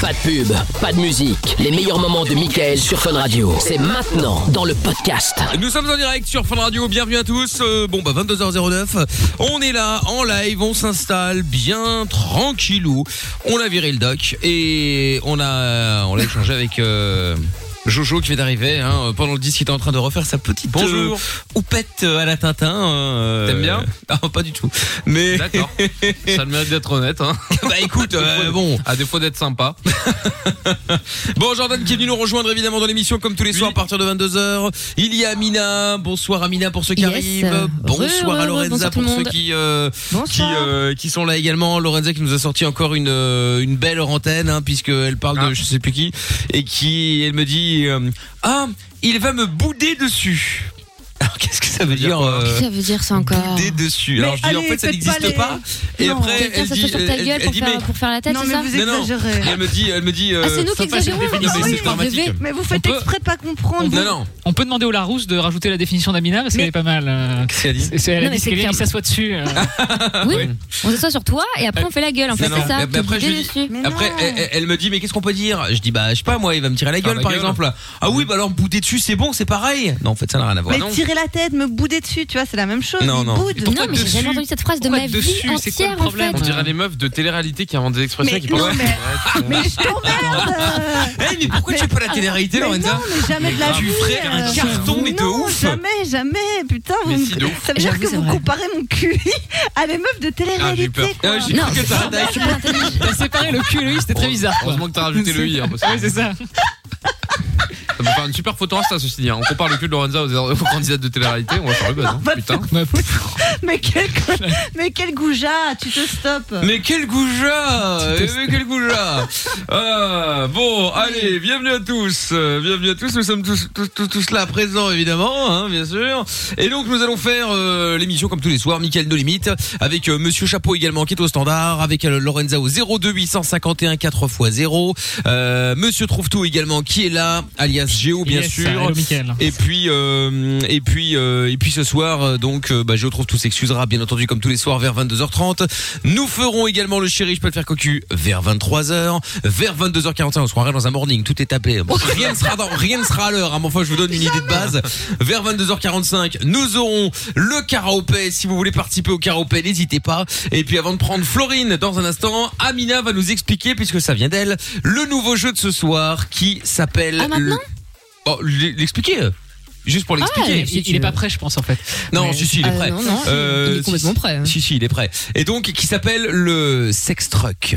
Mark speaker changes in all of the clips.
Speaker 1: Pas de pub, pas de musique. Les meilleurs moments de Michael sur Fun Radio. C'est maintenant dans le podcast.
Speaker 2: Nous sommes en direct sur Fun Radio, bienvenue à tous. Euh, bon bah 22h09, on est là en live, on s'installe bien tranquillou. On a viré le doc et on a on l'a échangé avec euh, Jojo qui vient d'arriver hein, pendant le disque qui était en train de refaire sa petite
Speaker 3: Bonjour.
Speaker 2: euh, houppette euh, à la Tintin. euh,
Speaker 3: T'aimes bien
Speaker 2: Ah, pas du tout. Mais
Speaker 3: D'accord. Ça a le mérite d'être honnête. Hein.
Speaker 2: bah écoute, euh, bon,
Speaker 3: À défaut d'être sympa.
Speaker 2: Bon, Jordan qui est venu nous rejoindre évidemment dans l'émission comme tous les soirs à partir de 22h. Il y a Amina. Bonsoir Amina pour ceux qui
Speaker 4: Yes.
Speaker 2: arrivent. Bonsoir
Speaker 4: Re, re,
Speaker 2: à
Speaker 4: re,
Speaker 2: Lorenza
Speaker 4: bonsoir tout
Speaker 2: pour
Speaker 4: le
Speaker 2: ceux
Speaker 4: monde.
Speaker 2: qui euh, qui,
Speaker 4: Bonsoir.
Speaker 2: euh, qui sont là également. Lorenza qui nous a sorti encore une euh, une belle hors antenne hein, puisqu'elle parle de
Speaker 3: Ah.
Speaker 2: je sais plus qui et qui elle me dit euh, ah il va me bouder dessus. Alors qu'est-ce que ça veut
Speaker 3: dire
Speaker 2: dire
Speaker 3: quoi
Speaker 2: euh,
Speaker 4: Ça veut dire ça encore.
Speaker 2: bouder dessus Alors je dis en fait ça n'existe pas, et
Speaker 5: Non.
Speaker 2: après
Speaker 4: Quelqu'un
Speaker 2: elle dit
Speaker 4: s'assoit sur ta
Speaker 2: elle,
Speaker 4: gueule
Speaker 2: elle
Speaker 4: pour,
Speaker 2: dit mais
Speaker 4: faire, pour faire la tête,
Speaker 5: Non,
Speaker 4: c'est
Speaker 5: mais
Speaker 4: ça
Speaker 5: vous
Speaker 2: Mais non.
Speaker 5: exagérez.
Speaker 2: et elle me dit elle me dit
Speaker 4: Ah, c'est
Speaker 2: euh,
Speaker 4: nous qui
Speaker 2: sympa, j'ai
Speaker 4: exagérons,
Speaker 2: une
Speaker 4: on va
Speaker 2: définition,
Speaker 5: voir.
Speaker 2: mais
Speaker 5: Ah oui,
Speaker 2: c'est dramatique.
Speaker 4: rêvez.
Speaker 5: Mais vous faites
Speaker 6: On peut-
Speaker 5: exprès de pas comprendre.
Speaker 2: Non
Speaker 5: vous.
Speaker 2: non,
Speaker 6: On peut demander au Larousse de rajouter la définition d'Amina parce qu'elle
Speaker 5: Mais-
Speaker 6: est pas mal. euh,
Speaker 2: qu'est-ce qu'elle a dit
Speaker 6: c'est- c'est- Elle
Speaker 4: Non,
Speaker 6: a
Speaker 4: mais
Speaker 6: dit
Speaker 4: c'est
Speaker 6: qu'elle
Speaker 4: clair.
Speaker 6: s'assoit dessus. euh.
Speaker 4: Oui. On s'assoit sur toi et après on fait la gueule. En
Speaker 2: Bah, Mais
Speaker 4: fait,
Speaker 2: non,
Speaker 4: c'est ça.
Speaker 2: mais- mais
Speaker 4: te
Speaker 2: après, je
Speaker 4: gueuler
Speaker 2: lui-
Speaker 4: dessus.
Speaker 5: Mais
Speaker 2: Après,
Speaker 5: non.
Speaker 2: elle, elle- elle me dit, mais qu'est-ce qu'on peut dire Je dis, bah, je sais pas, moi, il va me tirer la gueule,
Speaker 3: la
Speaker 2: par
Speaker 3: gueule.
Speaker 2: exemple. Ah oui, bah alors, bouder dessus, c'est bon, c'est pareil. Non, en fait, ça n'a rien à voir.
Speaker 5: Mais
Speaker 2: Non.
Speaker 5: tirer la tête, me bouder dessus, tu vois, c'est la même chose.
Speaker 2: Non,
Speaker 5: il
Speaker 2: non.
Speaker 5: boude.
Speaker 4: Non, mais j'ai
Speaker 6: dessus
Speaker 4: jamais entendu cette phrase de
Speaker 6: Pourquoi
Speaker 4: ma vie
Speaker 6: dessus C'est quoi le
Speaker 4: entière en fait.
Speaker 6: problème
Speaker 3: On dirait les meufs de télé-réalité qui inventent des expressions
Speaker 5: Mais
Speaker 3: qui
Speaker 5: non,
Speaker 3: pensent.
Speaker 5: mais- Mais je t'emmerde
Speaker 2: Eh, mais pourquoi tu fais pas la télé-réalité,
Speaker 5: Mais
Speaker 2: Lorenza
Speaker 5: non, mais jamais de la
Speaker 2: Tu
Speaker 5: vie
Speaker 2: ferais un
Speaker 5: euh.
Speaker 2: carton, mais de
Speaker 5: Non,
Speaker 2: ouf
Speaker 5: Jamais, jamais, putain,
Speaker 3: Mais
Speaker 5: vous me-
Speaker 3: si, de ouf.
Speaker 5: ça veut dire
Speaker 4: J'avoue,
Speaker 5: que
Speaker 4: c'est
Speaker 5: vous
Speaker 4: vrai.
Speaker 5: comparez mon QI à les meufs de
Speaker 3: Ah, j'ai eu
Speaker 5: télé-réalité.
Speaker 3: peur.
Speaker 5: quoi.
Speaker 2: Euh, j'ai
Speaker 4: Non,
Speaker 2: cru que
Speaker 4: c'est
Speaker 2: t'arrêtais.
Speaker 4: pas super intelligent.
Speaker 6: T'as séparé le cul et le i, c'était très bizarre. quoi.
Speaker 3: Heureusement que t'as rajouté le i. hein, parce que
Speaker 6: Oui, c'est ça.
Speaker 3: ça peut faire une super photo Insta, ceci dit. hein. On compare le cul de Lorenza aux, aux candidates de télé-réalité. On va faire le buzz. hein. Putain.
Speaker 5: mais, quel... mais quel goujat, tu te stoppes.
Speaker 2: Mais quel goujat Eh, Mais quel goujat Ah, Bon, allez, bienvenue à tous euh, Bienvenue à tous, nous sommes tous, tous, tous, tous là présents, évidemment, hein, bien sûr. Et donc, nous allons faire euh, l'émission, comme tous les soirs, Mickaël No Limite, avec euh, Monsieur Chapeau également, qui est au standard, avec euh, Lorenza au 02851 4x0, euh, Monsieur Trouve-Tout également, qui est là, alias Géo, bien
Speaker 6: Yes,
Speaker 2: sûr.
Speaker 6: allô, Mickaël.
Speaker 2: Et puis euh, et puis euh, et puis ce soir euh, donc euh, bah, je retrouve tous s'excusera bien entendu comme tous les soirs vers 22h30. Nous ferons également le chéri je peux le faire cocu vers 23h, vers 22h45 on se croirait dans un morning, tout est tapé. Bon, rien ne sera dans, rien ne sera à l'heure, hein, mais enfin je vous donne une idée de base. Vers 22h45, nous aurons le karaopé. Si vous voulez participer au karaopé, n'hésitez pas. Et puis avant de prendre Florine dans un instant, Amina va nous expliquer puisque ça vient d'elle le nouveau jeu de ce soir qui s'appelle
Speaker 4: Ah, maintenant
Speaker 2: le- Oh, l- l'expliquer Juste
Speaker 4: Ah,
Speaker 2: pour l'expliquer.
Speaker 4: mais-
Speaker 6: Il, il est pas prêt, je pense en fait.
Speaker 2: non,
Speaker 6: mais-
Speaker 2: si, si, il est
Speaker 4: Euh,
Speaker 2: prêt.
Speaker 4: non, non,
Speaker 2: Euh,
Speaker 4: il est complètement
Speaker 2: si,
Speaker 4: prêt. hein.
Speaker 2: Si, si, il est prêt. Et donc, qui s'appelle le sex truck.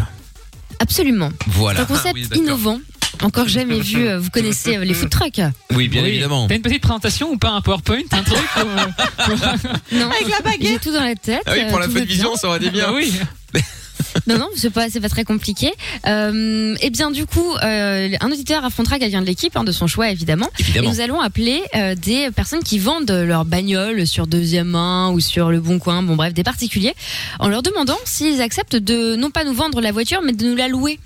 Speaker 4: Absolument. C'est
Speaker 2: Voilà.
Speaker 4: un concept
Speaker 2: Ah oui, d'accord. Mm.
Speaker 4: innovant. Encore jamais vu. euh, Vous connaissez euh, les food trucks
Speaker 2: Oui, bien
Speaker 6: Oui.
Speaker 2: évidemment.
Speaker 6: T'as une petite présentation ou pas un PowerPoint, un truc ou- euh,
Speaker 4: Non.
Speaker 5: Avec la
Speaker 4: J'ai
Speaker 5: baguette.
Speaker 4: tout dans la tête.
Speaker 2: Ah oui, pour
Speaker 4: euh,
Speaker 2: la
Speaker 4: tout
Speaker 2: fête
Speaker 4: va bien.
Speaker 2: vision, ça aurait été bien.
Speaker 6: Ah oui.
Speaker 4: Non, non, c'est pas, c'est pas très compliqué. Euh, et bien, du coup, euh, un auditeur affrontera quelqu'un de l'équipe, hein, de son choix, évidemment. Et
Speaker 2: Évidemment.
Speaker 4: nous allons appeler euh, des personnes qui vendent leur bagnole sur deuxième main ou sur le bon coin, bon bref, des particuliers, en leur demandant s'ils acceptent de non pas nous vendre la voiture, mais de nous la louer.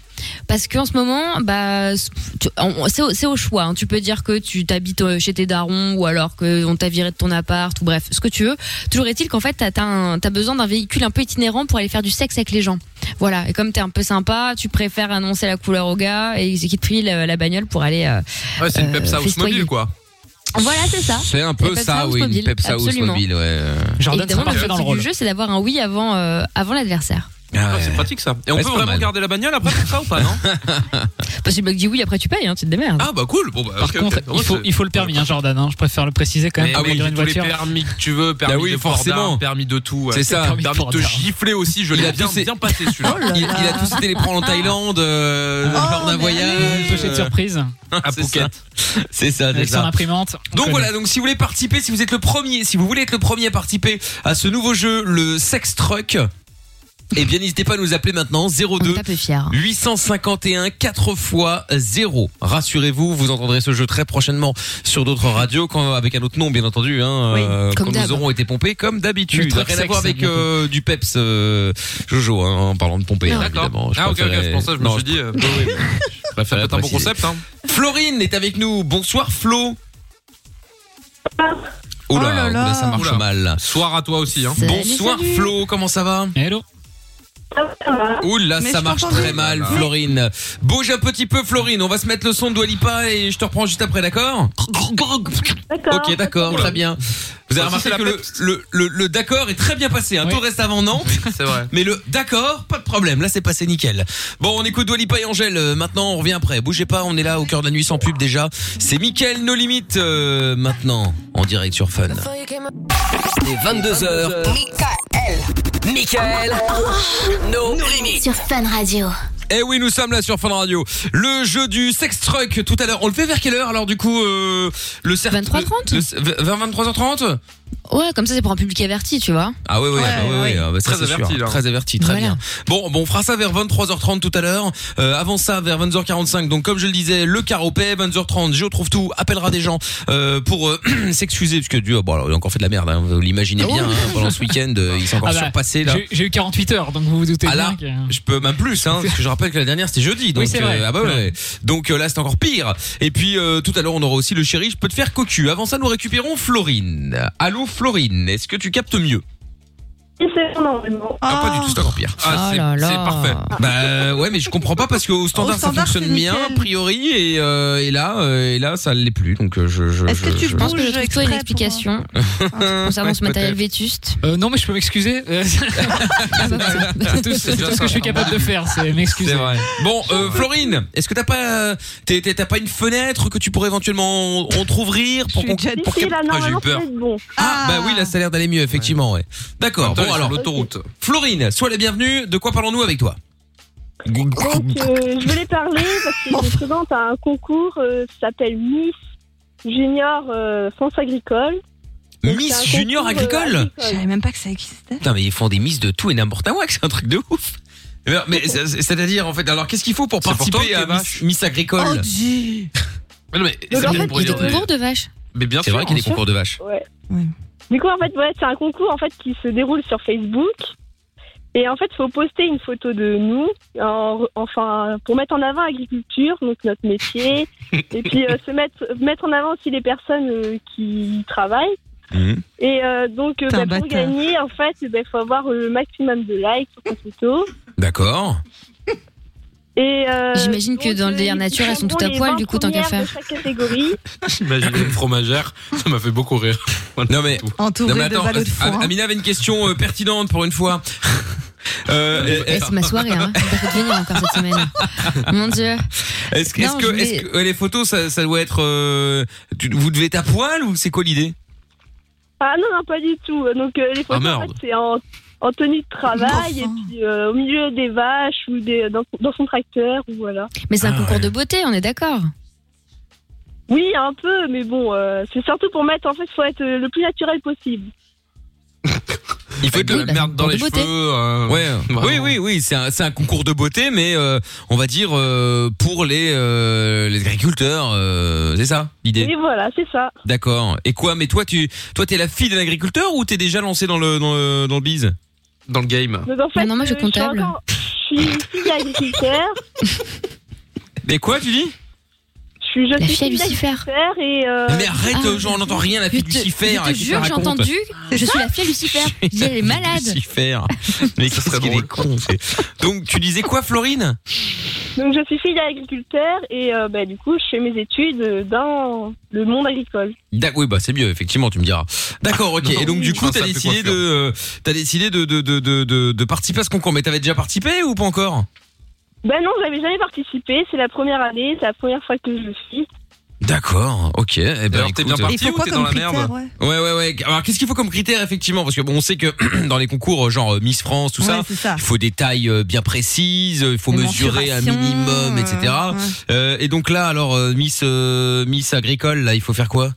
Speaker 4: Parce qu'en ce moment, bah, tu- on- c'est au, c'est au choix. hein. Tu peux dire que tu t'habites euh, chez tes darons ou alors qu'on t'a viré de ton appart ou bref, ce que tu veux. Toujours est-il qu'en fait, t'as t'as un- t'as besoin d'un véhicule un peu itinérant pour aller faire du sexe avec les gens. Voilà. Et comme t'es un peu sympa, tu préfères annoncer la couleur au gars et qu'il te prie la, la bagnole pour aller. euh,
Speaker 3: Ouais, c'est une
Speaker 4: Euh,
Speaker 3: Pepsi House
Speaker 4: festoyer.
Speaker 3: mobile, quoi.
Speaker 4: Voilà, c'est ça.
Speaker 2: C'est un
Speaker 4: Les
Speaker 2: peu
Speaker 4: Peps
Speaker 2: ça,
Speaker 4: House
Speaker 2: oui, une
Speaker 4: mobile,
Speaker 2: Peps House
Speaker 4: absolument.
Speaker 2: mobile, ouais.
Speaker 6: Jordan sera
Speaker 4: Évidemment,
Speaker 6: parfait dans le
Speaker 4: l'objectif
Speaker 6: rôle.
Speaker 4: du jeu, c'est d'avoir un oui avant, euh, avant l'adversaire.
Speaker 2: Ah
Speaker 3: Ah,
Speaker 2: ouais.
Speaker 3: c'est pratique ça. Et on
Speaker 2: Ouais,
Speaker 3: peut
Speaker 2: c'est pas
Speaker 3: vraiment
Speaker 2: mal.
Speaker 3: garder la bagnole après pour ça ou pas, non
Speaker 4: Parce que le bloc dit oui, après tu payes, hein, tu te démerdes.
Speaker 2: Ah bah cool. Bon, bah,
Speaker 6: Par
Speaker 2: ok, ok.
Speaker 6: contre,
Speaker 2: Moi,
Speaker 6: il, faut,
Speaker 2: c'est-
Speaker 6: il faut le permis, hein, Jordan. hein. Je préfère le préciser quand même.
Speaker 3: ah
Speaker 6: pour
Speaker 3: oui,
Speaker 6: conduire
Speaker 3: j'ai
Speaker 6: une
Speaker 3: tous les
Speaker 6: voiture.
Speaker 3: permis que tu veux, permis
Speaker 2: Bah oui,
Speaker 3: de port d'armes,
Speaker 2: forcément.
Speaker 3: permis de tout. ouais.
Speaker 2: C'est ça.
Speaker 3: Permis
Speaker 6: Permis de
Speaker 3: de te
Speaker 6: port d'armes. Oh
Speaker 3: gifler aussi, je
Speaker 2: Il
Speaker 3: l'ai
Speaker 2: a
Speaker 3: bien,
Speaker 2: tous ses-
Speaker 3: bien passé celui-là.
Speaker 2: il, il a tous été les prendre
Speaker 6: Ah.
Speaker 2: en Thaïlande euh, lors d'un
Speaker 5: mais
Speaker 2: voyage. euh,
Speaker 5: allez.
Speaker 6: Pochette surprise
Speaker 3: à
Speaker 2: C'est ça.
Speaker 3: Phuket.
Speaker 2: C'est ça, c'est
Speaker 6: avec son
Speaker 2: ça.
Speaker 6: imprimante. euh, On
Speaker 2: Donc
Speaker 6: connaît.
Speaker 2: voilà, donc si vous voulez participer, si vous êtes le premier, si vous voulez être le premier à participer à ce nouveau jeu, le Sex Truck, eh bien n'hésitez pas à nous appeler maintenant
Speaker 4: On
Speaker 2: 02
Speaker 4: tape fier.
Speaker 2: 851 4 fois 0. Rassurez-vous, vous entendrez ce jeu très prochainement sur d'autres radios, quand, avec un autre nom bien entendu, hein,
Speaker 5: Oui,
Speaker 2: euh,
Speaker 4: comme
Speaker 2: quand
Speaker 4: d'hab.
Speaker 2: nous aurons été pompés comme
Speaker 6: Le
Speaker 2: d'habitude.
Speaker 6: truck
Speaker 2: Rien à voir
Speaker 6: sexe,
Speaker 2: avec
Speaker 6: bien
Speaker 2: euh, du peps euh, Jojo, hein, en parlant de pomper, hein, évidemment.
Speaker 3: D'accord. Ah, ok, ok,
Speaker 2: préférais-
Speaker 3: c'est pour ça que je me
Speaker 2: Non,
Speaker 3: suis dit. euh, Ça
Speaker 2: préférais
Speaker 3: peut être un bon
Speaker 2: préciser.
Speaker 3: concept, hein.
Speaker 2: Florine est avec nous. Bonsoir Flo.
Speaker 5: Oh
Speaker 2: Oula,
Speaker 5: là là.
Speaker 2: ça marche
Speaker 3: Oula.
Speaker 2: mal.
Speaker 3: Soir à toi aussi, hein.
Speaker 4: Salut,
Speaker 2: Bonsoir
Speaker 4: salut.
Speaker 2: Flo, comment ça va
Speaker 6: Hello.
Speaker 2: Oula,
Speaker 5: Mais
Speaker 2: ça
Speaker 5: je
Speaker 2: marche
Speaker 5: t'entendais.
Speaker 2: très mal,
Speaker 3: Voilà.
Speaker 2: Florine. Bouge un petit peu, Florine. On va se mettre le son de Dwalipa et je te reprends juste après, d'accord
Speaker 7: D'accord.
Speaker 2: Ok, d'accord,
Speaker 3: Oula.
Speaker 2: très bien. Vous avez
Speaker 3: Ah, si,
Speaker 2: remarqué
Speaker 3: c'est
Speaker 2: que
Speaker 3: la
Speaker 2: le, le, le, le d'accord est très bien passé. Hein.
Speaker 6: Oui.
Speaker 2: Tout reste avant Nantes.
Speaker 3: C'est vrai.
Speaker 2: Mais le d'accord, pas de problème. Là, c'est passé nickel. Bon, on écoute Dwalipa et Angèle. euh, maintenant, on revient après. Bougez pas, on est là au cœur de la nuit sans pub déjà. C'est Mickaël, nos limites, euh, maintenant, en direct sur Fun.
Speaker 1: Dès 22h, Michael. Michael, nos limites.
Speaker 8: Sur Fun Radio.
Speaker 2: Eh oui, nous sommes là sur Fun Radio. Le jeu du sex truck tout à l'heure. On le fait vers quelle heure alors du coup euh, le cer-
Speaker 4: 23h30?
Speaker 2: le- le- vers 23h30
Speaker 4: Ouais, comme ça, c'est pour un public averti, tu vois.
Speaker 2: Ah oui
Speaker 5: Ouais,
Speaker 2: oui, ah oui, oui,
Speaker 5: ouais.
Speaker 2: ah bah ça,
Speaker 3: Très
Speaker 2: c'est
Speaker 3: averti,
Speaker 2: sûr.
Speaker 3: là.
Speaker 2: très averti, très
Speaker 4: Voilà.
Speaker 2: bien. Bon, bon, on fera ça vers 23h30 tout à l'heure. Euh, avant ça, vers 22h45. Donc comme je le disais, le caropet 22h30. Je trouve tout. Appellera des gens euh, pour euh, s'excuser parce que Dieu, bon, alors, il a encore fait de la merde. hein, vous l'imaginez bien hein, pendant ce week-end, euh, il s'est encore
Speaker 6: Ah bah,
Speaker 2: surpassé là.
Speaker 6: J'ai- J'ai eu 48 heures, donc vous vous doutez
Speaker 2: Ah là,
Speaker 6: bien que-
Speaker 2: je peux même plus, hein, parce que je rappelle que la dernière c'était jeudi, donc
Speaker 6: Oui, c'est vrai.
Speaker 2: euh, ah bah ouais.
Speaker 6: Ouais.
Speaker 2: Donc euh, là c'est encore pire. Et puis euh, tout à l'heure on aura aussi le chéri, je peux te faire cocu. Avant ça nous récupérons Florine. Allô Florine, est-ce que tu captes mieux
Speaker 7: Et c'est bon, normalement.
Speaker 2: Ah pas du tout, c'est encore pire.
Speaker 3: Ah,
Speaker 4: Oh
Speaker 3: c'est
Speaker 4: là là.
Speaker 3: c'est parfait.
Speaker 2: Bah ouais mais je comprends pas parce que au standard,
Speaker 5: Au standard,
Speaker 2: ça fonctionne
Speaker 5: c'est
Speaker 2: bien a
Speaker 5: nickel.
Speaker 2: priori et, euh, et là euh, et là ça l'est plus donc euh, je, je,
Speaker 5: Est-ce que
Speaker 2: je-
Speaker 5: tu
Speaker 2: je-
Speaker 4: Je pense que
Speaker 5: Bouge
Speaker 4: je trouve toi
Speaker 5: exprès
Speaker 4: une
Speaker 5: pour-
Speaker 4: explication concernant ce matériel vétuste.
Speaker 6: Euh, non, mais je peux m'excuser. Euh, bah, c'est tout, c'est
Speaker 3: déjà
Speaker 6: tout
Speaker 3: ça.
Speaker 6: ce que je suis capable de faire, c'est m'excuser.
Speaker 2: C'est vrai. Bon, euh, Florine, est-ce que t'as pas, euh, t'es- t'es- t'as pas une fenêtre que tu pourrais éventuellement entrouvrir pour
Speaker 5: Je suis
Speaker 2: qu'on
Speaker 5: déjà-
Speaker 7: Si,
Speaker 2: pour
Speaker 7: si,
Speaker 2: que-
Speaker 7: là,
Speaker 2: Ah, j'ai eu
Speaker 7: normalement,
Speaker 2: peur.
Speaker 7: c'est bon.
Speaker 2: Ah, bah oui, là ça a l'air d'aller mieux, effectivement, ouais. D'accord. Bon alors,
Speaker 3: l'autoroute.
Speaker 2: Florine, sois la bienvenue. De quoi parlons-nous avec toi
Speaker 7: Donc, euh, je voulais parler parce que je me présente à un concours euh, qui s'appelle Miss Junior euh, France Agricole. Donc, c'est un
Speaker 2: Miss Junior
Speaker 7: concours, euh,
Speaker 2: Agricole
Speaker 5: Je savais même pas que ça existait.
Speaker 2: Putain, mais ils font des miss de tout et n'importe quoi, c'est un truc de ouf. Mais, mais c'est- c'est-à-dire, en fait, alors qu'est-ce qu'il faut pour
Speaker 3: C'est pour toi
Speaker 2: participer
Speaker 3: que
Speaker 2: à
Speaker 3: t'es
Speaker 2: Miss, Miss
Speaker 4: Oh,
Speaker 2: Agricole
Speaker 5: Dieu
Speaker 3: Mais non, mais
Speaker 7: Donc,
Speaker 3: c'est
Speaker 7: en
Speaker 3: bien
Speaker 7: fait,
Speaker 3: pour
Speaker 4: Il y a
Speaker 3: dire
Speaker 2: hein,
Speaker 4: des
Speaker 3: des-
Speaker 4: concours de vaches.
Speaker 3: Mais bien
Speaker 2: C'est
Speaker 3: sûr.
Speaker 2: vrai qu'il y a des concours de vaches.
Speaker 7: Ouais.
Speaker 5: Oui.
Speaker 7: Du coup, en fait, ouais, c'est un concours en fait qui se déroule sur Facebook. Et en fait, il faut poster une photo de nous, en- enfin, pour mettre en avant l'agriculture, donc notre métier, et puis euh, se mettre, mettre en avant aussi les personnes euh, qui y travaillent.
Speaker 2: Mhm.
Speaker 7: Et euh, donc, euh,
Speaker 5: T'es un
Speaker 7: bah, pour
Speaker 5: bâtard.
Speaker 7: gagner, en fait, il faut avoir le maximum de likes sur sa photo.
Speaker 2: D'accord.
Speaker 7: Et euh,
Speaker 4: J'imagine que
Speaker 7: donc,
Speaker 4: dans le
Speaker 7: euh,
Speaker 4: délire
Speaker 7: ils
Speaker 4: nature, elles sont
Speaker 7: prendront
Speaker 4: toutes à
Speaker 7: les
Speaker 4: poil,
Speaker 7: 20
Speaker 4: du coup, tant qu'à
Speaker 7: premières de chaque catégorie.
Speaker 3: J'imagine une fromagère. Ça m'a fait beaucoup rire.
Speaker 2: Non, mais-
Speaker 5: Entouré
Speaker 2: Non, mais
Speaker 5: de
Speaker 2: attends,
Speaker 5: ballots de
Speaker 2: Am-
Speaker 5: foin.
Speaker 2: Amina avait une question euh, pertinente pour une fois. Euh,
Speaker 4: Eh,
Speaker 2: est-
Speaker 4: c'est ma soirée, hein. Je vais pas venir encore cette semaine. Mon dieu.
Speaker 2: est-ce que, est-ce
Speaker 4: Non,
Speaker 2: que-
Speaker 4: je voulais-
Speaker 2: est-ce que, euh, les photos, ça, ça doit être, euh, tu- vous devez être à poil ou c'est quoi l'idée
Speaker 7: Ah non, non, pas du tout. Donc euh, les photos,
Speaker 3: Ah,
Speaker 7: en
Speaker 3: merde.
Speaker 7: fait, c'est en, en tenue de travail
Speaker 5: Mais enfin.
Speaker 7: et puis euh, au milieu des vaches ou des, dans, dans son tracteur ou voilà.
Speaker 4: Mais c'est un
Speaker 2: Ah,
Speaker 4: concours
Speaker 2: ouais.
Speaker 4: de beauté, on est d'accord.
Speaker 7: Oui, un peu, mais bon, euh, c'est surtout pour mettre, en fait, faut être euh, le plus naturel possible.
Speaker 2: Il faut
Speaker 3: Avec
Speaker 2: être
Speaker 3: de
Speaker 2: le-
Speaker 3: la merde dans les
Speaker 4: bah, Beauté.
Speaker 3: cheveux. euh,
Speaker 2: Ouais,
Speaker 3: vraiment.
Speaker 2: hein. oui, oui, oui, c'est un, c'est un concours de beauté, mais euh, on va dire euh, pour les, euh, les agriculteurs, euh, c'est ça l'idée.
Speaker 7: Et voilà, c'est ça.
Speaker 2: D'accord. Et quoi Mais toi, tu, toi, t'es la fille de l'agriculteur ou t'es déjà lancé dans le dans le, dans le bise
Speaker 3: Dans le game.
Speaker 7: Donc en fait,
Speaker 4: Mais non, moi, je suis
Speaker 7: euh, suis
Speaker 4: comptable.
Speaker 7: encore- Je suis fille agriculteur.
Speaker 2: Mais quoi, tu dis
Speaker 7: Je suis, je
Speaker 4: La
Speaker 7: suis
Speaker 4: fille à Lucifer.
Speaker 7: agriculteur et euh,
Speaker 2: Mais arrête,
Speaker 4: ah,
Speaker 2: euh, genre, on n'entend rien la
Speaker 4: Je
Speaker 2: fille
Speaker 4: te,
Speaker 2: de Lucifer.
Speaker 4: je te
Speaker 2: qu'est-ce que
Speaker 4: jure,
Speaker 2: ça
Speaker 4: j'ai
Speaker 2: raconte
Speaker 4: entendu. Je suis la fille à Lucifer. Elle est malade.
Speaker 2: Lucifer. Mais qu'est-ce
Speaker 3: serait
Speaker 2: qu'il est con. c'est- Donc, tu disais quoi, Florine
Speaker 7: donc je suis fille agriculteur et euh, bah, du coup, je fais mes études euh, dans le monde agricole.
Speaker 2: D'ac- Oui, bah c'est mieux, effectivement, tu me diras. D'accord, ok.
Speaker 3: Non,
Speaker 2: Et donc du coup,
Speaker 3: enfin,
Speaker 2: t'as
Speaker 3: ça fait
Speaker 2: décidé de,
Speaker 3: coiffure.
Speaker 2: euh, t'as décidé de de, de, de, de de participer à ce concours. Mais t'avais déjà participé ou pas encore
Speaker 7: Ben non, j'avais jamais participé. C'est la première année, c'est la première fois que je le suis.
Speaker 2: D'accord, ok. Eh ben,
Speaker 3: Alors, t'es
Speaker 2: écoute,
Speaker 3: bien parti.
Speaker 5: Il faut
Speaker 3: ou
Speaker 5: quoi
Speaker 3: t'es
Speaker 5: comme
Speaker 3: dans la merde
Speaker 5: critère ouais
Speaker 2: Ouais, ouais, ouais. Alors, qu'est-ce qu'il faut comme critère, effectivement Parce que bon, on sait que dans les concours, genre euh, Miss France, tout ça,
Speaker 5: Ouais, c'est ça.
Speaker 2: il faut des tailles euh, bien précises, euh, il faut
Speaker 5: Les
Speaker 2: mesurer un
Speaker 5: mensurations,
Speaker 2: minimum, etc.
Speaker 5: euh, ouais.
Speaker 2: Euh, et donc là, alors euh, Miss euh, Miss agricole, là, il faut faire quoi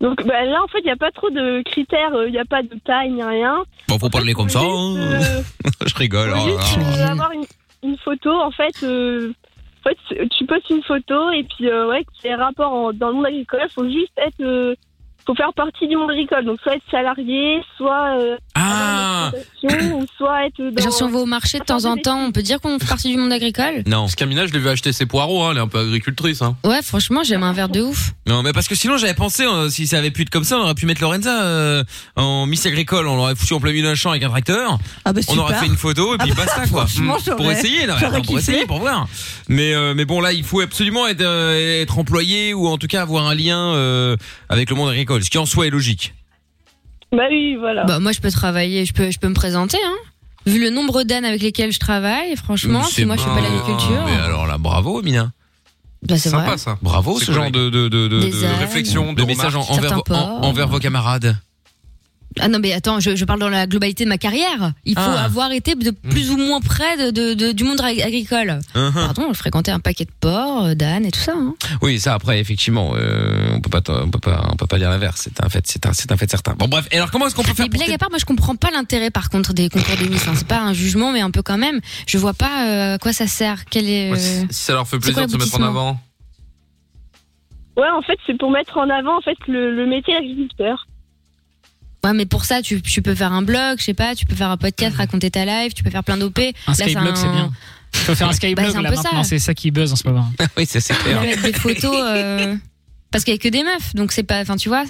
Speaker 7: Donc bah, là, en fait, il n'y a pas trop de critères, euh, il n'y a pas de taille ni rien.
Speaker 2: Bon, faut parler comme ça. hein.
Speaker 7: Euh,
Speaker 2: Je rigole. hein.
Speaker 7: faut
Speaker 2: alors,
Speaker 7: juste
Speaker 2: alors.
Speaker 4: Mmh.
Speaker 7: euh, avoir une, une photo, en fait. euh, en fait, c'est- tu postes une photo et puis, euh, ouais, c'est rapport en- dans le monde agricole, il faut juste être. euh, faut faire partie du monde agricole, donc soit être salarié, soit euh,
Speaker 2: ah
Speaker 7: ou soit être dans.
Speaker 4: Genre, si on va au marché de temps en temps, on peut dire qu'on fait partie du monde agricole
Speaker 2: Non.
Speaker 3: Parce qu'Amina, je l'ai vu acheter ses poireaux, hein, elle est un peu agricultrice. Hein.
Speaker 4: Ouais, franchement, j'aime un verre de ouf.
Speaker 2: Non, mais parce que sinon j'avais pensé, euh, si ça avait pu être comme ça, on aurait pu mettre Lorenza euh, en Miss Agricole, on l'aurait foutu en plein milieu d'un champ avec un tracteur,
Speaker 5: Ah bah super.
Speaker 2: on aurait fait une photo et puis
Speaker 5: Ah bah,
Speaker 2: basta quoi.
Speaker 5: franchement,
Speaker 2: Mm. pour
Speaker 5: j'aurais-
Speaker 2: essayer, non, mais
Speaker 5: j'aurais
Speaker 2: attends, pour
Speaker 5: kiffé.
Speaker 2: essayer, pour voir. Mais euh, mais bon là, il faut absolument être euh, être employé ou en tout cas avoir un lien euh, avec le monde agricole, ce qui en soi est logique.
Speaker 7: Bah oui, voilà.
Speaker 4: Bah, moi, je peux travailler, je peux, je peux me présenter, hein. Vu le nombre d'ânes avec lesquels je travaille, franchement, si moi je fais pas l'agriculture,
Speaker 2: Mais alors là, bravo Mina.
Speaker 4: bah, c'est
Speaker 3: Sympa
Speaker 4: vrai.
Speaker 3: ça.
Speaker 2: Bravo
Speaker 3: C'est
Speaker 2: ce genre de de de, de,
Speaker 4: Des
Speaker 2: de
Speaker 4: ânes.
Speaker 3: Réflexion,
Speaker 2: de message en- envers,
Speaker 4: Certains
Speaker 2: en-
Speaker 4: porcs.
Speaker 2: envers vos camarades.
Speaker 4: Ah non, mais attends, je, je parle dans la globalité de ma carrière. Il faut
Speaker 2: Ah.
Speaker 4: avoir été de plus ou moins près de, de- de- du monde ag- agricole.
Speaker 2: Hein, hein.
Speaker 4: Pardon, je fréquentais un paquet de porcs, euh, d'ânes et tout ça. hein.
Speaker 2: Oui, ça après effectivement, euh, on peut pas t- on peut pas on peut pas dire l'inverse, c'est un fait, c'est un c'est un fait certain. Bon bref, et alors comment est-ce qu'on peut faire
Speaker 4: Mais
Speaker 2: pour
Speaker 4: blague à part, moi je comprends pas l'intérêt par contre des concours de Miss. hein. C'est pas un jugement, mais un peu quand même. Je vois pas euh, à quoi ça sert. Quel est.
Speaker 3: Ouais,
Speaker 4: euh,
Speaker 3: si si ça leur fait
Speaker 4: c'est quoi
Speaker 3: plaisir de se mettre en avant.
Speaker 7: Ouais, en fait, c'est pour mettre en avant en fait le, le métier d'agriculteur.
Speaker 4: Ouais, mais pour ça, tu, tu peux faire un blog, je sais pas, tu peux faire un podcast, raconter ta live, tu peux faire plein d'OP.
Speaker 6: Un
Speaker 4: Là,
Speaker 6: skyblog, c'est bien. Faut faire un skyblog
Speaker 4: Bah, c'est un
Speaker 6: là
Speaker 4: peu
Speaker 6: maintenant,
Speaker 4: ça.
Speaker 6: c'est ça qui buzz en ce moment.
Speaker 2: Oui, ça c'est
Speaker 4: Là,
Speaker 2: clair.
Speaker 4: Avec des photos. euh, Parce qu'il y a que des meufs, donc c'est pas. Enfin, tu vois,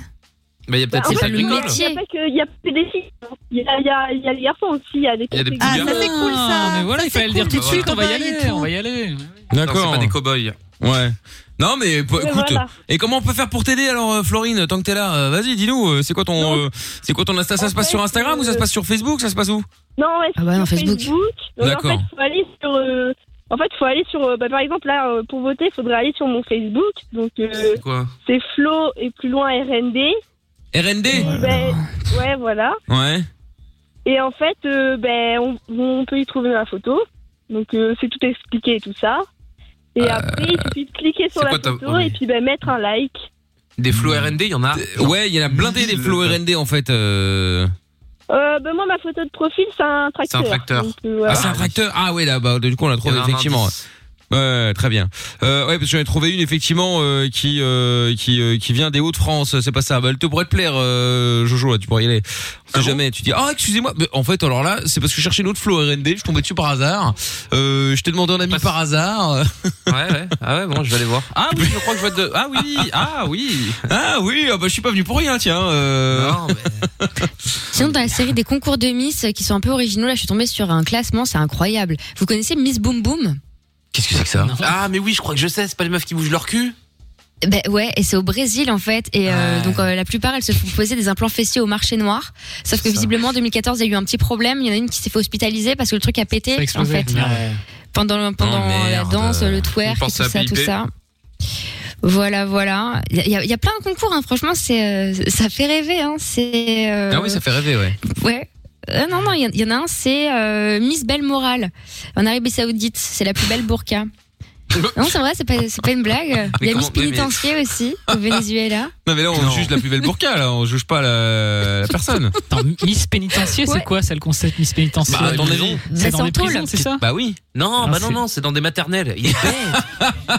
Speaker 3: Bah, il y a peut-être
Speaker 7: Bah, en
Speaker 3: ces
Speaker 7: fait,
Speaker 4: le
Speaker 3: agricoles.
Speaker 7: Il
Speaker 4: métier.
Speaker 7: n'y a pas que il y a que des filles. Il y a, il y, a, il y a les garçons aussi. Il y a des
Speaker 3: Il y a des
Speaker 7: filles.
Speaker 5: Ah,
Speaker 3: Bien.
Speaker 5: ça c'est cool ça.
Speaker 6: Mais voilà,
Speaker 5: Ça,
Speaker 6: il fallait
Speaker 5: c'est
Speaker 6: le dire
Speaker 5: cool,
Speaker 6: tout de
Speaker 5: des
Speaker 6: suite, on va y
Speaker 5: copains et
Speaker 6: aller,
Speaker 5: tout.
Speaker 6: on va y aller.
Speaker 3: Non, c'est pas des cow-boys.
Speaker 2: Ouais. Non mais p-
Speaker 7: Mais
Speaker 2: écoute,
Speaker 7: voilà.
Speaker 2: et comment on peut faire pour t'aider alors euh, Florine tant que t'es là euh, Vas-y, dis-nous, euh, c'est quoi ton euh, c'est quoi ton Insta Ça
Speaker 7: En
Speaker 2: se passe
Speaker 7: fait,
Speaker 2: sur Instagram
Speaker 5: euh,
Speaker 2: ou ça se passe sur Facebook Ça se passe où
Speaker 7: Non, ouais,
Speaker 4: Ah bah non,
Speaker 7: sur
Speaker 4: Facebook.
Speaker 7: Donc,
Speaker 2: D'accord.
Speaker 7: En fait, faut aller sur. euh, en fait, faut aller sur. euh, bah, par exemple, là, euh, pour voter, il faudrait aller sur mon Facebook. Donc, euh,
Speaker 3: C'est quoi
Speaker 7: c'est Flo et plus loin RND.
Speaker 2: RND
Speaker 7: Et, ben, ouais, voilà.
Speaker 2: Ouais.
Speaker 7: Et en fait, euh, ben, on, on peut y trouver ma photo. Donc, euh, c'est tout expliqué et tout ça. Et après, il suffit de cliquer sur
Speaker 3: c'est
Speaker 7: la
Speaker 3: quoi ta-
Speaker 7: photo
Speaker 3: oh, mais-
Speaker 7: et puis ben, mettre un like.
Speaker 3: Des flots RND, il y en a.
Speaker 2: Euh, Ouais, il y en a blindé des flots RND en fait. euh.
Speaker 7: Euh, ben, moi, ma photo de profil, c'est un tracteur.
Speaker 3: tracteur.
Speaker 7: Donc, euh, voilà.
Speaker 2: Ah, c'est un tracteur. Ah ouais, là bah du coup on la
Speaker 3: Il y en
Speaker 2: trouve
Speaker 3: a un
Speaker 2: effectivement.
Speaker 3: indice.
Speaker 2: Ouais, très bien. Euh, ouais, parce que j'en ai trouvé une effectivement euh, qui euh, qui euh, qui vient des Hauts-de-France. C'est pas ça. Bah, elle te pourrait te plaire, euh, Jojo. Là, tu pourrais y aller. On sait jamais. Tu dis ah excusez-moi. Mais en fait, alors là, c'est parce que je cherchais une autre flow RND. Je suis tombé dessus par hasard. Euh, je t'ai demandé un ami
Speaker 3: Parce-
Speaker 2: par hasard.
Speaker 3: Ouais, ouais. Ah ouais, bon, je vais aller voir. Ah oui, je crois que je vais être de. Ah oui, ah oui.
Speaker 2: ah oui, ah, bah je suis pas venu pour rien, tiens. Euh...
Speaker 3: Non, mais-
Speaker 4: Sinon, dans la série des concours de Miss euh, qui sont un peu originaux, là, je suis tombée sur un classement, c'est incroyable. Vous connaissez Miss Boom Boom
Speaker 2: Qu'est-ce que c'est que ça
Speaker 3: Ah, mais oui, je crois que je sais, c'est pas les meufs qui bougent leur cul
Speaker 4: Ben ouais, et c'est au Brésil en fait. Et euh,
Speaker 3: Ouais.
Speaker 4: donc euh, la plupart, elles se font poser des implants fessiers au marché noir. Sauf que
Speaker 3: Ça.
Speaker 4: visiblement, en 2014, il y a eu un petit problème. Il y en a une qui s'est fait hospitaliser parce que le truc a pété
Speaker 6: Ça a
Speaker 4: en
Speaker 6: explosé.
Speaker 4: fait.
Speaker 6: Ouais.
Speaker 4: Pendant, pendant la
Speaker 2: merde.
Speaker 4: danse, le
Speaker 3: On
Speaker 4: twerk, tout
Speaker 3: pense à
Speaker 4: ça, tout
Speaker 3: BIP.
Speaker 4: ça. Voilà, voilà. Il y a- il y, a- il y a plein de concours, hein. franchement, c'est euh, ça fait rêver. Hein. C'est euh,
Speaker 2: Ah oui, ça fait rêver, ouais.
Speaker 4: Ouais. Euh, non, non, il y, en- il y en a un, c'est euh, Miss Belle Morale en Arabie Saoudite. C'est la plus belle burqa. non, c'est vrai, c'est pas, c'est pas une
Speaker 2: Ah,
Speaker 4: blague. Il y a
Speaker 3: comment-
Speaker 4: Miss
Speaker 3: oui, mais-
Speaker 4: Pénitencier aussi au Venezuela.
Speaker 2: Non mais là on
Speaker 3: Non.
Speaker 2: juge la plus belle burqa, là. On juge pas la, la personne.
Speaker 6: Attends, Miss Pénitencier,
Speaker 4: Ouais.
Speaker 6: c'est quoi ça le concept Miss Pénitencier
Speaker 2: Bah, attendez,
Speaker 6: C'est
Speaker 2: non.
Speaker 4: Bah,
Speaker 6: C'est dans
Speaker 4: c'est
Speaker 6: les
Speaker 4: en tôle.
Speaker 6: prisons, c'est ça
Speaker 2: Bah oui.
Speaker 3: Non,
Speaker 6: Ah,
Speaker 3: bah non,
Speaker 6: c'est-
Speaker 3: non, c'est dans des maternelles. Il est bête.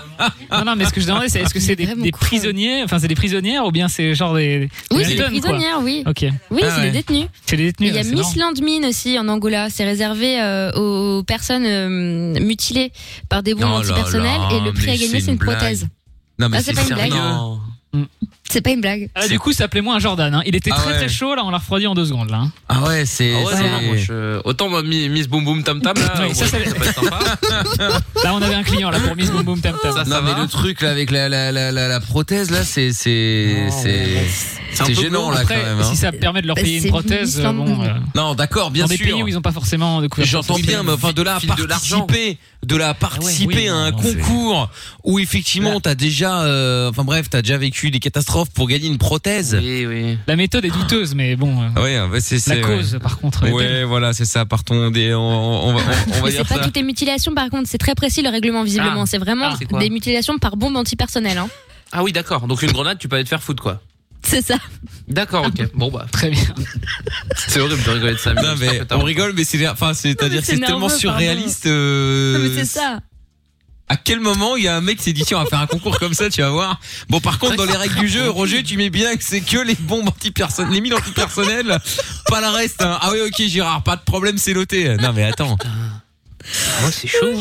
Speaker 6: Non, non, mais ce que je demandais, c'est est-ce que c'est des,
Speaker 4: Vraiment
Speaker 6: des
Speaker 4: con.
Speaker 6: prisonniers, enfin c'est des prisonnières ou bien c'est genre des.
Speaker 4: Oui,
Speaker 6: des
Speaker 4: c'est des
Speaker 6: items, quoi.
Speaker 4: prisonnières, oui.
Speaker 6: Ok,
Speaker 4: Oui,
Speaker 2: Ah
Speaker 4: c'est
Speaker 2: ouais.
Speaker 4: des détenus.
Speaker 6: c'est des
Speaker 4: Et
Speaker 6: détenus.
Speaker 4: Il y a
Speaker 6: c'est
Speaker 4: Miss
Speaker 6: marrant.
Speaker 4: Landmine aussi en Angola. C'est réservé euh, aux personnes euh, mutilées par des bombes
Speaker 2: Oh là
Speaker 4: antipersonnelles.
Speaker 2: là,
Speaker 4: Et le prix
Speaker 2: mais
Speaker 4: à
Speaker 2: c'est
Speaker 4: gagner, c'est
Speaker 2: une
Speaker 4: une prothèse.
Speaker 2: blague. Non mais
Speaker 4: Ah,
Speaker 2: c'est
Speaker 4: c'est pas une blague.
Speaker 2: sérieux.
Speaker 3: Non.
Speaker 4: C'est pas une blague.
Speaker 6: Ah, du coup, ça appelait moi un Jordan. hein. Il était
Speaker 2: Ah
Speaker 6: très
Speaker 2: ouais.
Speaker 6: très chaud, là, on l'a refroidi en deux secondes. Là, hein.
Speaker 2: Ah ouais, c'est.
Speaker 3: Ah ouais,
Speaker 2: c'est-
Speaker 3: non, non, moi, je- Autant moi, Mi- Miss Boom Boom Tam
Speaker 2: Ah
Speaker 3: Tam, là,
Speaker 2: bah
Speaker 6: Ouais,
Speaker 3: ouais,
Speaker 6: ça, ça-
Speaker 3: peut être sympa.
Speaker 6: là on avait un client là pour Miss Boom Boom Tam Tam.
Speaker 3: Ça,
Speaker 2: Non
Speaker 3: ça
Speaker 2: mais
Speaker 3: va
Speaker 2: le truc là avec la la la la, la prothèse là c'est c'est
Speaker 6: Non,
Speaker 2: c'est
Speaker 3: un peu
Speaker 2: c'est gênant
Speaker 3: glauque,
Speaker 2: là
Speaker 6: Après,
Speaker 2: quand même. hein.
Speaker 6: si ça permet de leur
Speaker 4: Bah,
Speaker 6: payer
Speaker 4: c'est
Speaker 6: une prothèse,
Speaker 4: Miss
Speaker 6: euh, bon,
Speaker 4: Landmine.
Speaker 6: euh,
Speaker 2: Non Oh, d'accord bien
Speaker 6: dans des pays
Speaker 2: sûr.
Speaker 6: où ils n'ont pas forcément de couverture.
Speaker 2: J'entends bien
Speaker 6: sociale.
Speaker 2: mais enfin de là à
Speaker 3: File de l'argent. Ah
Speaker 2: participer de là à
Speaker 6: ouais,
Speaker 2: participer
Speaker 6: oui,
Speaker 2: à un
Speaker 6: non, non, c'est-
Speaker 2: concours où effectivement t'as déjà euh, enfin bref t'as déjà vécu des catastrophes pour gagner une prothèse.
Speaker 3: Oui, oui.
Speaker 6: La méthode est douteuse, mais bon. euh,
Speaker 2: Ah Ouais ouais, c'est
Speaker 6: La
Speaker 2: c'est
Speaker 6: cause, par
Speaker 3: euh,
Speaker 6: contre.
Speaker 2: Ouais,
Speaker 6: est
Speaker 2: Ouais, voilà c'est ça partons des on, on va on, on va
Speaker 4: Mais
Speaker 2: dire
Speaker 4: c'est pas
Speaker 2: ça.
Speaker 4: toutes les mutilations, par contre. C'est très précis le règlement, visiblement.
Speaker 3: Ah.
Speaker 4: C'est vraiment
Speaker 3: Ah, c'est quoi
Speaker 4: des mutilations par bombe antipersonnelle. Hein.
Speaker 3: Ah oui, d'accord. Donc une grenade, tu peux aller te faire foutre, quoi.
Speaker 4: C'est ça.
Speaker 3: D'accord, ok. Bon, bah,
Speaker 6: Très bien.
Speaker 3: c'est horrible de rigoler de ça. mais
Speaker 2: Non
Speaker 3: j'espère
Speaker 2: mais
Speaker 3: que t'as-
Speaker 2: on rigole mais c'est enfin c'est à
Speaker 4: mais
Speaker 2: dire
Speaker 4: c'est
Speaker 2: c'est tellement
Speaker 4: nerveux, pardon.
Speaker 2: surréaliste. euh,
Speaker 4: Non, mais c'est ça.
Speaker 2: À quel moment il y a un mec qui s'est dit tiens on va faire un concours comme ça tu vas voir. Bon par contre dans les règles du jeu Roger tu mets bien que c'est que les bombes antipersonnelles, les mines antipersonnelles, pas le reste. hein. Ah oui ok Gérard pas de problème c'est noté. Non mais attends.
Speaker 3: Ah, c'est chaud.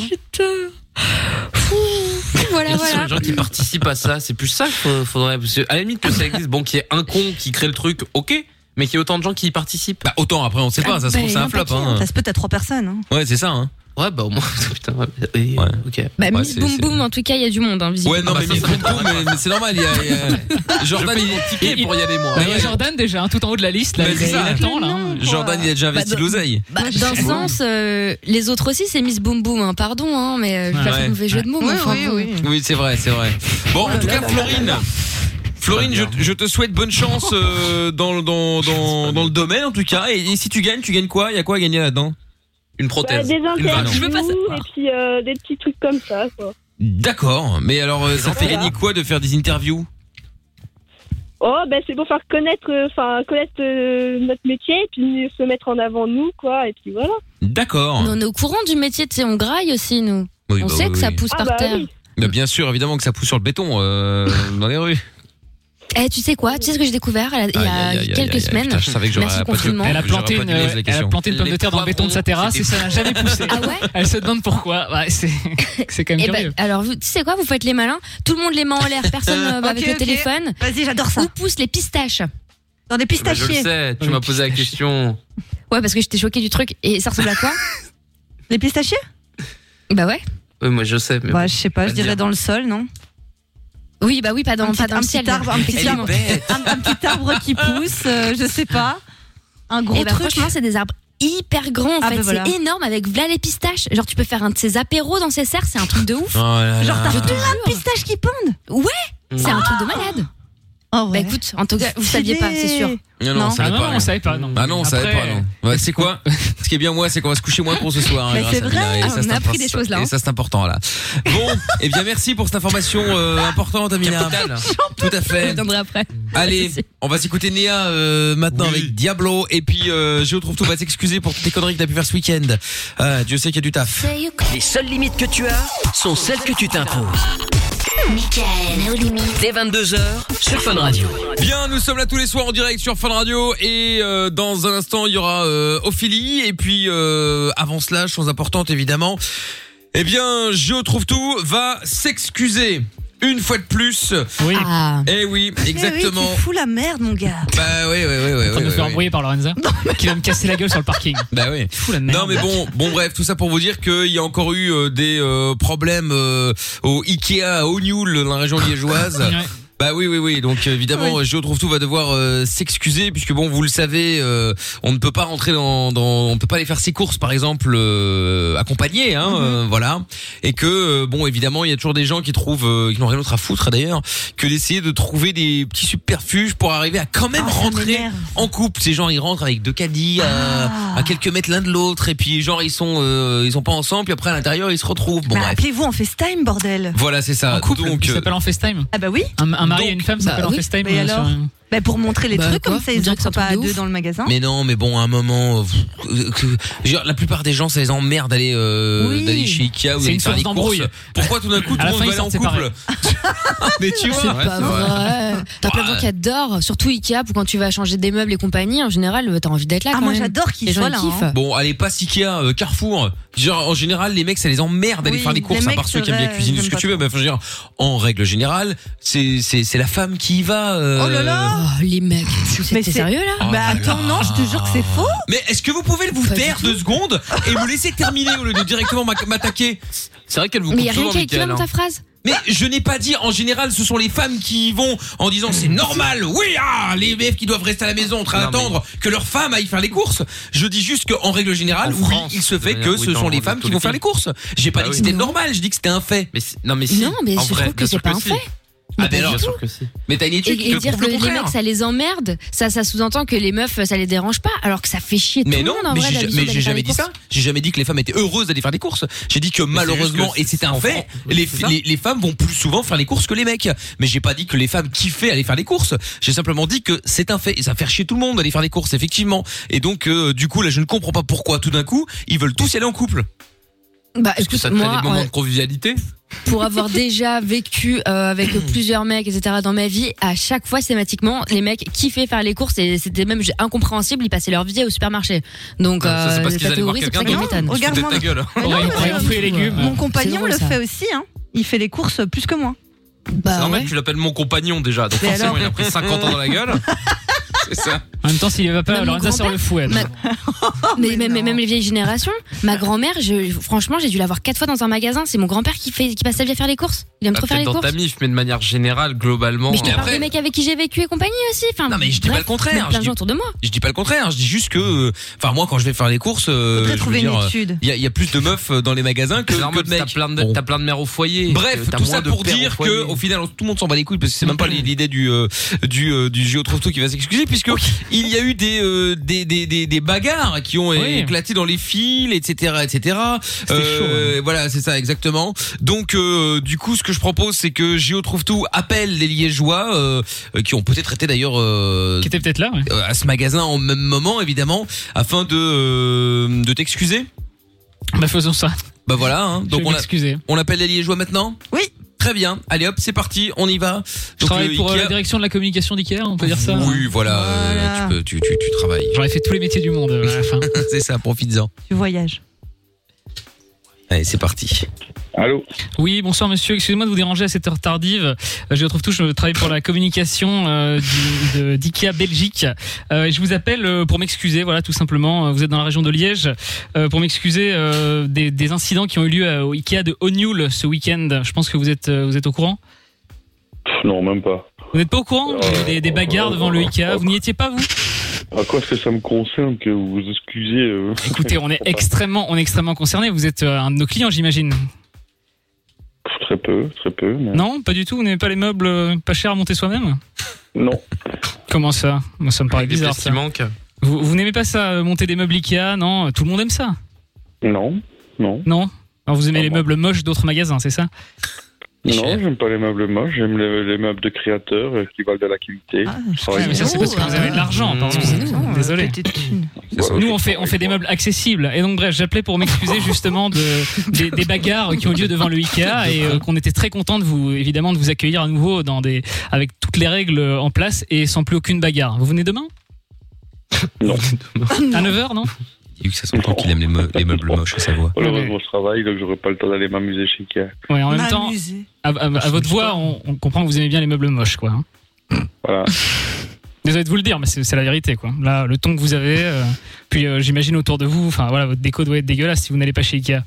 Speaker 2: hein.
Speaker 4: Voilà,
Speaker 3: Les gens qui participent à ça, c'est plus ça qu'il faut- faudrait. Parce que, à la limite que ça existe, bon, qu'il y ait un con qui crée le truc, ok, mais qu'il y ait autant de gens qui y participent.
Speaker 2: Bah, autant, après, on sait
Speaker 5: Ah, bah, il y en a pas
Speaker 2: hein.
Speaker 5: qui, Ça se peut, t'as trois personnes. hein.
Speaker 2: Ouais, c'est ça, hein.
Speaker 3: Ouais, bah, au moins, putain, ouais, ouais, ok. Ah, bah,
Speaker 4: Bah,
Speaker 2: Ouais,
Speaker 4: Miss
Speaker 2: c'est-
Speaker 4: Boom
Speaker 2: c'est-
Speaker 4: Boom, en tout cas, il y a du monde, hein, visiblement.
Speaker 2: Ouais, non, mais Miss Boom Boom, mais, mais c'est normal, il y a. il y a- Jordan, il est
Speaker 3: ticket pour y aller, moi.
Speaker 2: Ouais,
Speaker 6: Il y a
Speaker 2: ouais.
Speaker 6: Jordan déjà, hein, tout en haut de la liste. Là,
Speaker 2: Mais
Speaker 6: il,
Speaker 2: c'est
Speaker 6: il
Speaker 2: ça.
Speaker 6: attend là. hein.
Speaker 2: Jordan, il a déjà investi de l'oseille.
Speaker 4: Bah, D'un sens, euh, les autres aussi, c'est Miss Boom Boom, hein, pardon, hein, mais euh, je vais
Speaker 2: Ouais.
Speaker 4: faire un mauvais jeu de mots. mais enfin, bon.
Speaker 2: Oui, c'est vrai, c'est vrai. Bon, en tout cas, Florine. Florine, je, je te souhaite bonne chance euh, dans, dans, dans, dans le domaine en tout cas. Et, et si tu gagnes, tu gagnes quoi Il y a quoi à gagner là-dedans Une
Speaker 7: Bah,
Speaker 2: Eh ben,
Speaker 7: des
Speaker 2: vanne.
Speaker 7: interviews et puis euh, des petits trucs comme ça. Quoi.
Speaker 2: D'accord, mais alors euh, ça fait gagner quoi de faire des interviews
Speaker 7: Oh, ben c'est pour faire connaître, euh, enfin connaître euh, notre métier et puis se mettre en avant nous, quoi. Et puis voilà.
Speaker 2: D'accord.
Speaker 4: Mais on est au courant du métier, tu sais, on graille aussi, nous.
Speaker 2: Oui,
Speaker 4: on
Speaker 2: bah
Speaker 4: sait
Speaker 2: oui,
Speaker 4: que ça
Speaker 2: oui.
Speaker 4: pousse
Speaker 7: Ah
Speaker 4: par
Speaker 7: bah
Speaker 4: terre.
Speaker 7: oui.
Speaker 2: Bah, bien sûr, évidemment que ça pousse sur le béton euh, dans les rues.
Speaker 4: Eh, tu sais quoi Tu sais ce que j'ai découvert elle a- il y a
Speaker 2: Aïe, aïe, aïe,
Speaker 4: quelques
Speaker 2: aïe, aïe,
Speaker 4: semaines
Speaker 2: putain, je savais que j'aurais
Speaker 4: Merci
Speaker 2: pas de-
Speaker 4: confinement.
Speaker 6: Elle a planté
Speaker 2: J'aurais
Speaker 6: une, euh,
Speaker 2: pas deviné la
Speaker 6: elle a
Speaker 2: question.
Speaker 6: planté une pomme de terre dans le béton de sa terrasse et ça n'a jamais poussé.
Speaker 4: Ah ouais
Speaker 6: Elle se demande pourquoi. Ouais, c'est
Speaker 3: Ah
Speaker 6: c'est quand même
Speaker 4: Eh ben,
Speaker 6: curieux.
Speaker 4: alors, vous- tu sais quoi Vous faites les malins. Tout le monde les mains en l'air. Personne euh, va avec
Speaker 5: Ok,
Speaker 4: le
Speaker 5: ok.
Speaker 4: téléphone.
Speaker 5: Vas-y, j'adore ça.
Speaker 4: Où poussent les pistaches
Speaker 5: Dans des
Speaker 3: Bah, je le
Speaker 5: pistachiers.
Speaker 3: sais, tu m'as posé la question.
Speaker 4: Ouais, parce que j'étais choquée du truc. Et ça ressemble à quoi
Speaker 5: les pistachiers
Speaker 4: Bah ouais.
Speaker 3: Oui, moi je sais, mais.
Speaker 5: Bah, je sais pas, je
Speaker 3: Vas-y.
Speaker 5: dirais dans le sol, non
Speaker 4: Oui, bah oui, pas dans,
Speaker 5: un petit,
Speaker 4: pas dans
Speaker 5: un
Speaker 4: le
Speaker 5: petit
Speaker 4: ciel.
Speaker 5: arbre, un petit
Speaker 4: Effectivement.
Speaker 5: arbre, un, un petit arbre qui pousse, euh, je sais pas. Un gros
Speaker 4: Et bah,
Speaker 5: truc.
Speaker 4: franchement, c'est des arbres hyper grands en
Speaker 5: Ah,
Speaker 4: fait.
Speaker 5: bah, voilà.
Speaker 4: C'est énorme avec v'là les pistaches. Genre, tu peux faire un de ces apéros dans ces serres. C'est un truc de ouf.
Speaker 2: Oh là
Speaker 5: Genre,
Speaker 2: là.
Speaker 5: t'as plein de pistaches qui pendent.
Speaker 4: C'est un truc de malade.
Speaker 5: Oh,
Speaker 4: Bah écoute, en tout cas, vous saviez pas, Ah. c'est sûr.
Speaker 2: Non, non, on
Speaker 5: Non.
Speaker 2: savait
Speaker 6: Ah non,
Speaker 2: pas.
Speaker 6: on savait pas. Non.
Speaker 2: Ah non, on savait pas,
Speaker 6: Après,
Speaker 2: non. Ouais, c'est quoi Ce qui est bien, moi, c'est qu'on va se coucher moins pour ce soir. hein,
Speaker 5: Mais
Speaker 2: grâce
Speaker 5: c'est
Speaker 2: à
Speaker 5: vrai,
Speaker 2: Mila, et ça,
Speaker 4: on
Speaker 2: c'est
Speaker 4: a
Speaker 2: un-
Speaker 4: appris des choses, là,
Speaker 2: Et
Speaker 4: hein.
Speaker 2: ça, c'est important, là. Bon, et bien, merci pour cette information euh, importante, Amina.
Speaker 3: Capitale.
Speaker 2: Tout
Speaker 4: Je
Speaker 2: à fait.
Speaker 4: reviendrai après.
Speaker 2: Allez,
Speaker 4: Merci.
Speaker 2: on va s'écouter Néa euh, maintenant
Speaker 3: Oui.
Speaker 2: avec Diablo. Et puis, euh, je trouve tout va s'excuser pour toutes les conneries que t'as pu faire ce week-end. Ah, Dieu sait qu'il y a du taf.
Speaker 1: Les seules limites que tu as sont celles que tu t'imposes. Dès 22h sur Fun Radio.
Speaker 2: Bien, nous sommes là tous les soirs en direct sur Fun Radio et euh, dans un instant il y aura euh, Ophélie et puis euh, avant cela, chose importante évidemment, eh bien, Je trouve tout va s'excuser une fois de plus.
Speaker 6: Oui.
Speaker 4: Ah.
Speaker 2: Eh oui,
Speaker 5: Eh
Speaker 2: exactement.
Speaker 5: oui, tu fous la merde, mon gars.
Speaker 2: Bah oui, oui, oui, oui.
Speaker 6: En train de me faire embrouiller par Lorenza, qui va me casser la gueule sur le parking.
Speaker 2: Bah oui.
Speaker 6: Fou la Ah, merde.
Speaker 2: Non mais bon, bon bref, tout ça pour vous dire qu'il y a encore eu euh, des euh, problèmes euh, au Ikea à O'Neill dans la région liégeoise.
Speaker 6: Ouais.
Speaker 2: Bah oui, oui, oui. Donc euh, évidemment, Je trouve tout va devoir euh, s'excuser puisque bon, vous le savez, euh, on ne peut pas rentrer dans, dans- on ne peut pas aller faire ses courses, par exemple, euh, accompagné,
Speaker 6: Mhm.
Speaker 2: hein, euh, voilà. Et que euh, bon, évidemment, il y a toujours des gens qui trouvent, euh, qui n'ont rien d'autre à foutre d'ailleurs, que d'essayer de trouver des petits subterfuges pour arriver à quand même
Speaker 5: Ah, ça
Speaker 2: rentrer
Speaker 5: m'énerve.
Speaker 2: en couple. Ces gens, ils rentrent avec deux caddies à,
Speaker 5: Ah.
Speaker 2: à quelques mètres l'un de l'autre et puis genre ils sont, euh, ils sont pas ensemble. Puis après à l'intérieur, ils se retrouvent. Bon
Speaker 5: Bah,
Speaker 2: bref.
Speaker 5: appelez-vous en FaceTime, bordel.
Speaker 2: Voilà, c'est ça.
Speaker 6: En couple,
Speaker 2: Donc,
Speaker 6: il
Speaker 2: euh,
Speaker 6: s'appelle en FaceTime.
Speaker 5: Ah bah oui,
Speaker 6: Un, un mari
Speaker 2: donc,
Speaker 6: et une femme s'appellent
Speaker 4: bah
Speaker 6: en
Speaker 4: oui,
Speaker 6: FaceTime.
Speaker 5: mais
Speaker 6: euh, sur
Speaker 5: alors
Speaker 6: un-
Speaker 5: bah pour montrer les
Speaker 4: Bah,
Speaker 5: trucs,
Speaker 4: quoi
Speaker 5: comme ça ils
Speaker 4: Dire
Speaker 5: ne
Speaker 4: que
Speaker 5: sont
Speaker 4: c'est un
Speaker 5: pas à
Speaker 4: truc de
Speaker 5: deux
Speaker 4: ouf.
Speaker 5: dans le magasin.
Speaker 2: Mais non, mais bon, à un moment, euh, euh, que- je veux dire, la plupart des gens, ça les emmerde d'aller euh,
Speaker 5: Oui.
Speaker 2: d'aller chez Ikea ou
Speaker 6: C'est
Speaker 2: d'aller
Speaker 6: une
Speaker 2: faire
Speaker 6: source
Speaker 2: des courses.
Speaker 6: d'embrouille.
Speaker 2: Pourquoi tout d'un coup tout
Speaker 6: À
Speaker 2: le
Speaker 6: la
Speaker 2: monde
Speaker 6: fin,
Speaker 2: va
Speaker 6: ils
Speaker 2: aller en
Speaker 6: sortent
Speaker 2: couple Ah, Mais tu vois,
Speaker 4: Pas vrai. T'as plein de gens qui adorent, surtout Ikea, pour quand tu vas changer des meubles et compagnie. En général, t'as envie d'être là.
Speaker 5: Ah
Speaker 4: quand
Speaker 5: moi
Speaker 4: même.
Speaker 5: j'adore
Speaker 4: Les
Speaker 5: qu'ils
Speaker 4: gens
Speaker 5: soient
Speaker 4: ils
Speaker 5: là.
Speaker 4: kiffent.
Speaker 5: hein.
Speaker 2: Bon, allez, pas Ikea, euh, Carrefour. Genre, en général, les mecs, ça les emmerde d'aller
Speaker 5: Oui,
Speaker 2: faire des courses,
Speaker 5: les
Speaker 2: à
Speaker 5: mecs,
Speaker 2: part ceux
Speaker 5: c'est
Speaker 2: qui aiment bien
Speaker 5: vrai,
Speaker 2: cuisiner, tout
Speaker 5: j'aime
Speaker 2: ce que
Speaker 5: pas
Speaker 2: tu veux. Mais enfin, je veux dire, en règle générale, c'est c'est c'est la femme qui y va. euh,
Speaker 5: Oh là là
Speaker 4: Oh, les mecs, t'es
Speaker 5: c'est-
Speaker 4: sérieux là
Speaker 2: Oh
Speaker 5: Bah
Speaker 2: là
Speaker 5: attends,
Speaker 2: là.
Speaker 5: non, je te jure que c'est faux.
Speaker 2: Mais est-ce que vous pouvez vous
Speaker 4: Pas du
Speaker 2: taire
Speaker 4: tout.
Speaker 2: deux secondes et me laisser terminer au lieu de directement m'ac- m'attaquer
Speaker 3: C'est vrai qu'elle vous
Speaker 4: Mais y
Speaker 3: coupe
Speaker 4: a rien
Speaker 3: souvent,
Speaker 4: qui a écrit
Speaker 3: Mickaël.
Speaker 4: dans
Speaker 3: hein.
Speaker 4: ta phrase.
Speaker 2: Mais je n'ai pas dit en général ce sont les femmes qui y vont en disant c'est normal, oui, ah, les meufs qui doivent rester à la maison en train
Speaker 3: Non,
Speaker 2: d'attendre que leur femme aille faire les courses. Je dis juste qu'en règle générale,
Speaker 3: En
Speaker 2: oui,
Speaker 3: France,
Speaker 2: il se
Speaker 3: de
Speaker 2: fait
Speaker 3: manière-
Speaker 2: que
Speaker 3: oui,
Speaker 2: ce
Speaker 3: dans
Speaker 2: sont
Speaker 3: le
Speaker 2: les
Speaker 3: monde,
Speaker 2: femmes
Speaker 3: tous
Speaker 2: qui
Speaker 3: les
Speaker 2: vont faire les
Speaker 3: pays.
Speaker 2: courses. J'ai pas
Speaker 3: Bah
Speaker 2: dit que
Speaker 3: oui.
Speaker 2: c'était
Speaker 4: Non.
Speaker 2: normal, je dis que c'était un fait.
Speaker 3: Mais si- non, mais si.
Speaker 4: Non, mais
Speaker 3: en
Speaker 4: je
Speaker 3: vrai,
Speaker 4: trouve que
Speaker 3: bien
Speaker 4: c'est
Speaker 3: sûr
Speaker 4: pas un
Speaker 3: si.
Speaker 4: fait.
Speaker 2: Ah, ben
Speaker 3: bien
Speaker 2: alors,
Speaker 3: sûr que si.
Speaker 2: mais t'as une étude qui
Speaker 4: Et, et
Speaker 2: te
Speaker 4: dire
Speaker 2: prouve
Speaker 4: que
Speaker 2: le
Speaker 4: les
Speaker 2: contraire.
Speaker 4: mecs ça les emmerde, ça ça sous-entend que les meufs ça les dérange pas, alors que ça fait chier tout
Speaker 2: Mais
Speaker 4: le
Speaker 2: non,
Speaker 4: monde en
Speaker 2: mais
Speaker 4: vrai.
Speaker 2: j'ai-
Speaker 4: d'habitude,
Speaker 2: mais
Speaker 4: d'aller
Speaker 2: j'ai
Speaker 4: faire
Speaker 2: jamais
Speaker 4: les
Speaker 2: dit ça. J'ai jamais dit que les femmes étaient heureuses d'aller faire des courses. J'ai dit que malheureusement,
Speaker 3: juste que
Speaker 2: et c'est un
Speaker 3: c'est-
Speaker 2: fait, les,
Speaker 3: c'est ça.
Speaker 2: les, les femmes vont plus souvent faire les courses que les mecs. Mais j'ai pas dit que les femmes kiffaient aller faire des courses. J'ai simplement dit que c'est un fait. Et ça fait chier tout le monde d'aller faire des courses, effectivement. Et donc, euh, du coup, là, je ne comprends pas pourquoi tout d'un coup, ils veulent tous y aller en couple.
Speaker 4: Bah,
Speaker 3: Parce que
Speaker 4: écoute,
Speaker 3: ça te crée
Speaker 4: moi,
Speaker 3: des moments
Speaker 4: euh,
Speaker 3: de convivialité.
Speaker 4: pour avoir déjà vécu euh, avec
Speaker 3: Hmm.
Speaker 4: plusieurs mecs, etc. dans ma vie, à chaque fois, systématiquement, les mecs kiffaient faire les courses et c'était même incompréhensible, ils passaient leur vie au supermarché. Donc,
Speaker 3: Non, Ah, ça, c'est
Speaker 4: euh,
Speaker 3: parce
Speaker 4: ta
Speaker 3: qu'ils allaient voir
Speaker 4: théorie, c'est
Speaker 3: quelqu'un
Speaker 4: pour ça qu'elle
Speaker 3: d'autre.
Speaker 4: m'étonne.
Speaker 5: Oh,
Speaker 3: Regarde
Speaker 5: Regarde-moi.
Speaker 3: ta gueule.
Speaker 5: Mais non,
Speaker 6: Ouais,
Speaker 5: mais
Speaker 6: ouais,
Speaker 5: c'est-
Speaker 6: aux fruits et légumes.
Speaker 5: Mon
Speaker 4: C'est
Speaker 5: compagnon
Speaker 4: drôle,
Speaker 5: le
Speaker 4: ça.
Speaker 5: fait aussi, hein. Il fait les courses plus que moi.
Speaker 4: Bah,
Speaker 3: C'est normal
Speaker 4: ouais.
Speaker 3: que tu l'appelles mon compagnon déjà. Donc
Speaker 5: Mais
Speaker 3: forcément,
Speaker 5: alors
Speaker 3: il a pris 50 ans dans la gueule. C'est ça.
Speaker 6: En même temps, s'il y va pas,
Speaker 4: Même
Speaker 6: alors
Speaker 4: mon
Speaker 6: ça sort le fouet.
Speaker 4: Ma- mais,
Speaker 5: Oh, mais
Speaker 4: même,
Speaker 5: non.
Speaker 4: mais même les vieilles générations, ma grand-mère, je- franchement, j'ai dû la voir quatre fois dans un magasin. C'est mon grand-père qui, fait, qui passe sa vie à faire les courses. Il aime
Speaker 3: Bah,
Speaker 2: Ah,
Speaker 4: trop faire
Speaker 3: Peut-être
Speaker 4: les
Speaker 3: dans
Speaker 4: courses.
Speaker 3: ta mif, mais de manière générale, globalement.
Speaker 4: Mais je te
Speaker 2: Mais
Speaker 4: parle
Speaker 2: après-
Speaker 4: des mecs avec qui j'ai vécu et compagnie aussi. Enfin,
Speaker 2: Non, mais je dis pas
Speaker 4: bref,
Speaker 2: le contraire,
Speaker 4: Plein
Speaker 2: je
Speaker 4: de
Speaker 2: dis-
Speaker 4: gens autour de moi.
Speaker 2: Je dis pas le contraire, je dis juste que, euh, enfin moi quand je vais faire les courses, euh,
Speaker 5: Faudrait
Speaker 2: je veux
Speaker 5: trouver
Speaker 2: dire,
Speaker 5: une
Speaker 2: euh,
Speaker 5: étude.
Speaker 2: il y, a- il y a plus de meufs euh, dans les magasins que,
Speaker 3: C'est
Speaker 2: que
Speaker 3: normal,
Speaker 2: de
Speaker 3: t'as
Speaker 2: mecs.
Speaker 3: plein de,
Speaker 2: Bon.
Speaker 3: t'as plein de mères au foyer.
Speaker 2: Bref,
Speaker 3: t'as
Speaker 2: tout
Speaker 3: moins
Speaker 2: ça
Speaker 3: de
Speaker 2: pour
Speaker 3: pères au
Speaker 2: dire
Speaker 3: foyer.
Speaker 2: que au final, on- tout le monde s'en bat les couilles parce que c'est même pas l'idée du euh, du euh, du Géo Trouve-Tout qui va s'excuser puisque il y a eu des, euh, des, des des des bagarres qui ont
Speaker 6: Oui.
Speaker 2: éclaté dans les fils, etc., etc.
Speaker 6: C'était chaud,
Speaker 2: Euh,
Speaker 6: hein.
Speaker 2: Voilà, c'est ça exactement. Donc euh, du coup, ce que je propose, c'est que Géo Trouve-Tout appelle les Liégeois euh, euh, qui ont peut-être été d'ailleurs euh,
Speaker 6: Qui était peut-être là, ouais.
Speaker 2: euh, à ce magasin en même moment, évidemment, afin de euh, de t'excuser.
Speaker 6: Bah, faisons ça.
Speaker 2: Bah voilà. hein.
Speaker 6: Donc,
Speaker 2: Donc
Speaker 6: je
Speaker 2: on
Speaker 6: vais
Speaker 2: a,
Speaker 6: m'excuser.
Speaker 2: on appelle les Liégeois maintenant
Speaker 5: Oui.
Speaker 2: Très bien. Allez hop, c'est parti, on y va.
Speaker 6: Je travaille
Speaker 2: le
Speaker 6: pour euh,
Speaker 2: Ikea-
Speaker 6: la direction de la communication d'IKEA, on peut dire ça. hein.
Speaker 2: Oui, voilà, euh,
Speaker 5: Voilà.
Speaker 2: tu, peux- tu, tu, tu travailles.
Speaker 6: J'aurais fait tous les métiers du monde euh, à la fin.
Speaker 2: c'est ça, profites-en.
Speaker 5: Tu voyages.
Speaker 2: Allez, c'est parti.
Speaker 8: Allô
Speaker 6: Oui, bonsoir monsieur, excusez-moi de vous déranger à cette heure tardive. Euh, Je retrouve tout, je travaille pour la communication euh, du- de- d'IKEA Belgique. Euh, et je vous appelle euh, pour m'excuser, voilà tout simplement, Euh, vous êtes dans la région de Liège, euh, pour m'excuser euh, des, des incidents qui ont eu lieu à- au IKEA de O'Neill ce week-end. Je pense que vous êtes, euh, vous êtes au courant
Speaker 8: Pff, Non, même pas.
Speaker 6: Vous n'êtes pas au courant Il y a eu des, des bagarres devant le IKEA, vous n'y étiez pas vous
Speaker 8: À quoi est-ce que ça me concerne que vous vous excusiez euh
Speaker 6: Écoutez, on est extrêmement, on est extrêmement concernés, vous êtes euh, un de nos clients j'imagine.
Speaker 8: Pff, Très peu, très peu. mais-
Speaker 6: Non, pas du tout, vous n'aimez pas les meubles euh, pas chers à monter soi-même
Speaker 8: Non.
Speaker 6: Comment ça Moi ça me paraît
Speaker 3: Avec des
Speaker 6: bizarre
Speaker 3: pièces
Speaker 6: ça.
Speaker 3: qui manquent.
Speaker 6: Vous, vous n'aimez pas ça, euh, monter des meubles Ikea Non, euh, tout le monde aime ça.
Speaker 8: Non. Non.
Speaker 6: Non Alors vous aimez
Speaker 8: Ah
Speaker 6: les
Speaker 8: bon.
Speaker 6: meubles moches d'autres magasins, c'est ça
Speaker 2: Il est
Speaker 8: Non,
Speaker 2: cher.
Speaker 8: j'aime pas les meubles moches, j'aime les, les meubles de créateurs euh, qui valent de la qualité.
Speaker 5: Ah,
Speaker 8: Je travaille
Speaker 6: Ouais, mais ça, c'est
Speaker 5: Oh,
Speaker 6: parce que vous avez de l'argent,
Speaker 3: euh,
Speaker 6: pardon.
Speaker 5: excusez-nous, euh,
Speaker 6: Désolé.
Speaker 5: petite thune.
Speaker 8: Ouais,
Speaker 6: Nous,
Speaker 8: je
Speaker 6: on fait, on
Speaker 8: travaille
Speaker 6: fait des
Speaker 8: pas.
Speaker 6: meubles accessibles. Et donc, bref, j'appelais pour m'excuser justement de, des, des bagarres qui ont eu lieu devant le Ikea et euh, qu'on était très content de vous, évidemment, de vous accueillir à nouveau dans des, avec toutes les règles en place et sans plus aucune bagarre. Vous venez demain
Speaker 8: Non.
Speaker 6: À 9h, non
Speaker 2: Il y a eu que ça s'entend qu'il aime les, meu- les meubles moches, ça voit.
Speaker 8: Malheureusement, je travaille, donc j'aurai pas le temps d'aller m'amuser chez Ikea.
Speaker 6: Ouais, en même temps,
Speaker 5: M'amuser.
Speaker 6: à, à- à votre voix, on, on comprend que vous aimez bien les meubles moches, quoi. hein.
Speaker 8: Voilà.
Speaker 6: Désolé de vous le dire, mais c'est c'est la vérité. Quoi. Là, le ton que vous avez, euh, puis euh, j'imagine autour de vous, enfin voilà, votre déco doit être dégueulasse si vous n'allez pas chez Ikea.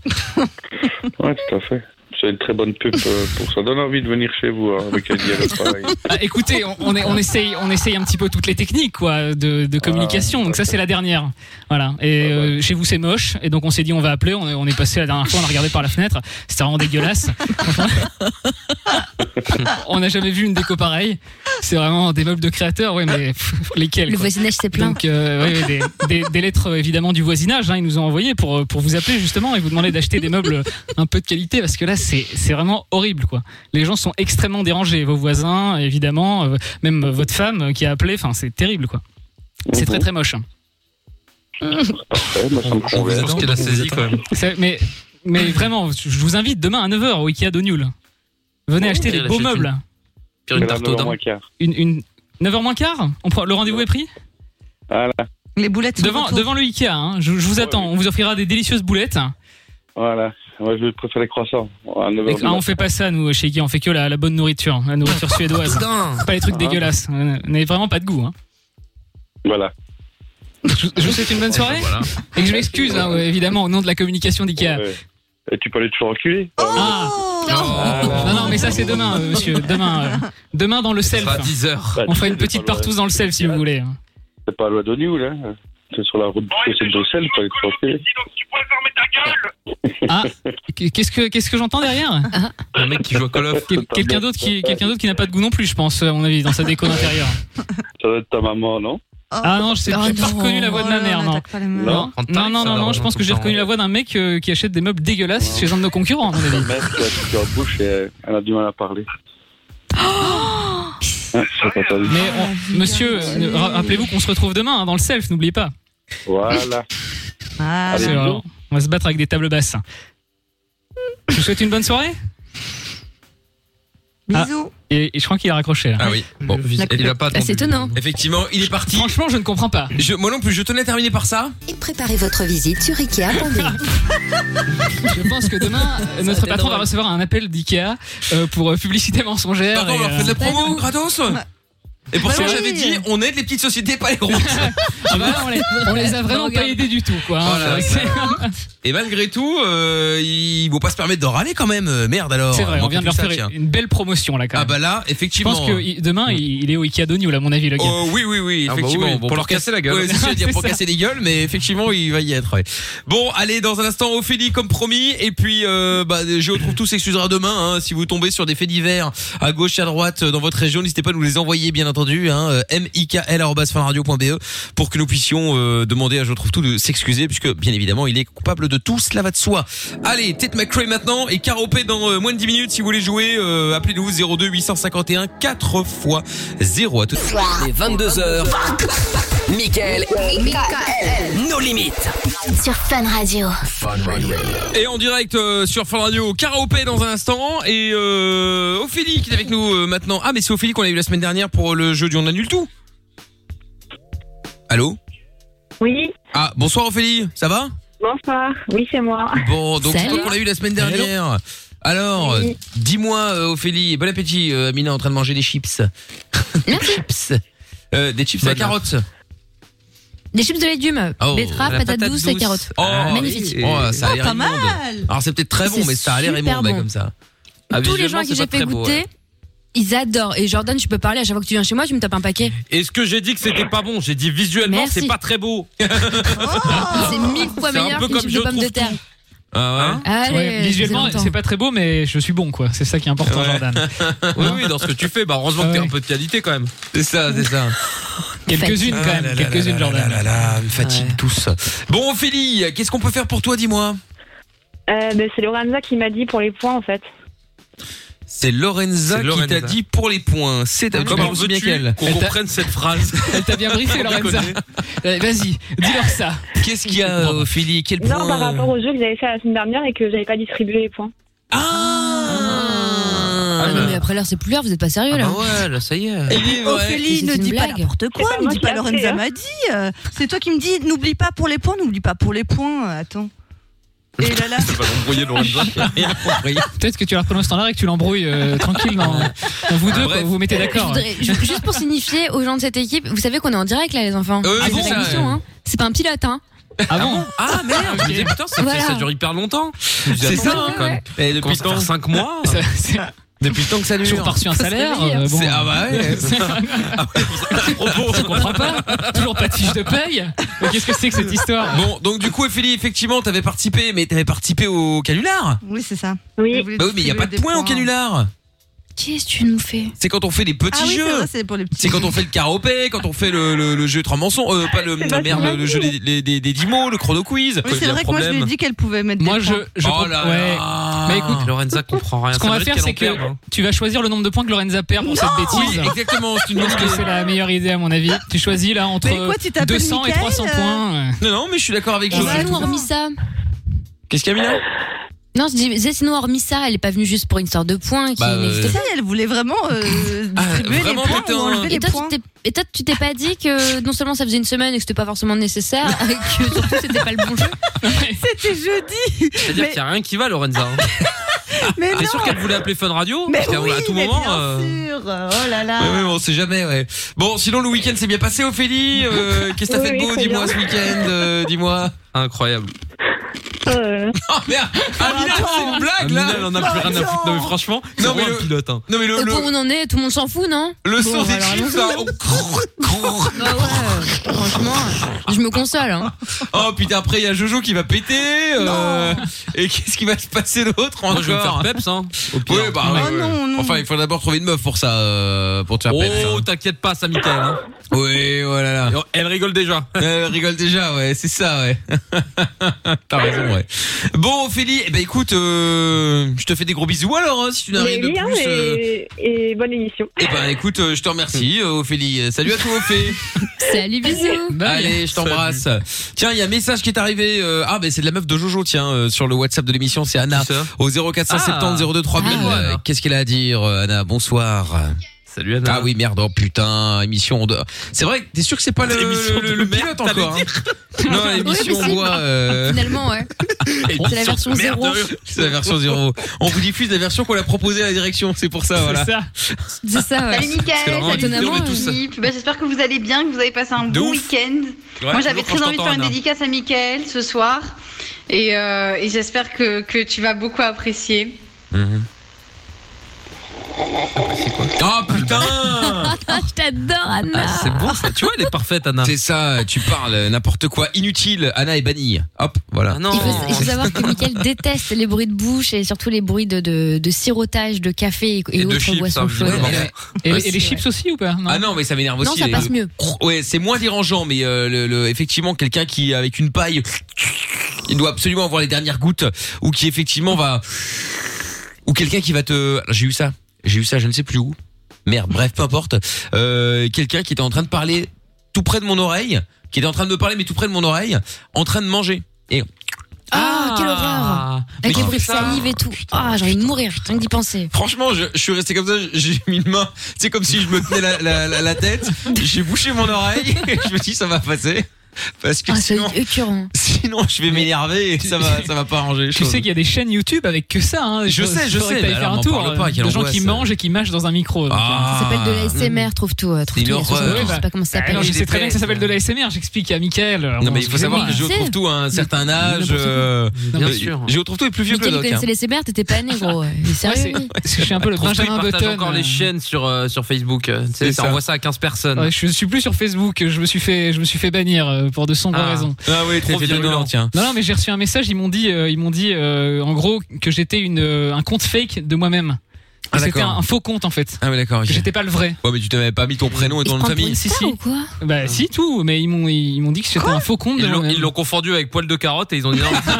Speaker 8: Ouais, tout à fait. C'est une très bonne pub euh, pour ça. Donne envie de venir chez vous hein, avec un dialogue pareil.
Speaker 6: Ah, écoutez, on, on est- on essaye, on essaye un petit peu toutes les techniques quoi, de, de communication. Donc ça, c'est la dernière. Voilà. Et euh, chez vous, c'est moche. Et donc on s'est dit, on va appeler. On est, on est passé la dernière fois, on a regardé par la fenêtre. C'était vraiment dégueulasse. on n'a jamais vu une déco pareille. C'est vraiment des meubles de créateurs. Oui, mais pff, lesquels
Speaker 4: Ah. Le
Speaker 6: quoi.
Speaker 4: voisinage s'est plaint.
Speaker 6: Donc, euh, ouais, ouais, des, des- des lettres euh, évidemment du voisinage, hein, ils nous ont envoyé pour, euh, pour vous appeler justement et vous demander d'acheter des meubles un peu de qualité parce que là c'est c'est vraiment horrible quoi. Les gens sont extrêmement dérangés, vos voisins évidemment, euh, même euh, votre femme euh, qui a appelé, enfin c'est terrible quoi. C'est très très moche. hein.
Speaker 8: Parfait, moi, ça me
Speaker 3: Je vous
Speaker 8: convient.
Speaker 3: pense qu'il a saisi quand même.
Speaker 6: C'est- Mais, mais vraiment, je vous invite demain à 9h au Ikea d'Ognul. Venez
Speaker 3: Ouais,
Speaker 6: acheter des
Speaker 3: elle
Speaker 6: beaux
Speaker 3: achète une-
Speaker 6: meubles.
Speaker 3: Pire une
Speaker 8: Mais là,
Speaker 3: tarte
Speaker 8: nous
Speaker 3: aux
Speaker 8: avons
Speaker 3: dents.
Speaker 8: un quart.
Speaker 6: Une, une... 9h moins quart On prend- Le rendez-vous est pris
Speaker 8: Voilà.
Speaker 5: Les boulettes sont
Speaker 6: devant,
Speaker 5: retour.
Speaker 6: devant le Ikea, hein. je, je vous attends, on vous offrira des délicieuses boulettes.
Speaker 8: Voilà. Moi, je préfère les croissants. À 9 heures du
Speaker 6: Ah,
Speaker 8: matin.
Speaker 6: on fait pas ça, nous, chez Guy, on fait que la, la bonne nourriture, la nourriture suédoise.
Speaker 3: Putain
Speaker 6: Pas les trucs
Speaker 8: Ah.
Speaker 6: dégueulasses. On n'a vraiment pas de goût. hein.
Speaker 8: Voilà.
Speaker 6: Je, je vous souhaite une bonne soirée
Speaker 3: Voilà.
Speaker 6: et que je m'excuse, hein, ouais, évidemment, au nom de la communication d'IKEA.
Speaker 8: Ouais. Et tu peux aller te faire enculer.
Speaker 6: Ah.
Speaker 5: Oh
Speaker 6: Non, non, mais ça, c'est demain, euh, monsieur. Demain, euh, demain dans le
Speaker 3: Ce
Speaker 6: self.
Speaker 3: sera 10h.
Speaker 8: Bah,
Speaker 6: On
Speaker 8: tu
Speaker 6: fera
Speaker 8: sais,
Speaker 6: une
Speaker 8: c'est
Speaker 6: petite
Speaker 8: pas loin-
Speaker 6: partouze dans le self, si vous voulez.
Speaker 8: C'est pas à loi de Newell, hein. C'est sur la route du procès de Bruxelles, faut aller te faire enculer.
Speaker 6: Ah, qu'est-ce que, qu'est-ce que j'entends derrière
Speaker 3: Un mec qui joue à Call of.
Speaker 6: Euh, Quel- Quelqu'un d'autre qui, quelqu'un d'autre qui n'a pas de goût non plus, je pense, à mon avis, dans sa déco d'intérieur.
Speaker 8: Ça doit être ta maman, non
Speaker 6: Ah non, je sais,
Speaker 4: Oh
Speaker 6: j'ai pas
Speaker 4: non.
Speaker 6: reconnu la voix de ma
Speaker 5: là,
Speaker 6: mère,
Speaker 5: on
Speaker 6: non.
Speaker 5: attaque pas les mères.
Speaker 6: Non,
Speaker 3: Non.
Speaker 6: non, non, non, non, je pense que j'ai reconnu la voix d'un mec euh, qui achète des meubles dégueulasses chez un de nos concurrents, à mon avis.
Speaker 8: Ta mère, tu as tu as en bouche et euh, elle a du mal à parler.
Speaker 5: Oh
Speaker 8: Ah, ça t'a pas dit.
Speaker 6: Mais on- monsieur, euh, ra- rappelez-vous qu'on se retrouve demain hein, dans le self, n'oubliez pas.
Speaker 8: Voilà.
Speaker 5: Ah,
Speaker 8: Allez.
Speaker 6: Parce que, euh,
Speaker 8: bisous.
Speaker 6: alors, on va se battre avec des tables basses. Je vous souhaite une bonne soirée. Ah,
Speaker 5: Bisous.
Speaker 6: et, et je crois qu'il a raccroché. là.
Speaker 2: Ah oui, bon, il a pas
Speaker 4: Ah, c'est
Speaker 2: attendu.
Speaker 4: étonnant.
Speaker 2: Effectivement, il est parti.
Speaker 6: Franchement, je ne comprends pas. Ah,
Speaker 2: Je- moi non plus, je tenais à terminer par ça.
Speaker 9: Et préparez votre visite sur Ikea Vendée.
Speaker 6: Je pense que demain, euh, notre patron va recevoir un appel d'IKEA euh, pour euh, publicité mensongère.
Speaker 2: Pardon, on
Speaker 6: et,
Speaker 2: leur fait de la
Speaker 6: euh,
Speaker 2: promo gratos Et pour
Speaker 5: Bah
Speaker 2: ça,
Speaker 5: oui.
Speaker 2: j'avais dit, on aide les petites sociétés, pas les grosses.
Speaker 6: ah bah, on, les, on les a vraiment pas
Speaker 4: Regarde.
Speaker 6: aidés du tout, quoi. hein.
Speaker 2: Oh là là.
Speaker 6: C'est-
Speaker 10: Ah.
Speaker 2: Et malgré tout, euh, ils vont pas se permettre d'en râler quand même. Euh, Merde alors.
Speaker 6: C'est vrai, on
Speaker 2: Manquait
Speaker 6: vient de
Speaker 2: plus
Speaker 6: leur
Speaker 2: que ça,
Speaker 6: faire
Speaker 2: tiens.
Speaker 6: une belle promotion là quand
Speaker 2: Ah
Speaker 6: même.
Speaker 2: bah là,
Speaker 6: je
Speaker 2: effectivement.
Speaker 6: pense que il- demain il il est au Ikea de Newell, à mon avis le gars.
Speaker 2: Oh oui oui oui
Speaker 3: Ah bah
Speaker 2: effectivement
Speaker 3: oui,
Speaker 2: Bon,
Speaker 3: pour leur casser la gueule.
Speaker 2: Ouais, c'est ce que j'allais dire, pour
Speaker 6: C'est ça.
Speaker 2: casser les gueules mais effectivement il va y être ouais. bon allez dans un instant Ophélie comme promis et puis euh, bah, je retrouve tout s'excusera demain hein. si vous tombez sur des faits divers à gauche à droite euh, dans votre région n'hésitez pas à nous les envoyer bien entendu hein, euh, mikl@fanradio.be E, pour que nous puissions euh, demander à je retrouve tout de s'excuser puisque bien évidemment il est coupable de tout cela va de soi allez Tête McCray maintenant et Caropé dans euh, moins de 10 minutes si vous voulez jouer euh, appelez-nous 02 851 4 fois 0 à tout
Speaker 1: Les 22h. Michael. Nos limites.
Speaker 9: Sur Fun Radio.
Speaker 2: Et en direct euh, sur Fun Radio, Karaopé dans un instant et euh, Ophélie qui est avec nous euh, maintenant. Ah mais c'est Ophélie qu'on a eu la semaine dernière pour le jeu du on annule tout. Allô
Speaker 7: Oui,
Speaker 2: Ah bonsoir Ophélie, ça va
Speaker 7: bonsoir. Oui, c'est moi.
Speaker 2: Bon donc c'est
Speaker 4: Salut.
Speaker 2: toi qu'on a eu la semaine dernière. Alors,
Speaker 7: Oui.
Speaker 2: dis-moi euh, Ophélie, bon appétit euh, Amina est en train de manger des chips.
Speaker 4: Merci.
Speaker 2: Chips. Euh, des chips à la
Speaker 3: Voilà.
Speaker 2: carotte.
Speaker 4: Des chips de légumes,
Speaker 2: Oh,
Speaker 4: betterave,
Speaker 2: la
Speaker 4: patate,
Speaker 2: patate
Speaker 4: douce, et
Speaker 2: douce.
Speaker 4: carottes. Ah,
Speaker 2: Oh,
Speaker 4: Magnifique.
Speaker 2: oui. Oh, ça a
Speaker 5: Oh,
Speaker 2: l'air
Speaker 5: pas
Speaker 2: immonde.
Speaker 5: mal.
Speaker 2: Alors c'est peut-être très bon
Speaker 4: C'est
Speaker 2: mais ça a l'air
Speaker 4: super
Speaker 2: immonde là,
Speaker 4: bon.
Speaker 2: comme ça.
Speaker 3: Ah,
Speaker 4: Tous les
Speaker 3: visuellement,
Speaker 4: gens à qui
Speaker 3: c'est
Speaker 4: j'ai
Speaker 3: pas
Speaker 4: fait
Speaker 3: très beau,
Speaker 4: goûter,
Speaker 3: ouais.
Speaker 4: ils adorent. Et Jordan, tu peux parler à chaque fois que tu viens chez moi, tu me tapes un paquet.
Speaker 3: Est-ce que j'ai dit que c'était pas bon J'ai dit visuellement,
Speaker 4: Merci.
Speaker 3: c'est pas très beau.
Speaker 4: C'est mille fois
Speaker 3: C'est un
Speaker 4: meilleur
Speaker 3: peu
Speaker 4: qu'une
Speaker 3: comme
Speaker 4: chip de
Speaker 3: je
Speaker 4: pommes de
Speaker 3: trouve
Speaker 4: terre.
Speaker 2: Ah ouais.
Speaker 4: Allez,
Speaker 6: Ouais, visuellement, c'est pas très beau, mais je suis bon, quoi. C'est ça qui est important,
Speaker 2: Ouais.
Speaker 6: Jordan.
Speaker 3: Oui, oui, dans ce que tu fais, bah heureusement
Speaker 4: Ah
Speaker 3: que t'es
Speaker 6: Ouais.
Speaker 3: un peu de qualité quand même.
Speaker 2: C'est ça, c'est ça.
Speaker 6: Quelques-unes, quand
Speaker 2: Ah
Speaker 6: même.
Speaker 2: là là là
Speaker 6: Quelques-unes,
Speaker 2: là
Speaker 6: Jordan.
Speaker 2: là là là, me fatigue
Speaker 6: Ouais.
Speaker 2: tous. Bon, Ophélie, qu'est-ce qu'on peut faire pour toi, dis-moi
Speaker 7: Euh, ben, c'est Lorenza qui m'a dit pour les points, en fait.
Speaker 2: C'est Lorenza,
Speaker 3: C'est Lorenza.
Speaker 2: qui t'a dit pour les points. C'est
Speaker 4: Ah
Speaker 3: Comment
Speaker 2: comment on bien qu'elle.
Speaker 3: qu'on
Speaker 6: Elle t'a-
Speaker 3: comprenne cette phrase
Speaker 6: Elle t'a bien briefé, Lorenza. Allez, Vas-y, dis-leur ça.
Speaker 2: Qu'est-ce qu'il y a,
Speaker 6: Bravo.
Speaker 2: Ophélie Quel point euh,
Speaker 7: Non, par rapport au jeu que j'avais fait la semaine dernière et que j'avais pas distribué les points.
Speaker 2: Ah
Speaker 4: Ah non, mais après l'heure, c'est plus l'heure, vous êtes pas sérieux là.
Speaker 3: Ah ouais, là, ça y est.
Speaker 2: Il est vrai.
Speaker 5: Ophélie,
Speaker 4: C'est
Speaker 5: ne
Speaker 4: une
Speaker 5: dis pas
Speaker 4: blague.
Speaker 5: n'importe
Speaker 11: Eh
Speaker 5: quoi,
Speaker 11: ben,
Speaker 7: pas
Speaker 5: ne
Speaker 7: moi
Speaker 5: dis
Speaker 7: qui
Speaker 5: pas
Speaker 7: l'ai
Speaker 5: Lorenza
Speaker 7: appris, hein.
Speaker 5: m'a dit. euh, C'est toi qui me dis, n'oublie pas pour les points, n'oublie pas pour les points. euh, Attends. Et
Speaker 7: Eh
Speaker 5: là là.
Speaker 3: Tu vas l'embrouiller, Lorenza.
Speaker 2: Rien compris.
Speaker 6: Peut-être que tu la reprennes au standard et que tu l'embrouilles euh, tranquillement. Vous deux,
Speaker 2: Ah, bref.
Speaker 6: quoi, vous vous mettez
Speaker 4: Je
Speaker 6: d'accord.
Speaker 4: voudrais-
Speaker 2: hein.
Speaker 4: ju- juste pour signifier aux gens de cette équipe, vous savez qu'on est en direct là, les enfants.
Speaker 2: Euh,
Speaker 4: c'est
Speaker 2: oui,
Speaker 4: une
Speaker 2: ça,
Speaker 4: émission,
Speaker 2: ouais.
Speaker 4: hein. C'est pas un pilote, hein.
Speaker 6: Ah bon
Speaker 2: Ah, merde
Speaker 3: Je me disais, putain, ça, fait-
Speaker 4: Voilà.
Speaker 3: ça dure hyper longtemps. Je me disais,
Speaker 2: C'est
Speaker 3: attends,
Speaker 2: ça,
Speaker 4: ouais,
Speaker 3: quand même.
Speaker 4: ouais.
Speaker 2: Et depuis
Speaker 3: Commence
Speaker 2: le
Speaker 3: à faire
Speaker 2: temps
Speaker 3: 5 mois.
Speaker 6: Ça- c'est-
Speaker 2: Depuis le temps que ça
Speaker 6: J'ai
Speaker 2: dure.
Speaker 6: reçu un
Speaker 4: Faut se
Speaker 6: salaire.
Speaker 4: réveiller.
Speaker 6: euh, bon.
Speaker 2: C'est- ah bah ouais. Ah ouais, pour ça, à propos.
Speaker 6: Je comprends pas. Toujours pas de fiche de paye. Mais Qu'est-ce que c'est que cette histoire
Speaker 2: Bon, donc du coup, Ophélie, effectivement, t'avais participé, mais t'avais participé au canular.
Speaker 5: Oui, c'est ça. Elle
Speaker 7: Oui,
Speaker 5: voulait
Speaker 2: Bah oui, mais il y a pas de
Speaker 5: distribuer des
Speaker 2: points au canular.
Speaker 4: Qu'est-ce que tu nous fais
Speaker 2: C'est quand on fait des petits
Speaker 5: Ah oui, c'est
Speaker 2: jeux.
Speaker 5: vrai, c'est pour les petits.
Speaker 2: C'est quand on fait le karaopé, quand on fait le, le, le jeu de Tramançon, euh, pas le,
Speaker 7: C'est pas
Speaker 2: merde, le,
Speaker 7: vrai.
Speaker 2: jeu des, des, des, des dix mots, le chrono quiz.
Speaker 5: Oui, c'est
Speaker 2: Le
Speaker 5: vrai que moi je lui ai
Speaker 2: problème.
Speaker 5: dit qu'elle pouvait mettre
Speaker 6: Moi,
Speaker 5: des
Speaker 6: je.
Speaker 5: points.
Speaker 6: je
Speaker 2: oh là
Speaker 6: ouais.
Speaker 2: là.
Speaker 6: Mais écoute,
Speaker 3: Lorenza comprend rien.
Speaker 6: Ce qu'on va faire, c'est que
Speaker 3: hein.
Speaker 6: tu vas choisir le nombre de points que Lorenza perd pour cette
Speaker 2: hein. Oui,
Speaker 6: bêtise.
Speaker 2: exactement, c'est une
Speaker 6: Parce que c'est la meilleure idée à mon avis. Tu choisis là entre
Speaker 5: Mais quoi, tu t'appelles
Speaker 6: 200 et
Speaker 5: Mickaël,
Speaker 6: 300
Speaker 5: euh
Speaker 6: points.
Speaker 2: Non, non, mais je suis d'accord avec
Speaker 4: Et
Speaker 2: Jo.
Speaker 4: si nous on remis ça
Speaker 2: Qu'est-ce qu'il y a, Mina
Speaker 4: Non, je disais, si nous on remis ça, elle est pas venue juste pour une histoire de points qui
Speaker 2: Bah, euh,
Speaker 4: n'existait
Speaker 5: C'est ça, elle voulait vraiment euh,
Speaker 2: Ah,
Speaker 5: distribuer
Speaker 2: vraiment,
Speaker 5: les points
Speaker 2: t'étais
Speaker 5: ou
Speaker 2: un-
Speaker 5: enlever
Speaker 4: Et
Speaker 5: les
Speaker 4: toi,
Speaker 5: points.
Speaker 4: tu t'es- et toi, tu t'es pas dit que non seulement ça faisait une semaine et que c'était pas forcément nécessaire, et que surtout c'était pas le bon jeu.
Speaker 5: C'était jeudi.
Speaker 3: C'est-à-dire
Speaker 5: Mais-
Speaker 3: qu'il n'y a rien qui va, Lorenza. hein. Ah,
Speaker 5: Mais
Speaker 3: T'es
Speaker 5: non.
Speaker 3: sûr qu'elle voulait appeler Fun Radio
Speaker 5: Mais
Speaker 3: Parce qu'à
Speaker 5: oui,
Speaker 3: à tout
Speaker 5: mais
Speaker 3: moment.
Speaker 5: bien
Speaker 3: euh,
Speaker 5: sûr. Oh là là.
Speaker 2: Ouais, ouais, on sait jamais, ouais. Bon, sinon, le week-end s'est bien passé, Ophélie. Euh, Qu'est-ce que t'as
Speaker 7: Oui,
Speaker 2: fait de
Speaker 7: oui,
Speaker 2: beau,
Speaker 7: très
Speaker 2: dis-moi, ce
Speaker 7: bien.
Speaker 2: week-end euh, Dis-moi.
Speaker 3: Incroyable.
Speaker 2: Ah.
Speaker 7: euh,
Speaker 2: Oh merde Ah, Mina, c'est une blague, là
Speaker 3: Amina, elle en a plus rien à foutre. Non, mais franchement, c'est
Speaker 2: Non, mais
Speaker 3: vraiment
Speaker 2: le-
Speaker 3: un pilote. hein.
Speaker 2: Non, mais le,
Speaker 4: Au point où on
Speaker 2: le,
Speaker 4: en est, tout le monde s'en fout, non
Speaker 2: le
Speaker 5: bah,
Speaker 2: son
Speaker 4: Bon,
Speaker 2: des
Speaker 4: alors,
Speaker 2: chips, là. on- crrr, crrr.
Speaker 4: Bah ouais, franchement, je me console. Hein.
Speaker 2: Oh putain, après, il y a Jojo qui va péter. euh, et qu'est-ce qui va se passer d'autre
Speaker 3: Moi, je vais me faire
Speaker 2: encore
Speaker 3: peps, hein. au pire.
Speaker 2: Ouais,
Speaker 7: Ah
Speaker 2: bah, ouais,
Speaker 5: Oh
Speaker 2: ouais.
Speaker 5: non, non.
Speaker 2: Enfin, il faut d'abord trouver une meuf pour ça, euh, pour te faire peps,
Speaker 3: Oh,
Speaker 2: hein.
Speaker 3: t'inquiète pas, ça, Mickaël. hein.
Speaker 2: Oui, oh voilà.
Speaker 3: Elle rigole déjà.
Speaker 2: Elle rigole déjà, ouais, c'est ça, ouais. T'as raison. ouais. Bon, Ophélie, eh ben, écoute, euh, je te fais des gros bisous alors, hein, si tu n'as rien
Speaker 7: Mais
Speaker 2: de
Speaker 7: oui, hein,
Speaker 2: plus. euh,
Speaker 7: et, et bonne émission.
Speaker 2: Eh ben, écoute, euh, je te remercie, euh, Ophélie. Salut à toi, Ophé.
Speaker 4: Salut, bisous.
Speaker 2: Allez, je t'embrasse. Tiens, il y a un message qui est arrivé. euh, ah, ben c'est de la meuf de Jojo, tiens, euh, sur le WhatsApp de l'émission, c'est Anna. Au 0470 02 3000.
Speaker 3: Ah.
Speaker 2: Euh, Qu'est-ce qu'elle a à dire, euh, Anna Bonsoir.
Speaker 3: Salut Anna.
Speaker 2: Ah oui, merde, oh putain, émission de... C'est vrai, t'es sûr que c'est pas le,
Speaker 3: L'émission
Speaker 2: le-
Speaker 3: de
Speaker 2: le
Speaker 3: merde,
Speaker 2: pilote
Speaker 3: t'allais
Speaker 2: encore hein Non,
Speaker 4: Oui,
Speaker 2: l'émission,
Speaker 4: mais
Speaker 2: on
Speaker 4: si.
Speaker 2: voit... euh,
Speaker 4: Ah, Finalement, ouais. C'est la version zéro.
Speaker 2: C'est la version 0. On vous diffuse la version qu'on a proposée à la direction, c'est pour ça, voilà.
Speaker 4: C'est ça, ouais.
Speaker 11: Salut Mickaël,
Speaker 2: Parce que
Speaker 11: salut
Speaker 2: vraiment, on est tous-
Speaker 11: Philippe. Bah, J'espère que vous allez bien, que vous avez passé un
Speaker 2: De
Speaker 11: bon
Speaker 2: ouf.
Speaker 11: week-end.
Speaker 2: Ouais,
Speaker 11: Moi j'avais très
Speaker 2: toujours quand je
Speaker 11: envie de
Speaker 2: t'entends,
Speaker 11: faire une
Speaker 2: Anna.
Speaker 11: dédicace à Mickaël ce soir. Et, euh, et j'espère que, que tu vas beaucoup apprécier.
Speaker 2: Mhm. Oh putain
Speaker 4: je t'adore, Anna.
Speaker 2: C'est bon ça, tu vois, elle est parfaite, Anna. C'est ça, tu parles n'importe quoi, inutile, Anna est bannie. Hop, voilà.
Speaker 4: Il faut, il faut savoir que Mickaël déteste les bruits de bouche et surtout les bruits de, de, de sirotage, de café et, et
Speaker 2: de
Speaker 4: autres
Speaker 2: chips, hein,
Speaker 4: boissons chaudes.
Speaker 2: évidemment.
Speaker 6: Et,
Speaker 2: Ouais,
Speaker 6: et les
Speaker 2: c'est
Speaker 6: chips aussi ou pas
Speaker 2: Ah non, mais ça m'énerve
Speaker 4: Non,
Speaker 2: aussi.
Speaker 4: ça passe
Speaker 2: les-
Speaker 4: mieux.
Speaker 2: Ouais, c'est moins dérangeant, mais euh, le, le- effectivement, quelqu'un qui, avec une paille, il doit absolument avoir les dernières gouttes, ou qui effectivement va... Ou quelqu'un qui va te... J'ai eu ça, j'ai eu ça, je ne sais plus où. Merde, bref, peu importe. Euh, quelqu'un qui était en train de parler tout près de mon oreille, qui était en train de me parler, mais tout près de mon oreille, en train de manger. Et...
Speaker 4: Ah, quelle horreur Avec
Speaker 2: Mais
Speaker 4: les
Speaker 2: qui
Speaker 4: bruits de
Speaker 2: fait ça
Speaker 4: salive et tout. Ah, j'ai envie de mourir, rien que d'y penser.
Speaker 2: Franchement, je, je suis resté comme ça, j'ai mis une main, c'est comme si je me tenais la, la, la- la tête, j'ai bouché mon oreille, et je me suis dit ça va passer. Parce que
Speaker 4: Ah, c'est
Speaker 2: sinon,
Speaker 4: écœurant.
Speaker 2: sinon je vais m'énerver et ça va, ça va pas arranger les
Speaker 6: Tu
Speaker 2: choses.
Speaker 6: sais qu'il y a des chaînes YouTube avec que ça. Hein.
Speaker 2: Je sais, je sais,
Speaker 6: Faudrait que
Speaker 2: mais
Speaker 6: t'ailles faire
Speaker 2: alors,
Speaker 6: un
Speaker 2: m'en
Speaker 6: tour
Speaker 2: parle pas,
Speaker 6: euh,
Speaker 2: quelle
Speaker 6: de gens qui
Speaker 2: angoisse.
Speaker 6: mangent et qui mâchent dans un micro. donc,
Speaker 2: Ah.
Speaker 4: Ça s'appelle de l'ASMR, trouve tout. euh, Trouve tout. il
Speaker 2: C'est
Speaker 4: y a
Speaker 2: une
Speaker 4: sur
Speaker 2: horreur.
Speaker 4: YouTube, Je sais pas comment ça
Speaker 6: euh,
Speaker 4: s'appelle.
Speaker 6: non, je sais très bien que ça s'appelle de l'ASMR, j'explique à Michael.
Speaker 2: Non mais il faut savoir que
Speaker 4: excusez-moi.
Speaker 2: je trouve tout à un certain âge. euh,
Speaker 3: Bien
Speaker 2: euh,
Speaker 3: sûr.
Speaker 2: Je trouve tout est plus vieux que le
Speaker 4: Mickaël
Speaker 2: doc.
Speaker 4: connaissait
Speaker 2: hein.
Speaker 4: l'ASMR, t'étais pas né, gros. Il est sérieux, lui.
Speaker 6: Je suis un peu le
Speaker 3: Trouve-toi,
Speaker 6: Benjamin
Speaker 3: il partage
Speaker 6: Button.
Speaker 3: encore
Speaker 6: euh,
Speaker 3: les chaînes sur, euh, sur Facebook. euh, Tu
Speaker 2: C'est
Speaker 3: sais, ça
Speaker 2: ça.
Speaker 3: envoie ça à 15 personnes.
Speaker 6: ouais, je suis plus sur Facebook, je me suis fait, je me suis fait bannir euh, pour de sombres
Speaker 3: Ah.
Speaker 6: raisons.
Speaker 2: Ah oui, t'es
Speaker 3: Trop
Speaker 2: fait dedans,
Speaker 3: virulent.
Speaker 2: tiens.
Speaker 6: Non, non, mais j'ai reçu un message. Ils m'ont dit, euh, ils m'ont dit, euh, en gros, que j'étais une euh, un compte fake de moi-même.
Speaker 2: Ah,
Speaker 6: Que C'était un,
Speaker 2: d'accord.
Speaker 6: un faux compte en fait.
Speaker 2: Ah mais d'accord. ok.
Speaker 6: Que j'étais pas le vrai.
Speaker 2: Ouais mais tu t'avais pas mis ton prénom et
Speaker 4: Il se
Speaker 2: ton nom
Speaker 4: prend
Speaker 2: de
Speaker 4: pour une
Speaker 2: famille.
Speaker 6: si,
Speaker 4: star
Speaker 6: si.
Speaker 4: ou quoi
Speaker 6: Bah si tout, mais ils m'ont ils m'ont dit que c'était un faux compte. de
Speaker 3: Ils l'ont-
Speaker 6: moi-même.
Speaker 3: ils l'ont confondu avec poil de carotte et ils ont dit non, mais c'est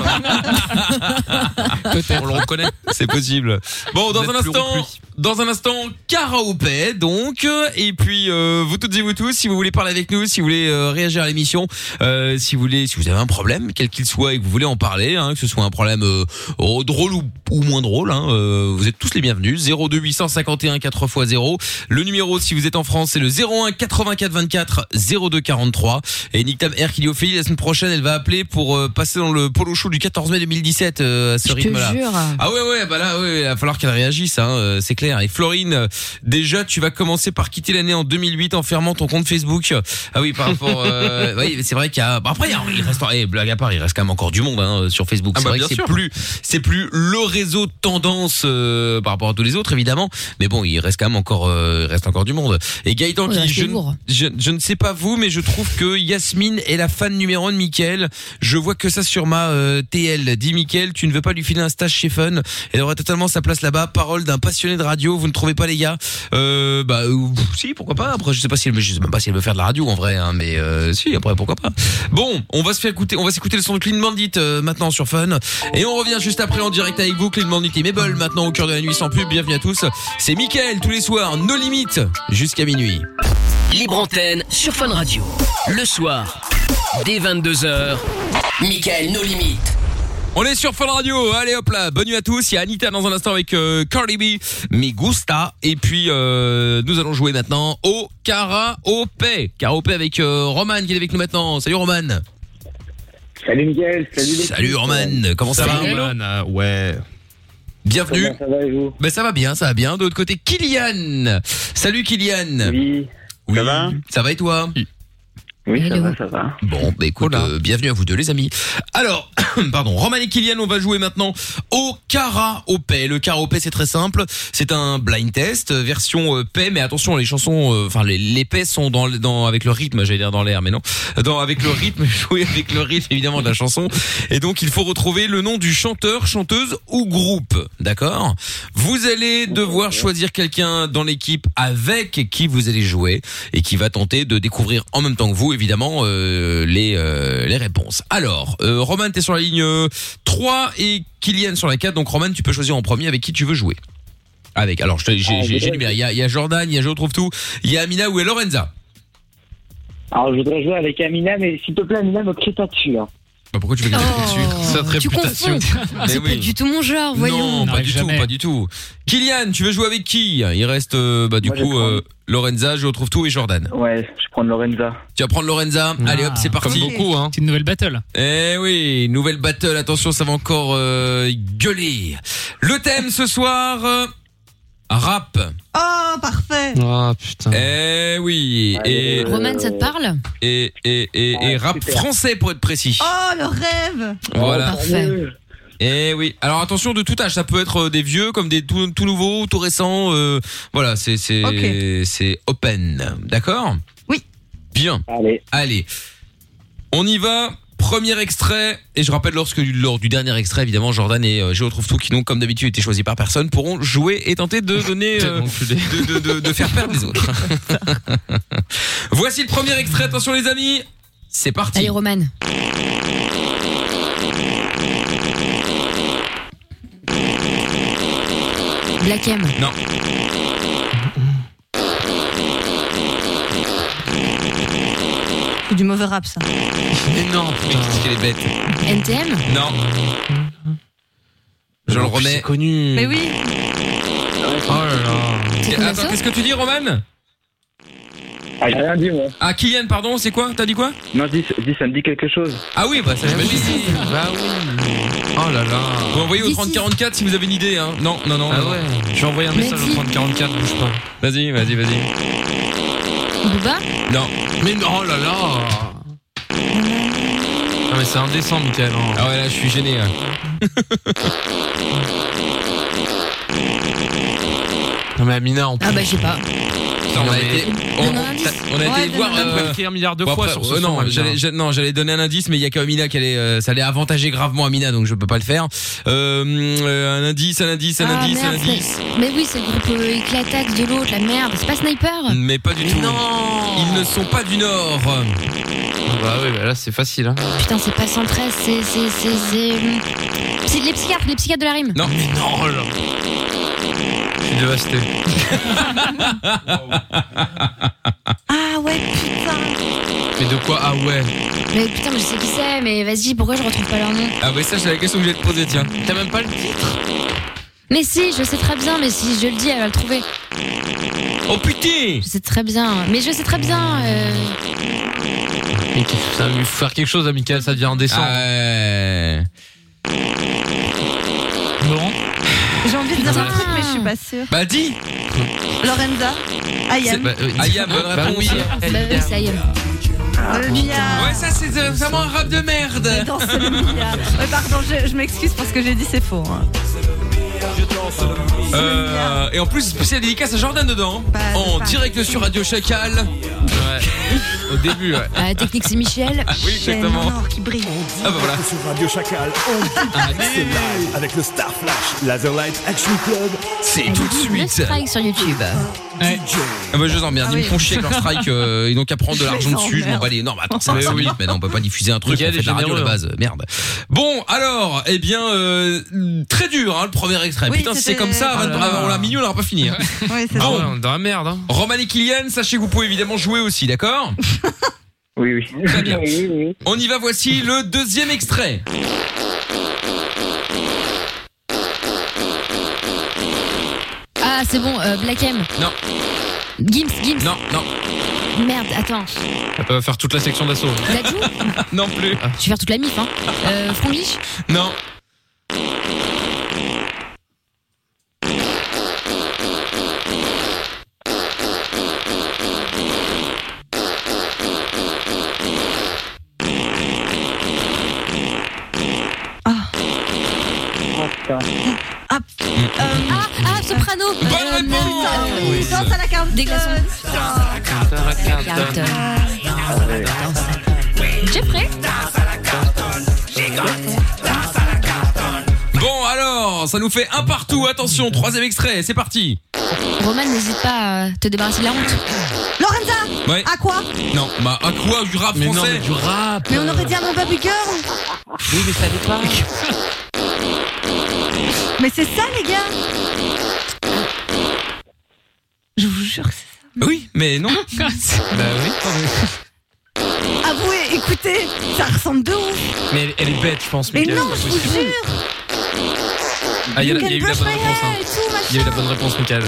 Speaker 3: pas vrai. on le reconnaît.
Speaker 2: C'est possible. Bon, dans
Speaker 3: Vous
Speaker 2: un
Speaker 3: êtes plus
Speaker 2: instant,
Speaker 3: rompus.
Speaker 2: dans un instant, karaopé, donc. euh, Et puis, euh, vous toutes et vous tous, si vous voulez parler avec nous, si vous voulez euh, réagir à l'émission, euh, si vous voulez, si vous avez un problème, quel qu'il soit, et que vous voulez en parler, hein, que ce soit un problème euh, oh, drôle ou, ou moins drôle, hein, euh, vous êtes tous les bienvenus. 02 851 4 x 0. Le numéro, si vous êtes en France, c'est le 01 84 24 02 43. Et Nick Tam Air qui dit Ophélie, la semaine prochaine, elle va appeler pour euh, passer dans le polo show du 14 mai 2017 euh, à ce
Speaker 4: Je te
Speaker 2: rythme-là.
Speaker 4: jure.
Speaker 2: Ah ouais ouais bah là ouais, il va falloir qu'elle réagisse hein, euh, c'est clair et Florine euh, déjà tu vas commencer par quitter l'année en 2008 en fermant ton compte Facebook ah oui par rapport euh, oui c'est vrai qu'il y a bah, après il, y a- il reste eh, blague à part il reste quand même encore du monde hein, sur Facebook
Speaker 3: Ah
Speaker 2: c'est
Speaker 3: bah,
Speaker 2: vrai que
Speaker 3: bien
Speaker 2: c'est
Speaker 3: sûr.
Speaker 2: plus c'est plus le réseau de tendance euh, par rapport à tous les autres évidemment mais bon il reste quand même encore euh, il reste encore du monde et Gaëtan
Speaker 4: Ouais,
Speaker 2: qui dit,
Speaker 4: c'est
Speaker 2: je, ne-
Speaker 4: lourd.
Speaker 2: je, je ne sais pas vous mais je trouve que Yasmine est la fan numéro 1 de Mickaël je vois que ça sur ma euh, TL. Dis Mickaël, tu ne veux pas lui filer un stage chez Fun. Elle aurait totalement sa place là-bas. Parole d'un passionné de radio. Vous ne trouvez pas les gars euh, Bah euh, pff, si, pourquoi pas. Après, je sais pas si elle, je sais même pas si elle veut faire de la radio en vrai, hein, mais euh, si. Après, pourquoi pas. Bon, on va se faire écouter, on va s'écouter le son de Clean Bandit euh, maintenant sur Fun, et on revient juste après en direct avec vous. Clean Bandit et Mabel maintenant au cœur de la nuit sans pub. Bienvenue à tous. C'est Mickaël tous les soirs, nos limites jusqu'à minuit.
Speaker 1: Libre antenne sur Fun Radio. Le soir, dès 22h, Michael nos limites.
Speaker 2: On est sur Fun Radio, allez hop là, bonne nuit à tous, il y a Anita dans un instant avec euh, Cardi B, Me Gusta, et puis euh, nous allons jouer maintenant au Karaopé, Karaopé avec euh, Roman qui est avec nous maintenant, salut Roman
Speaker 8: Salut Miguel, salut les
Speaker 2: Salut
Speaker 8: filles.
Speaker 2: Roman, comment ça, va
Speaker 10: Ah,
Speaker 3: Roman, ouais.
Speaker 2: Bienvenue
Speaker 8: Comment Eh ça va et vous
Speaker 2: Ben ça va bien, ça va bien, de l'autre côté Kylian Salut Kylian
Speaker 8: Oui.
Speaker 2: Oui.
Speaker 8: Ça va
Speaker 2: Ça va et toi
Speaker 8: Oui, ça
Speaker 4: Hello.
Speaker 8: va, ça va.
Speaker 2: Bon, bah écoute, euh, bienvenue à vous deux les amis. Alors, pardon, Roman et Kylian, on va jouer maintenant au karaopé. Le karaopé, c'est très simple, c'est un blind test euh, version euh, paix, mais attention, les chansons, euh, enfin les, les paix sont dans, le- dans avec le rythme, j'allais dire dans l'air, mais non, dans avec le rythme, jouer avec le rythme évidemment de la chanson. Et donc, il faut retrouver le nom du chanteur, chanteuse ou groupe, d'accord Vous allez devoir choisir quelqu'un dans l'équipe avec qui vous allez jouer et qui va tenter de découvrir en même temps que vous vous évidemment euh, les euh, les réponses. Alors, euh, Roman t'es sur la ligne euh, 3 et Kylian sur la 4. Donc Roman, tu peux choisir en premier avec qui tu veux jouer. Avec. Alors, je te-
Speaker 4: Ah,
Speaker 10: Ah,
Speaker 2: j'ai j'ai- j'ai numéré. Il y a, il y a Jordan, il y a Je retrouve tout, il y a Amina ou il y a Lorenza.
Speaker 10: Alors, je voudrais jouer avec Amina, mais s'il te plaît, Amina, me crie pas dessus. Hein.
Speaker 2: Bah, pourquoi tu veux
Speaker 4: Oh, tu confonds.
Speaker 2: Eh
Speaker 4: C'est pas du tout mon genre, voyons.
Speaker 2: Non, pas du tout, pas du tout. Kylian, tu veux jouer avec qui Il reste euh, bah, du coup euh, Lorenza, je retrouve tout et Jordan.
Speaker 10: Ouais, je prends Lorenza.
Speaker 2: Tu vas prendre Lorenza.
Speaker 3: Ah,
Speaker 2: Allez
Speaker 6: Ah.
Speaker 2: hop, c'est parti.
Speaker 6: C'est une nouvelle battle.
Speaker 2: Eh oui, nouvelle battle. Attention, ça va encore euh, gueuler. Le thème ce soir, euh, rap.
Speaker 5: Oh, parfait.
Speaker 3: Ah putain.
Speaker 2: Eh oui. Et,
Speaker 4: Roman, ça te parle
Speaker 2: et, et, et,
Speaker 10: Ah,
Speaker 2: et rap français pour être précis.
Speaker 5: Oh, le rêve.
Speaker 2: Voilà.
Speaker 4: Oh, Parfait.
Speaker 2: Eh oui. Alors attention de tout âge, ça peut être euh, des vieux comme des tout, tout nouveaux, tout récents. euh, voilà, c'est c'est c'est open. D'accord
Speaker 5: Oui.
Speaker 2: Bien.
Speaker 10: Allez.
Speaker 2: Allez. On y va. Premier extrait et je rappelle lorsque lors du dernier extrait évidemment Jordan et euh, je retrouve tout qui n'ont comme d'habitude été choisis par personne pourront jouer et tenter de donner euh, de, de- de- de faire perdre les autres. Voici le premier extrait. Attention les amis. C'est parti.
Speaker 4: Allez, Roman. Black M.
Speaker 2: Non.
Speaker 5: C'est du mauvais rap, ça.
Speaker 2: Mais non, putain, qu'est-ce qu'elle est bête.
Speaker 4: NTM
Speaker 2: Non. Je le remets.
Speaker 3: connu.
Speaker 5: Mais oui.
Speaker 2: Oh là
Speaker 5: C'est
Speaker 2: là.
Speaker 5: quoi
Speaker 2: Attends,
Speaker 5: ça
Speaker 2: qu'est-ce que tu dis, Roman
Speaker 10: Ah, j'ai rien dit, moi.
Speaker 2: Ah, Kylian, pardon, c'est quoi T'as dit quoi
Speaker 10: Non, je dis, je dis, ça me dit quelque chose.
Speaker 2: Ah oui, bah ça j'imagine. Bah oui. Oh là là. Vous envoyez au 3044 si vous avez une idée, hein. Non, non, non. Ah ouais. Je vais envoyer un
Speaker 3: message au Merci.
Speaker 2: 3044, bouge pas. Vas-y, vas-y, vas-y.
Speaker 4: Booba
Speaker 2: Non.
Speaker 3: Mais non, oh là là Non mais c'est indécent Michael.
Speaker 2: Ah ouais là je suis gêné.
Speaker 3: non mais Amina en plus.
Speaker 4: Ah bah, je sais pas.
Speaker 2: on a été, on, on a été voir.
Speaker 3: On peut
Speaker 2: euh,
Speaker 3: le faire un milliard de
Speaker 2: bon,
Speaker 3: fois
Speaker 2: après,
Speaker 3: sur ce hein.
Speaker 2: euh,
Speaker 3: son,
Speaker 2: non,
Speaker 3: Amina.
Speaker 2: j'allais, j'a- non, j'allais donner un indice, mais il y a qu'Amina qui allait, euh, ça allait avantager gravement Amina, donc je peux pas le faire. Euh, euh, un indice, un indice, un
Speaker 4: Ah,
Speaker 2: indice, un
Speaker 4: merde,
Speaker 2: indice.
Speaker 4: c'est- Mais oui, c'est le groupe euh, Éclatax de l'autre, la merde. C'est pas Sniper
Speaker 2: Mais pas du tout. Ils ne sont pas du Nord.
Speaker 3: Bah oui, bah là c'est facile. Hein.
Speaker 4: Putain, c'est pas 113, c'est. C'est c'est- c'est, hum, c'est les psychiatres, les psychiatres de la rime.
Speaker 2: Non. oh
Speaker 3: Mais non là. Je suis dévasté.
Speaker 5: Ah ouais, putain.
Speaker 3: Mais de quoi Ah ouais.
Speaker 4: Mais putain, mais je sais qui c'est, mais vas-y, pourquoi je retrouve pas leur nom
Speaker 2: Ah bah ça c'est la question que je vais te poser tiens.
Speaker 3: T'as même pas le titre
Speaker 4: Mais si, je sais très bien, mais si je le dis, elle va le trouver.
Speaker 2: Oh putain
Speaker 4: Je sais très bien, mais je sais très bien. euh,
Speaker 3: Mais qu'est-ce- ça veut faire quelque chose à Michael, ça devient indécent.
Speaker 2: Ah ouais.
Speaker 6: Laurent
Speaker 5: J'ai envie de dire
Speaker 4: Putain.
Speaker 5: un truc, mais je suis pas sûre.
Speaker 2: Bah dis
Speaker 5: Lorenza. Ayam.
Speaker 3: Bah, euh,
Speaker 2: Ayam, bonne
Speaker 3: bah
Speaker 2: réponse.
Speaker 3: oui.
Speaker 4: Bah oui, ça y est.
Speaker 5: Le Mia.
Speaker 2: Ouais ça c'est euh, vraiment un rap de merde
Speaker 5: Danse le Mia. Ouais, pardon, je, je m'excuse parce que j'ai dit c'est faux. hein.
Speaker 2: euh, Et en plus spécial dédicace à Jordan dedans. hein.
Speaker 5: Bah,
Speaker 2: En
Speaker 5: bah.
Speaker 2: direct sur Radio Chacal.
Speaker 3: Au début, ouais.
Speaker 4: Ah, technique, c'est Michel.
Speaker 2: Oui exactement.
Speaker 5: Chaîne en or qui brille.
Speaker 2: Ah bah voilà. Ah,
Speaker 12: Sur Radio Chacal, on dit c'est live avec le Star Flash, Laserlight Action Club,
Speaker 2: C'est tout de
Speaker 4: Le
Speaker 2: suite.
Speaker 4: strike sur YouTube.
Speaker 12: DJ.
Speaker 2: Ah bah je les emmerde,
Speaker 5: Ah
Speaker 2: ils me
Speaker 5: oui.
Speaker 2: font chier avec leur strike, euh, ils n'ont qu'à prendre de
Speaker 5: Je
Speaker 2: l'argent
Speaker 5: les
Speaker 2: dessus, je m'en
Speaker 5: emmerde.
Speaker 2: bats les... Non mais attends, c'est
Speaker 3: Mais
Speaker 2: 5
Speaker 3: oui.
Speaker 2: minutes maintenant, on peut pas diffuser un truc, on
Speaker 3: Le gars,
Speaker 2: fait
Speaker 3: il est
Speaker 2: de la radio de
Speaker 3: généreux, hein.
Speaker 2: base, merde. Bon, alors, eh bien, euh, très dur hein, le premier extrait,
Speaker 5: Oui,
Speaker 2: putain si c'est
Speaker 5: c'était-
Speaker 2: comme ça,
Speaker 5: Ah
Speaker 3: là
Speaker 2: on l'a
Speaker 3: là.
Speaker 2: on l'a mis, on l'aura pas fini. hein.
Speaker 5: Ouais, c'est
Speaker 3: Ah
Speaker 5: ça.
Speaker 3: ouais, on est dans la merde. Hein.
Speaker 2: Roman et Kylian, sachez que vous pouvez évidemment jouer aussi, d'accord
Speaker 10: Oui, oui.
Speaker 2: Très bien.
Speaker 10: Oui, oui.
Speaker 2: On y va, voici le deuxième extrait.
Speaker 4: Ah, c'est bon, euh, Black M.
Speaker 2: Non.
Speaker 4: Gims, Gims.
Speaker 2: Non, non,
Speaker 4: Merde, attends.
Speaker 3: Elle peut faire toute la section d'assaut.
Speaker 4: Dadju
Speaker 2: non plus.
Speaker 4: Je vais faire toute la mif, hein. Euh, Franglish
Speaker 2: Non.
Speaker 10: Oh, putain.
Speaker 2: Mm.
Speaker 4: Ah, ah, Soprano.
Speaker 2: Bonne
Speaker 4: Euh,
Speaker 2: réponse
Speaker 5: Ah oui,
Speaker 2: Oui.
Speaker 5: danse à la carte.
Speaker 4: Des glaçons. Carlton. euh, Jeffrey
Speaker 2: Bon alors, ça nous fait un partout, attention, troisième extrait, c'est parti.
Speaker 3: Oh
Speaker 4: Roman, n'hésite pas à te débarrasser de la honte.
Speaker 5: Lorenza
Speaker 2: Ouais. Ah,
Speaker 5: À quoi
Speaker 2: Non, bah à quoi du rap français Mais non, du rap.
Speaker 5: Mais on aurait dit à mon baby girl
Speaker 2: Oui, mais ça dépend.
Speaker 5: Mais c'est ça, les gars Je vous jure que c'est Oh,
Speaker 2: Oui, mais non. bah oui.
Speaker 5: ça. Avouez, écoutez, ça ressemble de ouf
Speaker 3: Mais elle, elle est bête, je pense.
Speaker 5: Mais
Speaker 3: Mickaël,
Speaker 5: non,
Speaker 3: c'est
Speaker 5: je
Speaker 3: pas
Speaker 5: vous
Speaker 3: possible.
Speaker 5: jure
Speaker 3: Ah, il y a la- il
Speaker 5: You
Speaker 3: y a
Speaker 5: can
Speaker 3: eu la
Speaker 5: brush
Speaker 3: bonne
Speaker 5: my
Speaker 3: réponse.
Speaker 5: hair
Speaker 3: hein.
Speaker 5: et tout,
Speaker 3: Il y a eu la bonne réponse, Michael.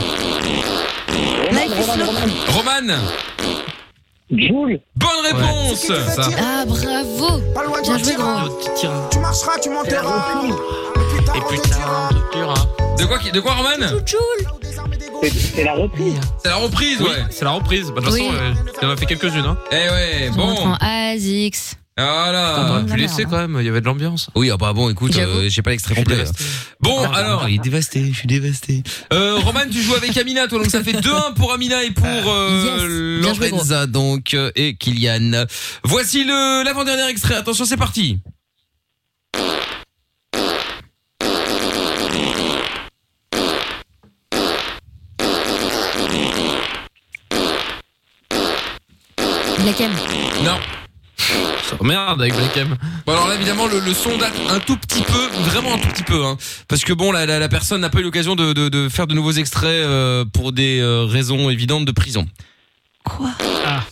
Speaker 5: Life is local.
Speaker 2: Roman Jules Bonne réponse
Speaker 4: Ah, bravo
Speaker 5: Ah,
Speaker 4: Bien joué, grand.
Speaker 3: Tu
Speaker 13: marcheras, tu monteras.
Speaker 3: Et putain,
Speaker 2: De quoi, qui- de quoi Roman
Speaker 10: C'est la reprise.
Speaker 2: C'est la reprise, ouais.
Speaker 3: C'est la reprise. Bah, De toute
Speaker 4: Oui.
Speaker 3: façon, euh, il en a fait quelques-unes. Hein.
Speaker 2: Eh ouais,
Speaker 4: On rentre en ASICS.
Speaker 2: Ah
Speaker 3: Putain,
Speaker 2: là
Speaker 3: t'aurais pu laisser
Speaker 1: hein.
Speaker 3: quand même, il y avait de l'ambiance.
Speaker 2: Oui, ah bah bon, écoute,
Speaker 3: J'avoue.
Speaker 2: euh, j'ai pas l'extrait complet.
Speaker 3: dévasté.
Speaker 2: Bon,
Speaker 3: Ah,
Speaker 2: alors.
Speaker 3: il est
Speaker 2: dévasté, je suis dévasté. Euh, Roman, tu joues avec Amina, toi, donc ça fait 2-1 pour Amina et pour euh,
Speaker 1: Yes. Bien joué,
Speaker 2: Lorenza, donc, euh, et Kylian. Voici le l'avant-dernier extrait. Attention, c'est parti.
Speaker 4: Black M.
Speaker 2: Non.
Speaker 3: Merde, avec Black M.
Speaker 2: Bon alors là évidemment le, le son date Bah, un tout petit peu, vraiment un tout petit peu, hein, parce que bon la, la, la personne n'a pas eu l'occasion de, de, de faire de nouveaux extraits euh, pour des euh, raisons évidentes de prison.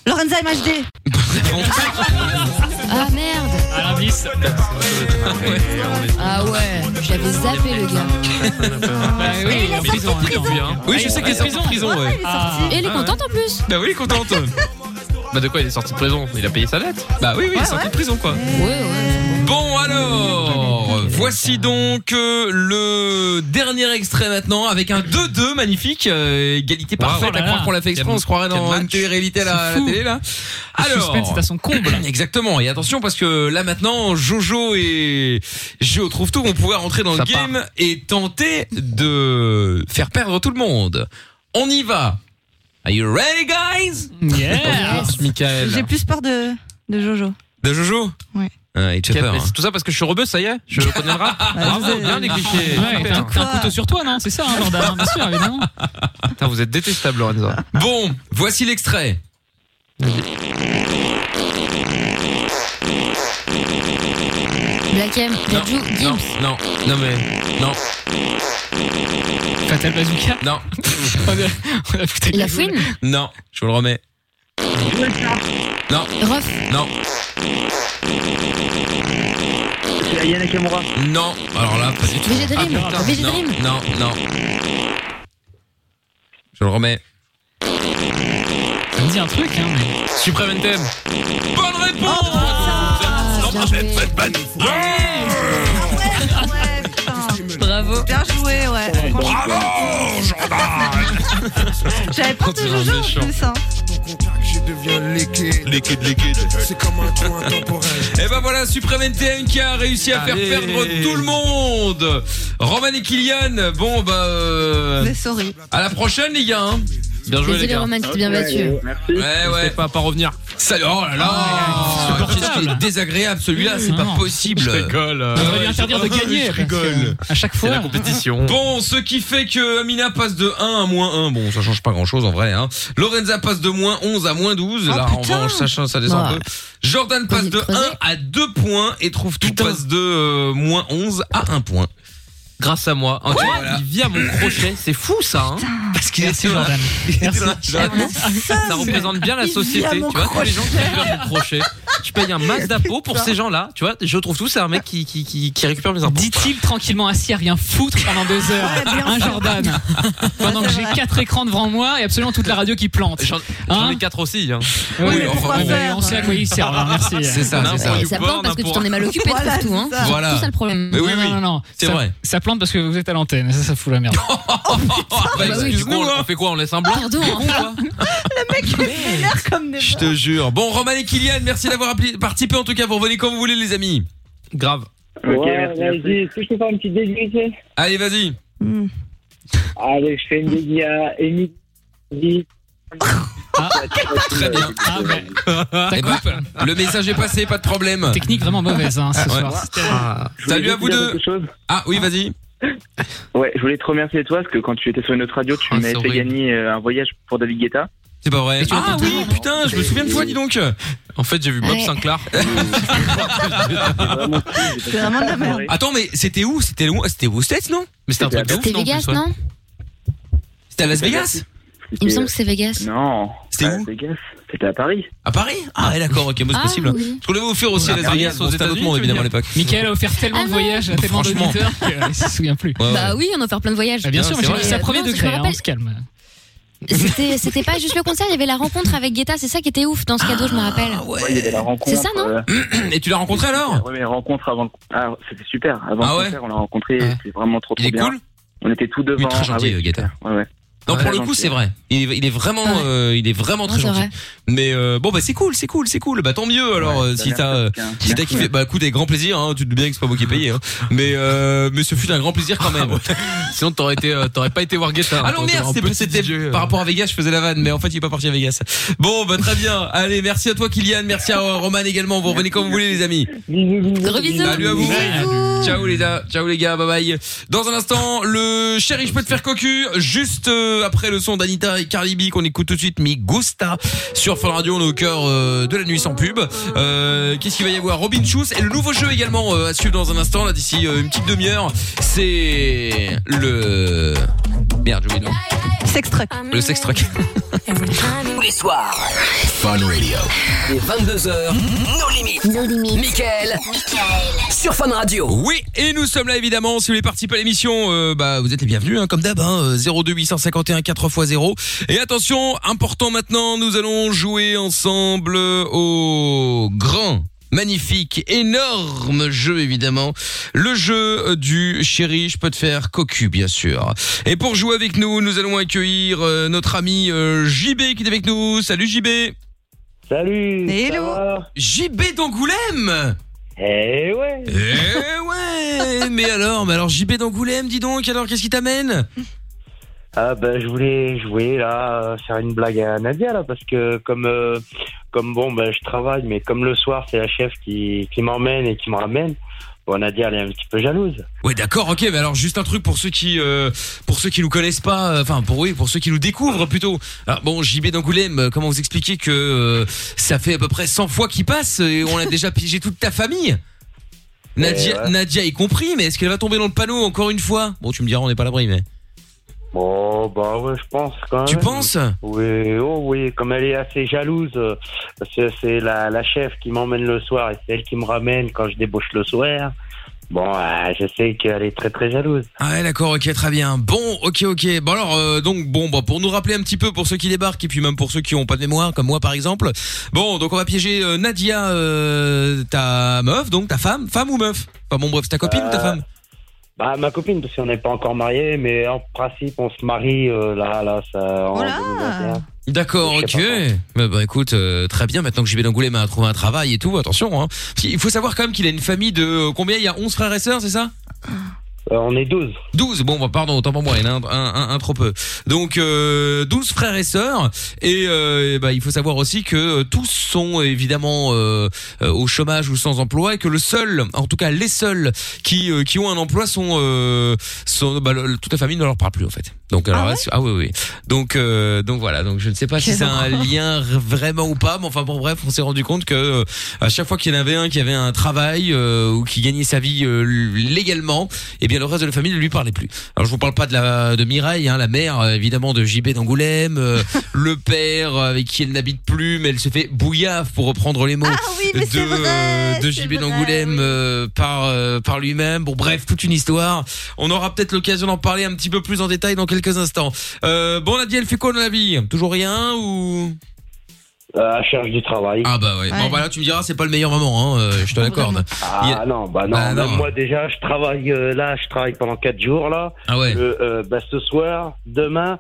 Speaker 5: Lorenza MHD
Speaker 4: Ah, merde
Speaker 6: À l'indice.
Speaker 4: Ah ouais, j'avais zappé le gars.
Speaker 6: Ah,
Speaker 2: oui, il est sorti de prison.
Speaker 3: Hein
Speaker 2: Oui, je sais qu'il est sorti de prison. Ouais.
Speaker 4: Et elle est
Speaker 3: Ah, ouais.
Speaker 4: contente en plus.
Speaker 2: Bah oui, contente.
Speaker 3: Bah, de quoi il est sorti de prison Il a payé sa dette
Speaker 2: Bah oui, oui, il est sorti de prison quoi. Bon alors, voici donc euh, le dernier extrait maintenant avec un 2-2 magnifique, euh, égalité parfaite.
Speaker 6: Oh là
Speaker 2: à croire
Speaker 6: là.
Speaker 2: qu'on l'a fait exprès, on se croirait dans
Speaker 6: Quel
Speaker 2: une télé-réalité à la,
Speaker 6: C'est fou.
Speaker 2: la télé là.
Speaker 6: Le suspense est à son comble.
Speaker 2: Exactement. Et attention parce que là maintenant, Jojo et Géo trouve tout vont pouvoir rentrer dans
Speaker 3: Ça
Speaker 2: le game et tenter de faire perdre tout le monde. On y va. Are you ready guys?
Speaker 5: Yes.
Speaker 2: Michael.
Speaker 5: J'ai plus peur de, de Jojo.
Speaker 2: De Jojo
Speaker 5: Ouais.
Speaker 2: Ouais, il te fait
Speaker 3: Quel-
Speaker 2: peur.
Speaker 3: mais
Speaker 2: hein.
Speaker 3: c'est tout ça parce que je suis rebeu, ça y est, je connais le rap. Bravo, bien les clichés.
Speaker 6: Ouais, t'as un, t'as un couteau sur toi, non C'est ça, hein, Jordan, hein, Bien sûr, évidemment.
Speaker 3: Putain, vous êtes détestable, Lorenza.
Speaker 2: Bon, voici l'extrait.
Speaker 4: Black M, Dadju,
Speaker 2: Non,
Speaker 4: Gims.
Speaker 2: non, non mais non.
Speaker 6: Fatal Bazooka
Speaker 2: Non,
Speaker 4: La fouine
Speaker 2: non, je vous le remets. Non,
Speaker 4: Rof
Speaker 2: non,
Speaker 10: C'est Ayana Kamura.
Speaker 2: non. Alors là, pas du tout.
Speaker 4: Végédrime
Speaker 2: Non,
Speaker 4: Végédrime
Speaker 2: non, non. Je le remets.
Speaker 6: Ça me dit un truc, hein, mais.
Speaker 2: Suprême NTM. Bonne réponse.
Speaker 5: Bravo. Bien joué, ouais.
Speaker 2: Bravo,
Speaker 5: J'avais peur de Jojo en plus. hein.
Speaker 12: Les kids, les kids. C'est comme un trou
Speaker 2: Et ben voilà, Suprême NTM qui a réussi à
Speaker 3: Allez.
Speaker 2: faire perdre tout le monde. Roman et Kylian, bon bah euh,
Speaker 5: Mais sorry.
Speaker 2: à la prochaine les gars. hein.
Speaker 3: Bien joué, les
Speaker 4: Désolé,
Speaker 3: gars.
Speaker 4: Roman, tu t'es bien battu.
Speaker 2: Ouais ouais.
Speaker 3: Pas à pas revenir. Ah,
Speaker 2: Salut. Oh là là. Qu'est-ce qui est désagréable celui-là, c'est pas possible.
Speaker 3: Je
Speaker 2: Ah
Speaker 3: rigole. euh,
Speaker 6: On va lui interdire de gagner. euh,
Speaker 3: Je rigole.
Speaker 6: À chaque
Speaker 3: C'est la
Speaker 6: fois.
Speaker 3: compétition.
Speaker 2: Bon, ce qui fait que Amina passe de 1 à moins 1. Bon, ça change pas grand chose en vrai. Hein. Lorenza passe de moins 11 à moins 12.
Speaker 5: Oh,
Speaker 2: Là, en
Speaker 5: putain.
Speaker 2: revanche, ça, change, ça descend un
Speaker 4: Ouais.
Speaker 2: peu. Jordan passe de 1 à 2 points et trouve tout passe de euh, moins 11 à 1 point.
Speaker 3: Grâce à moi. Hein, tu vois, il vient mon crochet. C'est fou, ça. Hein.
Speaker 2: Parce qu'il
Speaker 6: Merci, Jordan. Merci.
Speaker 4: Ah,
Speaker 3: Ça représente bien la
Speaker 5: Il vient
Speaker 3: société.
Speaker 5: mon
Speaker 3: Tu vois, tous les gens qui récupèrent mon crochet. Je paye un max d'impôts pour ces gens-là. Tu vois, je trouve tout. C'est un mec qui, qui, qui, qui récupère mes impôts.
Speaker 6: Dit-il tranquillement assis à rien foutre pendant deux heures.
Speaker 5: Ouais, bien
Speaker 6: un
Speaker 5: sûr.
Speaker 6: Jordan. Pendant que j'ai quatre écrans devant moi et absolument toute la radio qui plante.
Speaker 3: J'en j'en ai quatre aussi. Hein.
Speaker 6: Oui,
Speaker 2: Oui,
Speaker 6: enfin,
Speaker 5: pourquoi
Speaker 6: bon,
Speaker 5: faire
Speaker 6: on sait à quoi ils servent. hein, Merci.
Speaker 2: C'est ça, c'est ça.
Speaker 4: Et ça plante parce que tu t'en es mal occupé,
Speaker 5: Voilà,
Speaker 4: surtout. Hein.
Speaker 5: c'est ça.
Speaker 2: Voilà.
Speaker 4: C'est tout ça le problème.
Speaker 2: Mais oui,
Speaker 6: non,
Speaker 2: oui.
Speaker 6: non, non, non.
Speaker 2: C'est
Speaker 6: Ça-
Speaker 2: vrai.
Speaker 6: Ça plante parce que vous êtes à l'antenne. Ça, ça fout la merde.
Speaker 2: Oh,
Speaker 4: bah
Speaker 2: bah,
Speaker 4: oui.
Speaker 3: Du coup,
Speaker 2: excuse-nous,
Speaker 3: on,
Speaker 2: hein.
Speaker 3: on fait quoi On laisse un blanc
Speaker 4: Pardon. hein.
Speaker 5: L'air comme des.
Speaker 2: Je te jure. Bon, Roman et Kylian, merci d'avoir appli- participé. En tout cas, vous revenez quand vous voulez, les amis.
Speaker 3: Grave.
Speaker 8: Ok,
Speaker 10: Ouais,
Speaker 8: merci,
Speaker 10: vas-y.
Speaker 8: merci.
Speaker 10: Est-ce que je peux faire une petite dédicace
Speaker 2: Allez, vas-y.
Speaker 5: Hmm.
Speaker 10: Allez, je fais une dédicace à Émilie.
Speaker 2: Très bien.
Speaker 6: Ah, ouais.
Speaker 2: Eh
Speaker 6: Ça
Speaker 2: ben,
Speaker 6: coupe.
Speaker 2: le message est passé, pas de problème.
Speaker 6: Technique vraiment mauvaise hein, ce
Speaker 10: Ah.
Speaker 2: Ouais.
Speaker 6: soir.
Speaker 2: Salut à vous deux.
Speaker 10: Chose
Speaker 2: Ah oui, vas-y.
Speaker 10: Ouais, je voulais te remercier toi parce que quand tu étais sur une autre radio, tu
Speaker 2: Ah,
Speaker 10: m'avais
Speaker 2: c'est
Speaker 10: fait
Speaker 2: horrible.
Speaker 10: gagner euh, un voyage pour David Guetta.
Speaker 2: C'est pas vrai.
Speaker 10: l'entends
Speaker 2: Ah oui, putain, je me souviens de toi, dis donc. En fait, j'ai vu
Speaker 10: Bob Ouais.
Speaker 2: Sinclair.
Speaker 10: C'est vraiment de la merde.
Speaker 2: Attends, mais c'était où C'était où C'était aux States, non Mais c'était un truc de ouf,
Speaker 4: C'était
Speaker 2: non, en
Speaker 4: Vegas,
Speaker 2: plus, ouais.
Speaker 4: non
Speaker 2: C'était à Las Vegas
Speaker 4: Il me semble que c'est Vegas.
Speaker 10: Non.
Speaker 2: C'était où
Speaker 10: C'était à Paris.
Speaker 2: À Paris Ah ouais, d'accord, ok, moi c'est
Speaker 4: Ah,
Speaker 2: possible.
Speaker 4: oui.
Speaker 2: Je qu'on l'avait offert aussi
Speaker 6: Ah,
Speaker 2: à Las
Speaker 6: Paris,
Speaker 2: Vegas,
Speaker 6: aux
Speaker 2: bon, c'était un autre
Speaker 6: États-Unis,
Speaker 2: monde
Speaker 6: tu veux
Speaker 2: évidemment à
Speaker 6: dire.
Speaker 2: l'époque.
Speaker 6: Michael a offert tellement
Speaker 4: Ah
Speaker 6: de
Speaker 4: non.
Speaker 6: voyages à tellement
Speaker 2: Franchement.
Speaker 6: d'auditeurs qu'il ne se souvient plus.
Speaker 2: Ouais,
Speaker 4: Bah oui, on a offert plein de voyages.
Speaker 6: Ah, bien sûr, mais j'ai- c'est à premier
Speaker 4: Non, je
Speaker 6: degré,
Speaker 4: me
Speaker 6: hein, on
Speaker 4: rappelle,
Speaker 6: se calme.
Speaker 4: C'était c'était pas juste le concert, il y avait la rencontre avec Guetta, c'est ça qui était ouf dans ce cadeau, je me rappelle.
Speaker 10: Ouais, il y avait la rencontre. euh,
Speaker 4: C'est ça, non
Speaker 2: Et tu l'as rencontré alors
Speaker 10: Ouais, mais rencontre avant. le- Ah, c'était super. Avant
Speaker 2: Ah
Speaker 10: le
Speaker 2: ouais
Speaker 10: concert, on l'a rencontré. C'était vraiment trop, trop
Speaker 2: Il est
Speaker 10: bien.
Speaker 2: cool
Speaker 10: On était tous devant.
Speaker 2: très gentil,
Speaker 10: ah, oui,
Speaker 2: Guetta.
Speaker 10: super. Ouais, ouais.
Speaker 2: Non,
Speaker 10: Ouais,
Speaker 2: pour le coup,
Speaker 10: gentil.
Speaker 2: c'est vrai. Il est, il est vraiment, euh, il est vraiment très
Speaker 10: c'est
Speaker 2: gentil.
Speaker 10: vrai.
Speaker 2: Mais euh, bon, bah c'est cool, c'est cool, c'est cool. Bah tant mieux alors
Speaker 10: Ouais,
Speaker 2: euh,
Speaker 10: ça
Speaker 2: si
Speaker 10: a
Speaker 2: t'as, euh,
Speaker 10: l'air
Speaker 2: si t'as kiffé. Bah écoute, avec grand plaisir. Hein, tu te doutes bien que c'est pas moi qui ai payé. Hein. Mais euh, mais ce fut un grand plaisir quand même. Ah Sinon t'aurais été, euh, t'aurais pas été voir Guetta. Ah non
Speaker 3: t'aurais été
Speaker 2: merde,
Speaker 3: voir un
Speaker 2: c'était-
Speaker 3: petit
Speaker 2: c'était par rapport à Vegas, je faisais la vanne, mais en fait il est pas parti à Vegas. Bon, bah très bien. Allez, merci à toi Kylian, merci à euh, Roman également. Vous revenez quand vous voulez les amis. Salut à vous. Ciao les gars, ciao les gars, bye bye. Dans un instant, le chéri, je peux te faire cocu. Juste euh, après le son d'Anita et Carly B qu'on écoute tout de suite, Mi Gusta sur Fun Radio, on est au cœur euh, de la nuit sans pub. Euh, Qu'est-ce qu'il va y avoir Robin Schulz et le nouveau jeu également euh, à suivre dans un instant, là d'ici euh, une petite demi-heure. C'est le merde, j'ai oublié
Speaker 5: Sextruck.
Speaker 2: le nom. Le sex truck.
Speaker 1: Tous les soirs,
Speaker 2: Fun Radio.
Speaker 1: les 22h, nos limites. Nos limites. Michael, sur Fun Radio.
Speaker 2: Oui, et nous sommes là évidemment. Si vous voulez participer à l'émission, euh, bah vous êtes les bienvenus hein, comme d'hab. Hein, 02 851 4 x 0. Et attention, important maintenant, nous allons jouer ensemble euh, au grand. Magnifique, énorme jeu évidemment. Le jeu euh, du chéri, je peux te faire cocu bien sûr. Et pour jouer avec nous, nous allons accueillir euh, notre ami euh, JB qui est avec nous. Salut JB.
Speaker 10: Salut.
Speaker 5: Hello.
Speaker 2: JB d'Angoulême.
Speaker 10: Eh ouais.
Speaker 2: Eh ouais Mais alors, mais alors JB d'Angoulême, dis donc, alors qu'est-ce qui t'amène
Speaker 10: Ah ben je voulais jouer là, euh, faire une blague à Nadia là parce que comme euh, comme bon ben je travaille mais comme le soir c'est la chef qui, qui m'emmène et qui me ramène, bon Nadia elle est un petit peu jalouse.
Speaker 2: Ouais d'accord ok mais alors juste un truc pour ceux qui euh, pour ceux qui nous connaissent pas euh, enfin pour oui pour ceux qui nous découvrent plutôt alors bon JB d'Angoulême euh, comment vous expliquer que euh, ça fait à peu près 100 fois qu'il passe et on a déjà pigé toute ta famille Nadia
Speaker 10: ouais.
Speaker 2: Nadia y compris mais est-ce qu'elle va tomber dans le panneau encore une fois bon tu me diras on n'est pas à l'abri mais
Speaker 10: Bon bah ouais je pense quand même. Tu
Speaker 2: penses
Speaker 10: Oui oh oui comme elle est assez jalouse euh, parce que c'est la, la chef qui m'emmène le soir et c'est elle qui me ramène quand je débauche le soir. Bon euh, je sais qu'elle est très très jalouse.
Speaker 2: Ah ouais, d'accord, ok, très bien. Bon, ok, ok. Bon alors, euh, donc bon, bah, pour nous rappeler un petit peu pour ceux qui débarquent et puis même pour ceux qui ont pas de mémoire, comme moi par exemple. Bon, donc on va piéger euh, Nadia, euh, ta meuf, donc ta femme, femme ou meuf Enfin bon, bref, c'est ta copine ou ta
Speaker 10: Euh,
Speaker 2: femme
Speaker 10: Bah ma copine parce qu'on n'est pas encore mariés mais en principe on se marie euh, là là ça en 2021.
Speaker 2: D'accord, ok. Bah, bah, écoute, euh, très bien. Maintenant que JB d'Angoulême a trouvé un travail et tout, attention. Hein. Parce qu'il faut savoir quand même qu'il a une famille de euh, combien Il y a 11 frères et sœurs, c'est ça
Speaker 10: Euh, On est 12.
Speaker 2: 12, bon, bah, pardon, autant pour moi, il y en a un, un- un- un trop peu. Donc, euh, 12 frères et sœurs. Et, euh, et bah, il faut savoir aussi que euh, tous sont évidemment euh, euh, au chômage ou sans emploi et que le seul, en tout cas les seuls qui, euh, qui ont un emploi sont... euh, sont bah, le- le- toute la famille ne leur parle plus, en fait. Donc, alors, là, c'est- ah, oui, oui. Donc, euh, donc voilà, donc je ne sais pas si
Speaker 10: Quelle
Speaker 2: c'est un
Speaker 10: horreur.
Speaker 2: lien r- vraiment ou pas, mais enfin, bon, bref, on s'est rendu compte que euh, à chaque fois qu'il y en avait un qui avait un travail euh, ou qui gagnait sa vie euh, légalement, eh bien le reste de la famille ne lui parlait plus. Alors je vous parle pas de la de Mireille, hein, la mère euh, évidemment de JB d'Angoulême, euh, le père euh, avec qui elle n'habite plus, mais elle se fait bouillave pour reprendre les mots de euh, de JB d'Angoulême euh, par euh, par lui-même. Bon bref, toute une histoire. On aura peut-être l'occasion d'en parler un petit peu plus en détail dans quelques instants. Euh, bon Nadia, elle fait quoi dans la vie Toujours rien ou
Speaker 10: Euh, elle cherche du travail.
Speaker 2: Ah bah ouais. Bon bah là tu me diras c'est pas le meilleur moment, hein, euh, je te l'accorde.
Speaker 10: Ah
Speaker 2: Il y a-
Speaker 10: non, bah non,
Speaker 2: Bah
Speaker 10: même
Speaker 2: non.
Speaker 10: moi déjà je travaille euh, là, je travaille pendant 4 jours là.
Speaker 2: Ah ouais.
Speaker 10: Le, euh, bah, ce soir, demain,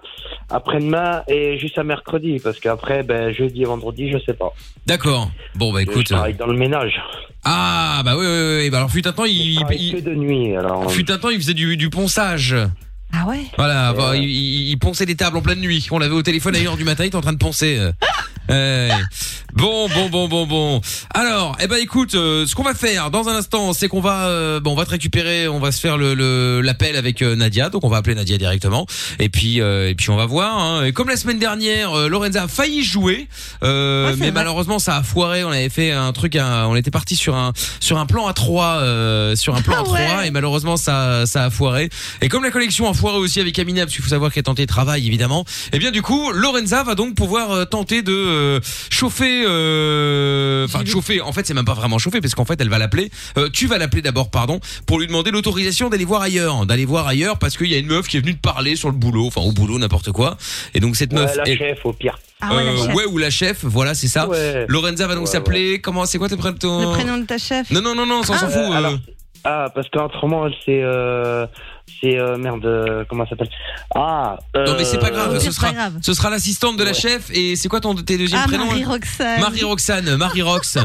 Speaker 10: après-demain et juste à mercredi parce qu'après ben jeudi et vendredi, je sais pas.
Speaker 2: D'accord. Bon bah écoute.
Speaker 10: je travaille dans le ménage.
Speaker 2: Ah bah oui oui oui. Bah alors fut un temps il,
Speaker 10: travaille
Speaker 2: il-
Speaker 10: que de nuit alors.
Speaker 2: fut un temps il faisait du, du ponçage.
Speaker 5: Ah ouais.
Speaker 2: Voilà, bah, il, il- il ponçait des tables en pleine nuit. On l'avait au téléphone à 1h du matin, il était en train de poncer. euh. Ouais. Bon, bon, bon, bon, bon. Alors, eh ben écoute, euh, ce qu'on va faire dans un instant, c'est qu'on va, euh, bon, on va te récupérer, on va se faire le- le l'appel avec euh, Nadia, donc on va appeler Nadia directement, et puis euh, et puis on va voir. hein. Et comme la semaine dernière, euh, Lorenza a failli jouer, euh, mais malheureusement ça a foiré. On avait fait un truc, à- on était parti sur un sur un plan à 3 sur un plan à 3 et malheureusement ça ça a foiré. Et comme la collection a foiré aussi avec Amina, parce qu'il faut savoir qu'elle tentait de travail évidemment. Et bien du coup, Lorenza va donc pouvoir euh, tenter de euh, chauffer, euh, enfin de chauffer. En fait, c'est même pas vraiment chauffer, parce qu'en fait, elle va l'appeler. euh, tu vas l'appeler d'abord, pardon, pour lui demander l'autorisation d'aller voir ailleurs, d'aller voir ailleurs, parce qu'il y a une meuf qui est venue te parler sur le boulot, enfin au boulot, n'importe quoi. Et donc cette
Speaker 10: Ouais,
Speaker 2: meuf,
Speaker 10: la
Speaker 2: elle-
Speaker 10: chef, au pire.
Speaker 2: Euh, ouais, ou la chef, voilà, c'est ça. Lorenza va donc
Speaker 10: Ouais,
Speaker 2: s'appeler. Comment, c'est quoi tes prénoms
Speaker 5: Le prénom de ta chef
Speaker 2: Non, non, non, non, ça, on s'en fout. euh.
Speaker 10: alors, ah, parce qu'autrement, c'est. Euh, c'est. euh, merde, euh, comment ça s'appelle Ah
Speaker 2: Non mais c'est pas grave,
Speaker 10: euh,
Speaker 2: ce sera, ce sera l'assistante de la chef et c'est quoi ton tes deuxièmes
Speaker 5: Ah,
Speaker 2: prénoms hein
Speaker 5: Marie-Roxane.
Speaker 2: Marie Roxane, Marie Rox.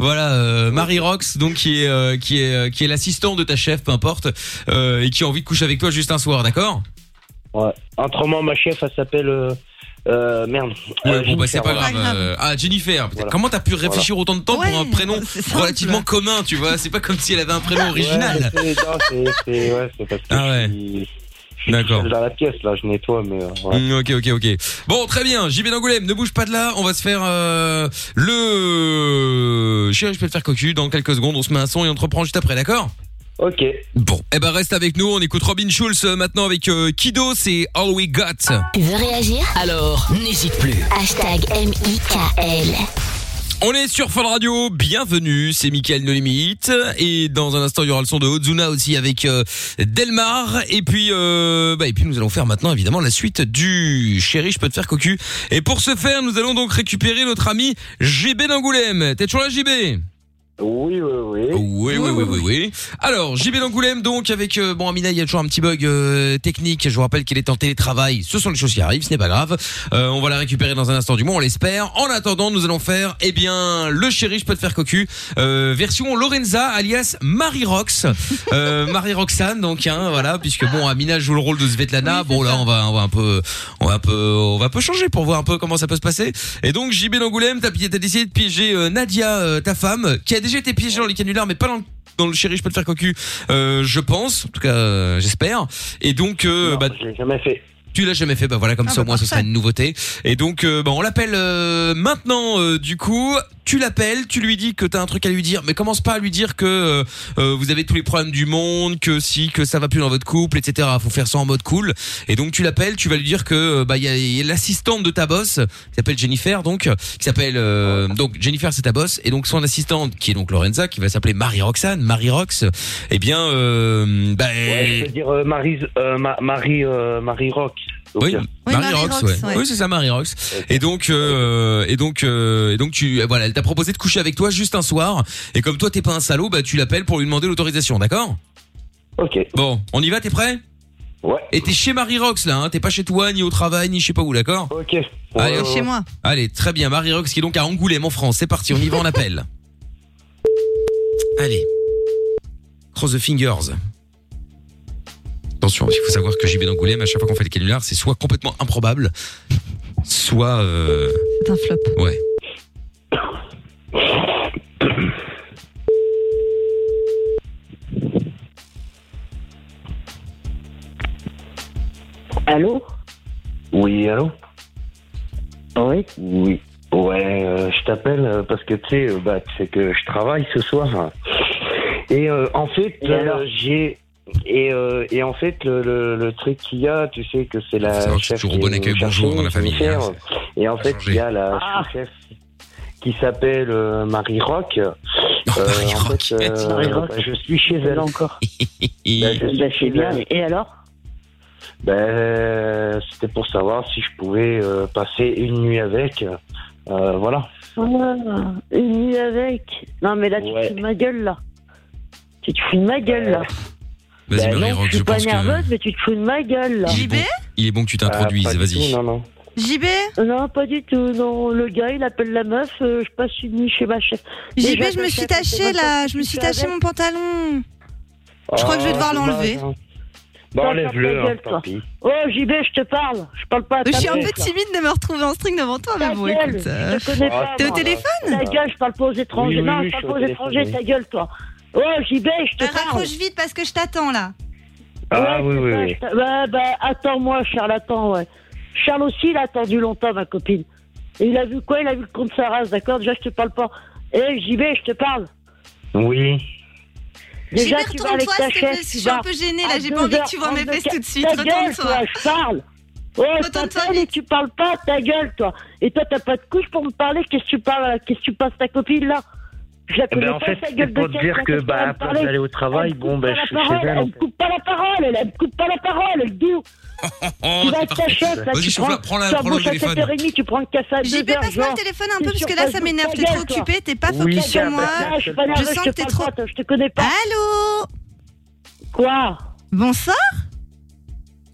Speaker 2: voilà, euh, Marie Rox, donc qui est euh, qui est euh, qui est l'assistante de ta chef, peu importe, euh, et qui a envie de coucher avec toi juste un soir, d'accord
Speaker 10: Ouais. Autrement, ma chef, elle s'appelle. euh, euh, merde.
Speaker 2: Ouais,
Speaker 10: Euh,
Speaker 2: bon, bah, c'est pas grave.
Speaker 10: Jennifer, ouais.
Speaker 2: euh, ah, Jennifer, putain, comment t'as pu réfléchir autant de temps pour un prénom relativement commun, tu vois C'est pas comme si elle avait un prénom original.
Speaker 10: Ouais, c'est- non, c'est- c'est ouais, c'est parce que je suis, je suis
Speaker 2: Ah D'accord.
Speaker 10: seul dans la pièce, là, je nettoie, mais. euh, ouais.
Speaker 2: Mm, ok, ok, ok. Bon, très bien. JB d'Angoulême, ne bouge pas de là. On va se faire euh, le. Chérie, je peux te faire cocu. Dans quelques secondes, on se met un son et on te reprend juste après, d'accord
Speaker 10: Ok.
Speaker 2: Bon, eh ben reste avec nous. On écoute Robin Schulz euh, maintenant avec euh, Kido. C'est All We Got.
Speaker 9: Tu veux réagir
Speaker 1: Alors, n'hésite plus.
Speaker 9: Hashtag M-I-K-L.
Speaker 2: On est sur Fun Radio, bienvenue, c'est Mickaël No Limite et dans un instant il y aura le son de Ozuna aussi avec euh, Delmar et puis euh, bah, et puis nous allons faire maintenant évidemment la suite du chéri je peux te faire cocu et pour ce faire nous allons donc récupérer notre ami JB d'Angoulême. T'es toujours là JB
Speaker 10: Oui, oui, oui.
Speaker 2: Oui, oui, oui, oui, oui. Alors, JB d'Angoulême, donc, avec, euh, bon, Amina, il y a toujours un petit bug euh, technique. Je vous rappelle qu'elle est en télétravail. Ce sont les choses qui arrivent, ce n'est pas grave. Euh, on va la récupérer dans un instant du moins, on l'espère. En attendant, nous allons faire, eh bien, le chéri, je peux te faire cocu. euh, version Lorenza, alias Marie Rox. Euh, Marie Roxane, donc, hein, voilà, puisque, bon, Amina joue le rôle de Svetlana. bon, là, on va, on va un peu, on va un peu, on va un peu changer pour voir un peu comment ça peut se passer. Et donc, JB d'Angoulême, t'as, t'as décidé de piéger euh, Nadia, euh, ta femme, qui a déjà été piégée dans les canulars, mais pas dans le dans le chéri, je peux te faire cocu, euh, je pense, en tout cas, euh, j'espère. Et donc, euh, bah,
Speaker 10: jamais fait.
Speaker 2: Tu l'as jamais fait, bah voilà, comme ça au moins ce sera une nouveauté. Et donc, euh, bah, on l'appelle euh, maintenant. euh, du coup, tu l'appelles, tu lui dis que t'as un truc à lui dire, mais commence pas à lui dire que euh, euh, vous avez tous les problèmes du monde, que si, que ça va plus dans votre couple, etc. Faut faire ça en mode cool. Et donc, tu l'appelles, tu vas lui dire que euh, bah il y a, il y a l'assistante de ta boss, qui s'appelle Jennifer, donc qui s'appelle euh, donc Jennifer, c'est ta boss, et donc son assistante qui est donc Lorenza, qui va s'appeler Marie Roxane, Marie Rox. Eh bien, euh, bah,
Speaker 10: Ouais, je veux dire euh, Marie, euh, Ma- Marie, euh, Marie Rock. euh,
Speaker 2: Oui, Marie Rox, ouais. Oui, c'est ça, Marie Rox. Et donc, euh, et donc, euh, et donc, tu, voilà, elle t'a proposé de coucher avec toi juste un soir. Et comme toi, t'es pas un salaud, bah, tu l'appelles pour lui demander l'autorisation, d'accord
Speaker 10: Ok.
Speaker 2: Bon, on y va, t'es prêt
Speaker 10: Ouais.
Speaker 2: Et t'es chez Marie Rox, là, hein T'es pas chez toi, ni au travail, ni je sais pas où, d'accord
Speaker 10: Ok.
Speaker 5: ouais, ouais. Chez moi.
Speaker 2: Allez, très bien, Marie Rox qui est donc à Angoulême, en France. C'est parti, on y va, on appelle. Allez. Cross the fingers. Attention, il faut savoir que JB d'Angoulême, à chaque fois qu'on fait les canulars, c'est soit complètement improbable, soit... euh,
Speaker 5: C'est un flop.
Speaker 2: Ouais.
Speaker 10: Allô Oui, allô Oui Oui. Ouais, euh, je t'appelle euh, parce que tu sais, euh, bah, tu sais que je travaille ce soir. Et euh, en fait,
Speaker 13: Et alors
Speaker 10: euh, j'ai. Et, euh, et en fait, le, le- le truc qu'il y a, tu sais que
Speaker 2: Ah,
Speaker 10: c'est la. chef
Speaker 2: toujours au bon
Speaker 10: qui est
Speaker 2: accueil,
Speaker 10: venue
Speaker 2: bonjour
Speaker 10: chercher,
Speaker 2: dans la famille,
Speaker 10: Jennifer.
Speaker 2: hein,
Speaker 10: et en fait, il y a
Speaker 13: Ah,
Speaker 10: la chef qui s'appelle euh, Marie Rock. Euh, en fait, euh,
Speaker 13: Marie Rock.
Speaker 10: bah, je suis chez elle encore.
Speaker 13: Bah, c'est bien. Et alors
Speaker 10: Ben, c'était pour savoir si je pouvais euh, passer une nuit avec. Euh, voilà.
Speaker 13: Ah, Une nuit avec. Non, mais là, tu te fous de ma gueule, là. Tu te fous de ma gueule, là.
Speaker 2: Vas-y,
Speaker 13: Bah
Speaker 2: Marie
Speaker 13: non,
Speaker 2: Rox,
Speaker 13: je
Speaker 2: je
Speaker 13: suis pas
Speaker 2: pense que...
Speaker 13: nerveuse, mais tu te fous de ma gueule, là. JB
Speaker 2: Il est bon que tu t'introduises,
Speaker 10: Ah,
Speaker 2: vas-y.
Speaker 10: Non, non.
Speaker 13: JB Non, pas du tout. Non, le gars, il appelle la meuf. euh, je passe une nuit chez ma chef.
Speaker 5: JB,
Speaker 13: Déjà,
Speaker 5: je me
Speaker 13: ta
Speaker 5: suis
Speaker 13: chef, elle sait
Speaker 5: taché
Speaker 13: même pas
Speaker 5: là,
Speaker 13: si
Speaker 5: je me
Speaker 13: tu Ah,
Speaker 5: suis
Speaker 13: es
Speaker 5: taché
Speaker 13: avec.
Speaker 5: mon pantalon. Je crois que je vais devoir l'enlever.
Speaker 10: Bah,
Speaker 13: Toi, ferme
Speaker 10: enlève-le,
Speaker 13: ta
Speaker 10: hein,
Speaker 13: gueule,
Speaker 10: tant
Speaker 13: toi.
Speaker 10: pis.
Speaker 13: Oh, JB, je te parle. Je parle pas à ta
Speaker 5: Je suis un
Speaker 13: gueule,
Speaker 5: peu
Speaker 13: toi.
Speaker 5: timide de me retrouver en string devant toi, mais
Speaker 13: Ta
Speaker 5: bon,
Speaker 13: gueule,
Speaker 5: écoute. euh,
Speaker 13: Je te connais pas.
Speaker 5: T'es au
Speaker 13: moi.
Speaker 5: téléphone
Speaker 13: Ta gueule, je parle pas aux étrangers.
Speaker 5: Oui, oui,
Speaker 13: non,
Speaker 5: oui,
Speaker 13: je
Speaker 5: je
Speaker 13: parle
Speaker 5: suis
Speaker 13: pas
Speaker 5: au
Speaker 13: aux
Speaker 5: téléphone,
Speaker 13: étrangers,
Speaker 5: oui.
Speaker 13: ta gueule, toi. Oh, JB, je te
Speaker 5: Bah,
Speaker 13: parle.
Speaker 5: Raccroche vite parce que je t'attends là.
Speaker 10: Ah oui, oui,
Speaker 13: Ouais,
Speaker 10: oui.
Speaker 13: je- Bah, bah, attends-moi, Charles, attends, ouais. Charles aussi, il a attendu longtemps, ma copine. Et il a vu quoi Il a vu le compte de sa race, d'accord Déjà, je te parle pas. Eh, JB, je te parle.
Speaker 10: Oui.
Speaker 13: Déjà,
Speaker 5: JB,
Speaker 13: tu vas avec
Speaker 5: retourne-toi,
Speaker 13: ta
Speaker 5: s'il te plaît,
Speaker 13: chef,
Speaker 5: je
Speaker 13: tu
Speaker 5: suis un
Speaker 13: vas
Speaker 5: peu gênée, là,
Speaker 13: à
Speaker 5: j'ai pas envie que tu vois
Speaker 13: 2h32,
Speaker 5: mes fesses tout de suite,
Speaker 13: Ta gueule,
Speaker 5: retourne-toi.
Speaker 13: toi, je parle. Ouais, je t'appelle et tu parles pas, ta gueule, toi. Et toi, t'as pas de couche pour me parler. Qu'est-ce que tu parles Qu'est-ce que tu passes ta copine, là Je la
Speaker 10: Eh
Speaker 13: connais
Speaker 10: ben, en
Speaker 13: pas,
Speaker 10: fait,
Speaker 13: ta
Speaker 10: c'est
Speaker 13: gueule de
Speaker 10: pour te
Speaker 13: tête,
Speaker 10: dire
Speaker 13: là,
Speaker 10: que,
Speaker 13: qu'est-ce
Speaker 10: bah,
Speaker 13: qu'elle va me
Speaker 10: à place
Speaker 13: parler
Speaker 10: d'aller au travail,
Speaker 13: Elle me
Speaker 10: bon,
Speaker 13: coupe
Speaker 10: bah,
Speaker 13: pas
Speaker 10: je
Speaker 13: la
Speaker 10: suis chez
Speaker 13: parole,
Speaker 10: elle, en
Speaker 13: Elle me
Speaker 10: fait.
Speaker 13: coupe pas la parole, elle elle me coupe pas la parole, elle dit où
Speaker 2: Oh,
Speaker 13: tu vas
Speaker 2: c'est
Speaker 13: avec ta
Speaker 2: parfait.
Speaker 13: chef, là,
Speaker 2: Vas-y,
Speaker 13: tu
Speaker 2: chauffe-la,
Speaker 13: prends,
Speaker 2: prends-la,
Speaker 13: tu
Speaker 2: prends-la au
Speaker 13: embauches à
Speaker 2: téléphone.
Speaker 13: 7h30, tu prends le café à 2h.
Speaker 5: JB, passe-moi le téléphone un peu, parce que là, ça m'énerve, t'es trop occupé, t'es pas focus sur moi. Je sens que t'es trop.
Speaker 13: Je te connais pas.
Speaker 5: Allô
Speaker 13: Quoi
Speaker 5: Bonsoir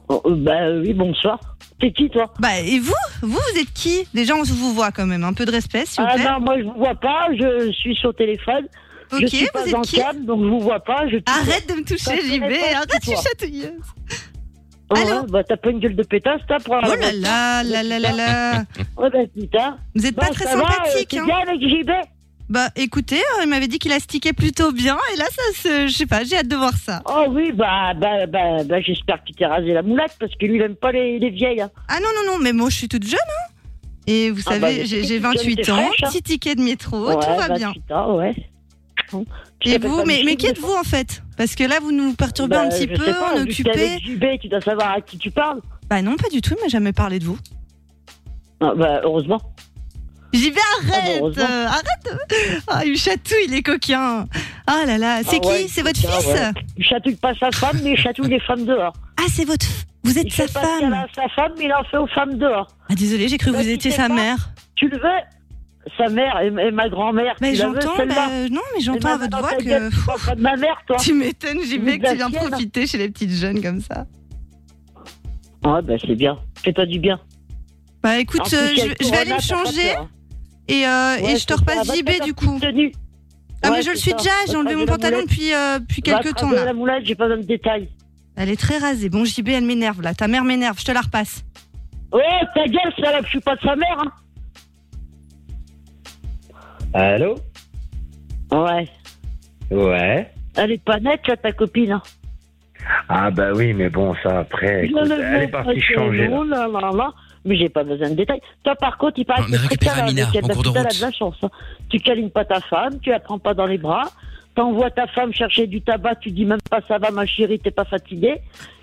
Speaker 13: Oh, euh, Bah oui, bonsoir. T'es qui, toi
Speaker 5: Bah, et vous Vous, vous êtes qui Déjà, on vous voit quand même, un peu de respect, s'il vous
Speaker 13: Ah
Speaker 5: plaît.
Speaker 13: non, moi je vous vois pas, je suis sur téléphone. je
Speaker 5: Ok,
Speaker 13: suis
Speaker 5: vous
Speaker 13: pas
Speaker 5: êtes
Speaker 13: en
Speaker 5: qui
Speaker 13: câble, donc je vous vois pas. Je te
Speaker 5: Arrête de
Speaker 13: vois.
Speaker 5: me
Speaker 13: T'as
Speaker 5: toucher,
Speaker 13: connais
Speaker 5: JB,
Speaker 13: pas,
Speaker 5: arrête,
Speaker 13: c'est
Speaker 5: je suis
Speaker 13: toi.
Speaker 5: chatouilleuse.
Speaker 13: Ouais, bah t'as pas une gueule de pétasse, t'as pour
Speaker 5: Oh là là, là là là là.
Speaker 13: Ouais, bah putain.
Speaker 5: Vous êtes pas
Speaker 13: Bon,
Speaker 5: très
Speaker 13: ça va,
Speaker 5: sympathique,
Speaker 13: euh,
Speaker 5: hein.
Speaker 13: t'es bien avec JB
Speaker 5: Bah écoutez, euh, il m'avait dit qu'il a stické plutôt bien, et là, ça se. Je sais pas, j'ai hâte de voir ça.
Speaker 13: Oh oui, bah, bah, bah, bah, j'espère que tu t'es rasé la moulette parce que lui, il aime pas les, les vieilles. hein.
Speaker 5: Ah non, non, non, mais moi, je suis toute jeune, hein. Et vous
Speaker 13: Ah
Speaker 5: savez,
Speaker 13: bah, mais
Speaker 5: j'ai
Speaker 13: si,
Speaker 5: j'ai
Speaker 13: toute jeune,
Speaker 5: 28
Speaker 13: t'es
Speaker 5: ans,
Speaker 13: fraîche, hein.
Speaker 5: petit ticket de métro,
Speaker 13: Ouais,
Speaker 5: tout va
Speaker 13: bah,
Speaker 5: bien.
Speaker 13: putain, ouais. Tu
Speaker 5: Et
Speaker 13: t'appelles
Speaker 5: vous,
Speaker 13: pas
Speaker 5: mais,
Speaker 13: Michel,
Speaker 5: mais qui
Speaker 13: des
Speaker 5: êtes-vous en fait Parce que là, vous nous perturbez
Speaker 13: Bah,
Speaker 5: un petit
Speaker 13: je
Speaker 5: peu,
Speaker 13: sais pas,
Speaker 5: on est
Speaker 13: vu que t'es
Speaker 5: occupé.
Speaker 13: avec JB, tu dois savoir à qui tu parles.
Speaker 5: Bah non, pas du tout, il m'a jamais parlé de vous.
Speaker 13: Ah, bah, heureusement. Ah, bah,
Speaker 5: J'y vais, arrête
Speaker 13: heureusement.
Speaker 5: euh, Arrête de- Ah, il me chatouille, les coquins Ah là là, c'est
Speaker 13: Ah
Speaker 5: qui
Speaker 13: ouais,
Speaker 5: C'est votre
Speaker 13: putain,
Speaker 5: fils
Speaker 13: ouais. Il chatouille pas sa femme, mais il chatouille les femmes dehors.
Speaker 5: Ah, c'est votre. f- Vous êtes
Speaker 13: Il
Speaker 5: sa
Speaker 13: fait pas ce qu'elle
Speaker 5: femme
Speaker 13: a à sa femme, mais il en fait aux femmes dehors.
Speaker 5: Ah, désolé, j'ai cru que
Speaker 13: Bah,
Speaker 5: vous
Speaker 13: tu
Speaker 5: étiez
Speaker 13: sais
Speaker 5: sa
Speaker 13: pas,
Speaker 5: mère.
Speaker 13: Tu le veux Sa mère et, et ma grand-mère.
Speaker 5: Mais
Speaker 13: tu la veux,
Speaker 5: j'entends,
Speaker 13: celle-là
Speaker 5: bah, non, mais j'entends
Speaker 13: Et
Speaker 5: à votre
Speaker 13: dans
Speaker 5: voix
Speaker 13: ta
Speaker 5: que-
Speaker 13: gueule, tu parles pas de ma mère, toi.
Speaker 5: Tu m'étonnes, j'y vais
Speaker 13: Ni
Speaker 5: que
Speaker 13: de la
Speaker 5: tu viens
Speaker 13: sienne.
Speaker 5: profiter chez les petites jeunes comme ça.
Speaker 13: Ouais, bah, c'est bien. Fais-toi du bien.
Speaker 5: Bah écoute,
Speaker 13: En plus,
Speaker 5: euh,
Speaker 13: il y a
Speaker 5: je,
Speaker 13: le
Speaker 5: je vais aller
Speaker 13: corona,
Speaker 5: me
Speaker 13: t'as pas
Speaker 5: changer
Speaker 13: peur, hein.
Speaker 5: et, euh, et
Speaker 13: Ouais,
Speaker 5: je te
Speaker 13: c'est ça,
Speaker 5: repasse
Speaker 13: va
Speaker 5: JB
Speaker 13: faire
Speaker 5: du
Speaker 13: ta
Speaker 5: coup.
Speaker 13: petite tenue.
Speaker 5: Ah, mais
Speaker 13: Ouais,
Speaker 5: je le
Speaker 13: c'est
Speaker 5: suis
Speaker 13: ça.
Speaker 5: déjà,
Speaker 13: Va
Speaker 5: j'ai
Speaker 13: te
Speaker 5: enlevé
Speaker 13: raser
Speaker 5: mon
Speaker 13: la
Speaker 5: pantalon
Speaker 13: moulette.
Speaker 5: depuis, euh, depuis
Speaker 13: Va
Speaker 5: quelques
Speaker 13: te
Speaker 5: temps
Speaker 13: raser
Speaker 5: là.
Speaker 13: la moulette, j'ai pas besoin de détails.
Speaker 5: Elle est très rasée. Bon, JB, elle m'énerve là. Ta mère m'énerve, je te la repasse.
Speaker 13: Ouais, ta gueule, salope, je suis pas de sa mère. Hein.
Speaker 10: Allô
Speaker 13: Ouais.
Speaker 10: Ouais.
Speaker 13: Elle est pas nette, là, ta copine. hein.
Speaker 10: Ah bah oui, mais bon, ça après, Eh, écoute,
Speaker 13: Je le
Speaker 10: elle est
Speaker 13: veux,
Speaker 10: partie
Speaker 13: parce que
Speaker 10: changer.
Speaker 13: non,
Speaker 10: là.
Speaker 13: non, non, non, mais j'ai pas besoin de détails. Toi, par contre, il paraît
Speaker 10: On a récupéré
Speaker 13: très calme
Speaker 10: Amina,
Speaker 13: avec elle,
Speaker 10: en cours de
Speaker 13: parce que
Speaker 10: route.
Speaker 13: t'as de la chance. hein. Tu câlines pas ta femme, tu la prends pas dans les bras, t'envoies ta femme chercher du tabac, tu dis même pas ça va ma chérie, t'es pas fatiguée.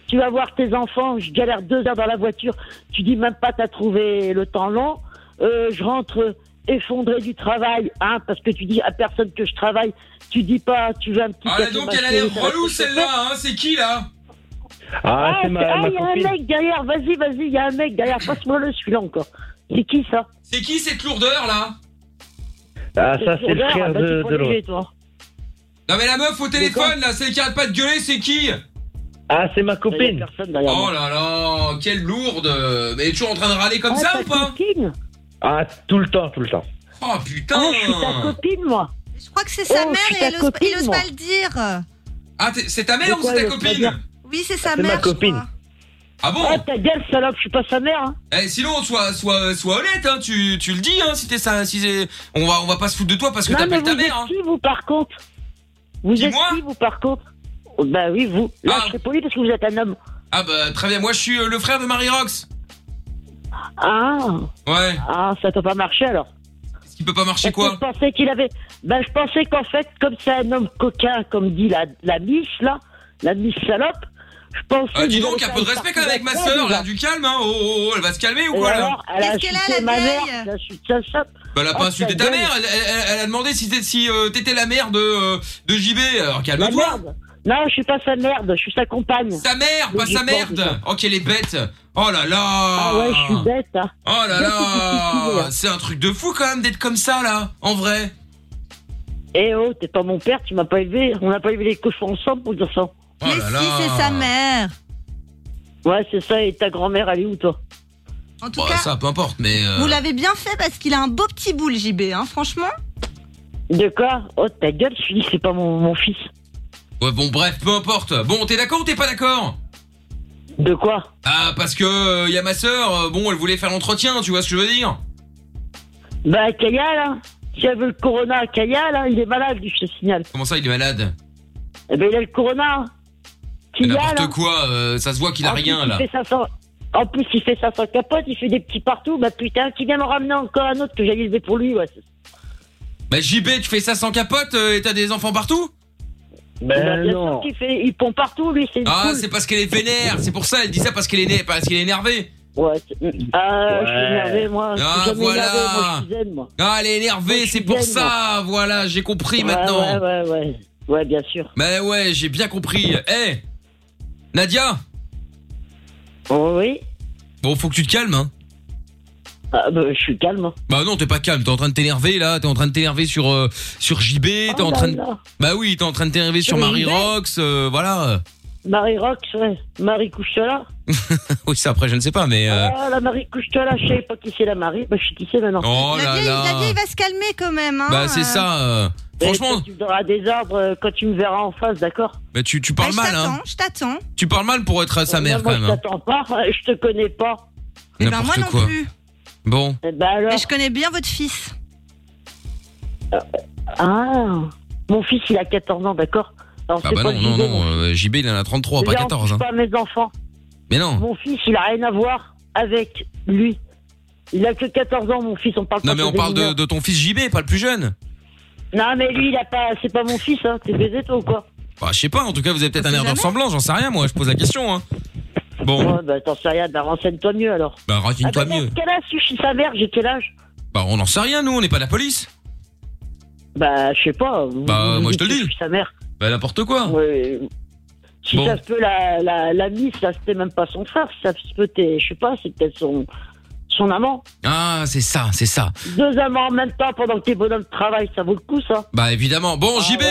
Speaker 13: Tu vas voir tes enfants, je galère deux heures dans la voiture, tu dis même pas t'as trouvé le temps long. Euh, je rentre effondré du travail, hein, parce que tu dis à personne que je travaille, tu dis pas, tu veux un petit
Speaker 2: Ah,
Speaker 13: café,
Speaker 2: donc
Speaker 13: ma
Speaker 2: elle a
Speaker 13: chérie,
Speaker 2: l'air
Speaker 13: ça va
Speaker 2: relou
Speaker 13: te faire
Speaker 2: celle-là, hein C'est qui là
Speaker 10: Ah, c'est ma,
Speaker 13: ah,
Speaker 10: ma
Speaker 13: il y a
Speaker 10: copine.
Speaker 13: un mec derrière, vas-y, vas-y, il y a un mec derrière, passe-moi le celui-là encore. C'est qui ça
Speaker 2: C'est qui cette lourdeur là
Speaker 10: Ah, ça, c'est le frère de, de l'autre.
Speaker 2: Non mais la meuf au téléphone là, celle qui arrête pas de gueuler, c'est qui
Speaker 10: Ah, c'est ma copine.
Speaker 2: Oh là là, quelle lourde Mais elle est toujours en train de râler comme ça ou pas
Speaker 10: Ah, tout le temps, tout le temps.
Speaker 2: Oh putain
Speaker 13: Ah, copine, moi.
Speaker 5: Je crois que c'est sa
Speaker 13: Oh,
Speaker 5: mère
Speaker 13: je suis
Speaker 5: et
Speaker 13: ta
Speaker 5: elle ose,
Speaker 13: copine,
Speaker 5: il ose
Speaker 13: moi.
Speaker 5: pas le dire.
Speaker 2: Ah, t'es- c'est ta
Speaker 13: De
Speaker 2: mère ou
Speaker 13: quoi
Speaker 2: c'est ta
Speaker 13: elle ose pas dire
Speaker 2: copine
Speaker 5: Oui, c'est sa
Speaker 10: C'est ma
Speaker 5: mère.
Speaker 10: copine.
Speaker 2: Ah bon
Speaker 13: Ah, ta gueule, salope, je suis pas sa mère. Hein.
Speaker 2: Eh sinon sois sois sois honnête hein, tu, tu le dis hein si t'es ça si c'est- on va on va pas se foutre de toi parce que
Speaker 13: non, mais
Speaker 2: t'appelles
Speaker 13: vous
Speaker 2: ta
Speaker 13: êtes
Speaker 2: mère hein.
Speaker 13: qui, vous, par contre Vous
Speaker 2: Qui,
Speaker 13: êtes
Speaker 2: moi
Speaker 13: qui, vous, par contre Oh, Bah oui, vous. Là, je suis poli parce que vous êtes un homme.
Speaker 2: Ah bah très bien, moi je suis euh, le frère de Marie Rox.
Speaker 13: Ah,
Speaker 2: Ouais,
Speaker 13: ah ça peut pas marcher, alors.
Speaker 2: ce qui peut pas marcher
Speaker 13: Parce
Speaker 2: quoi
Speaker 13: que Je pensais qu'il avait. Ben, je pensais qu'en fait, comme c'est un homme coquin, comme dit la, la Miss, là, la Miss salope, je pensais.
Speaker 2: Euh, dis
Speaker 13: qu'il
Speaker 2: donc,
Speaker 13: allait
Speaker 2: un peu de
Speaker 13: faire une
Speaker 2: respect quand
Speaker 13: partie
Speaker 2: même avec ma
Speaker 13: d'affaires,
Speaker 2: sœur,
Speaker 13: déjà.
Speaker 2: là, du calme, hein. Oh, oh, oh, elle va se calmer ou
Speaker 13: Et
Speaker 2: quoi, là
Speaker 13: alors, elle a
Speaker 5: Qu'est-ce qu'elle a,
Speaker 13: insulté
Speaker 5: la
Speaker 13: ma
Speaker 5: vieille
Speaker 13: mère, elle a insulté sa salope.
Speaker 2: Bah, elle a
Speaker 13: Oh,
Speaker 2: pas insulté
Speaker 13: ta
Speaker 2: ta
Speaker 13: gueule.
Speaker 2: mère, elle, elle- elle- elle a demandé si, t'es- si euh, t'étais la mère de, euh, de JB. Alors,
Speaker 13: La
Speaker 2: calme-toi.
Speaker 13: merde. Non, je suis pas sa merde, je suis sa compagne.
Speaker 2: Sa mère,
Speaker 13: Mais
Speaker 2: pas
Speaker 13: j'y
Speaker 2: sa
Speaker 13: pense,
Speaker 2: merde. Oh, qu'elle est bête. Oh là là.
Speaker 13: Ah ouais, je suis bête. Hein.
Speaker 2: Oh là là.
Speaker 13: Qu'est-ce
Speaker 2: C'est un truc de fou, quand même, d'être comme ça, là, en vrai.
Speaker 13: Eh oh, t'es pas mon père, tu m'as pas élevé. On n'a pas élevé les cochons ensemble pour dire ça.
Speaker 2: Oh là là.
Speaker 5: Si, c'est sa mère.
Speaker 13: Ouais, c'est ça, et ta grand-mère, elle est où, toi
Speaker 5: En tout
Speaker 2: Bon,
Speaker 5: cas,
Speaker 2: ça, peu importe, mais. euh,
Speaker 5: vous l'avez bien fait parce qu'il a un beau petit boule, JB, hein, franchement.
Speaker 13: De quoi Oh, ta gueule, je suis dit, c'est pas mon, mon fils.
Speaker 2: Ouais, bon, bref, peu importe. Bon, t'es d'accord ou t'es pas d'accord
Speaker 13: De quoi
Speaker 2: Ah, parce que euh, y a ma sœur, euh, bon, elle voulait faire l'entretien, tu vois ce que je veux dire
Speaker 13: Bah, Kaya, là. Si elle veut le corona à Kaya, là, il est malade, je te signale.
Speaker 2: Comment ça, il est malade
Speaker 13: Eh ben, il a le corona. Qu'il
Speaker 2: Mais
Speaker 13: y a, là. Ah,
Speaker 2: N'importe quoi, euh, ça se voit qu'il a
Speaker 13: En plus,
Speaker 2: rien
Speaker 13: il
Speaker 2: là.
Speaker 13: fait 500 En plus, il fait 500 capotes, il fait des petits partout. Bah putain, qui vient me ramener encore un autre que j'allais lever pour lui. Ouais.
Speaker 2: Bah JB, tu fais ça sans capote euh, et t'as des enfants partout
Speaker 13: Bah,
Speaker 2: Euh,
Speaker 13: bien sûr qu'il fait, il pompe partout, lui. C'est une
Speaker 2: Ah,
Speaker 13: foule.
Speaker 2: c'est parce qu'elle est vénère, c'est pour ça, elle dit ça parce qu'elle est, né- parce qu'elle est énervée.
Speaker 13: Ouais, Ah, je suis énervé, moi. Je suis
Speaker 2: Ah,
Speaker 13: jamais
Speaker 2: voilà.
Speaker 13: énervé, moi, je suis zen, moi.
Speaker 2: Ah, elle est énervée, c'est pour
Speaker 13: zen,
Speaker 2: ça, voilà, j'ai compris maintenant.
Speaker 13: Ouais, ouais, ouais, ouais. Ouais, bien sûr.
Speaker 2: Mais ouais, j'ai bien compris. Eh Nadia
Speaker 13: Oh, oui
Speaker 2: Bon, faut que tu te calmes, hein.
Speaker 13: Ah, bah, je suis calme.
Speaker 2: Bah non, t'es pas calme, t'es en train de t'énerver là, t'es en train de t'énerver sur euh, sur JB, t'es en
Speaker 13: Oh là
Speaker 2: train de
Speaker 13: là.
Speaker 2: Bah oui, t'es en train de t'énerver sur
Speaker 13: Sur
Speaker 2: Marie
Speaker 13: JB?
Speaker 2: Rox, euh, voilà.
Speaker 13: Marie Rox, ouais. Marie Couchetola.
Speaker 2: oui, ça après je ne sais pas mais euh,
Speaker 13: Ah, la Marie Couchetola, je savais pas qui c'est la Marie. Bah, je sais qui c'est maintenant.
Speaker 2: Oh là
Speaker 5: La vieille
Speaker 2: là.
Speaker 5: va se calmer quand même. Hein,
Speaker 2: Bah c'est
Speaker 5: euh.
Speaker 2: ça. euh,
Speaker 13: Eh,
Speaker 2: Franchement,
Speaker 13: toi, Tu me donneras des arbres euh, quand tu me verras en face, d'accord
Speaker 2: bah, tu tu parles mal hein.
Speaker 5: Je t'attends.
Speaker 2: Tu parles mal pour être à sa mère
Speaker 13: Moi,
Speaker 2: quand même.
Speaker 13: je
Speaker 2: hein.
Speaker 13: t'attends pas, euh, je te connais pas.
Speaker 2: Eh ben, N'importe moi non quoi. plus. Bon.
Speaker 13: Eh ben alors.
Speaker 5: Mais je connais bien votre fils.
Speaker 13: Ah, mon fils, il a 14 ans, d'accord Alors,
Speaker 2: Ah
Speaker 13: c'est
Speaker 2: bah
Speaker 13: pas
Speaker 2: non
Speaker 13: le
Speaker 2: non
Speaker 13: sujet,
Speaker 2: non, euh, JB il en a 33 pas
Speaker 13: Déjà, on
Speaker 2: 14
Speaker 13: touche
Speaker 2: hein.
Speaker 13: pas à mes enfants.
Speaker 2: Mais non.
Speaker 13: Mon fils, il a rien à voir avec lui. Il a que 14 ans, mon fils. On parle
Speaker 2: Non
Speaker 13: pas
Speaker 2: mais
Speaker 13: que
Speaker 2: on
Speaker 13: des
Speaker 2: parle de,
Speaker 13: mineurs.
Speaker 2: de ton fils JB, pas le plus jeune.
Speaker 13: Non, mais lui, il a pas. C'est pas mon fils, hein. T'es baisé, toi ou quoi
Speaker 2: Bah je sais pas, en tout cas vous avez peut-être un air de ressemblance, j'en sais rien moi, je pose la question hein. Bon,
Speaker 13: Ouais, bah, t'en sais rien. Bah, renseigne-toi mieux alors.
Speaker 2: bah renseigne-toi
Speaker 13: Ah, bah,
Speaker 2: mieux.
Speaker 13: Quel âge je suis sa mère J'ai quel âge
Speaker 2: Bah on n'en sait rien nous, on n'est pas la police.
Speaker 13: Bah, je sais pas. Vous-
Speaker 2: Bah
Speaker 13: vous
Speaker 2: moi je
Speaker 13: dites
Speaker 2: te le
Speaker 13: que
Speaker 2: dis.
Speaker 13: Je suis sa mère.
Speaker 2: Bah n'importe quoi.
Speaker 13: Ouais. Si
Speaker 2: Bon.
Speaker 13: ça se peut, la, la, la miss, là, c'était même pas son frère. Si ça se peut, t'es- je sais pas, c'est peut-être son, son amant.
Speaker 2: Ah, c'est ça, c'est ça.
Speaker 13: Deux amants en même temps pendant que tes bonhommes travaillent, ça vaut le coup, ça.
Speaker 2: Bah évidemment. Bon,
Speaker 13: Ah,
Speaker 2: JB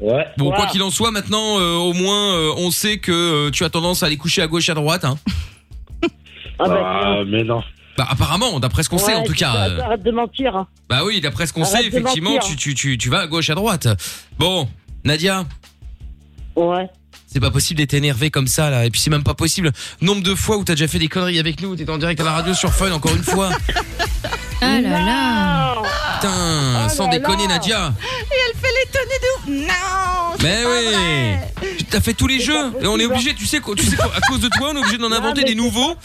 Speaker 10: Ouais.
Speaker 2: Bon,
Speaker 13: Voilà.
Speaker 2: quoi qu'il en soit, maintenant, euh, au moins, euh, on sait que euh, tu as tendance à aller coucher à gauche et à droite. Hein.
Speaker 13: Ah,
Speaker 10: bah, mais non.
Speaker 2: Bah apparemment, d'après ce qu'on sait
Speaker 13: Ouais,
Speaker 2: en tout
Speaker 13: tu-
Speaker 2: cas.
Speaker 13: Arrête,
Speaker 2: euh,
Speaker 13: arrête de mentir. hein.
Speaker 2: bah oui, d'après ce qu'on sait,
Speaker 13: Arrête de
Speaker 2: effectivement,
Speaker 13: mentir.
Speaker 2: tu, tu, tu, tu vas à gauche à droite. Bon, Nadia
Speaker 13: Ouais.
Speaker 2: C'est pas possible d'être énervé comme ça là, et puis c'est même pas possible. Nombre de fois où t'as déjà fait des conneries avec nous, t'étais en direct à la radio sur Fun encore une fois.
Speaker 4: Ah là là.
Speaker 13: Oh
Speaker 2: Putain, sans déconner Nadia.
Speaker 5: Et elle fait les tonnées de ouf. Non c'est
Speaker 2: Mais
Speaker 5: pas
Speaker 2: oui Tu t'as fait tous les jeux et on est obligé, tu sais, quoi- tu sais quoi, à cause de toi, on est obligé d'en inventer
Speaker 13: mais
Speaker 2: des nouveaux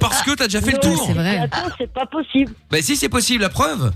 Speaker 2: parce que t'as déjà fait le
Speaker 13: Non,
Speaker 2: tour.
Speaker 13: Attends, c'est pas possible.
Speaker 2: Bah si c'est possible, la preuve.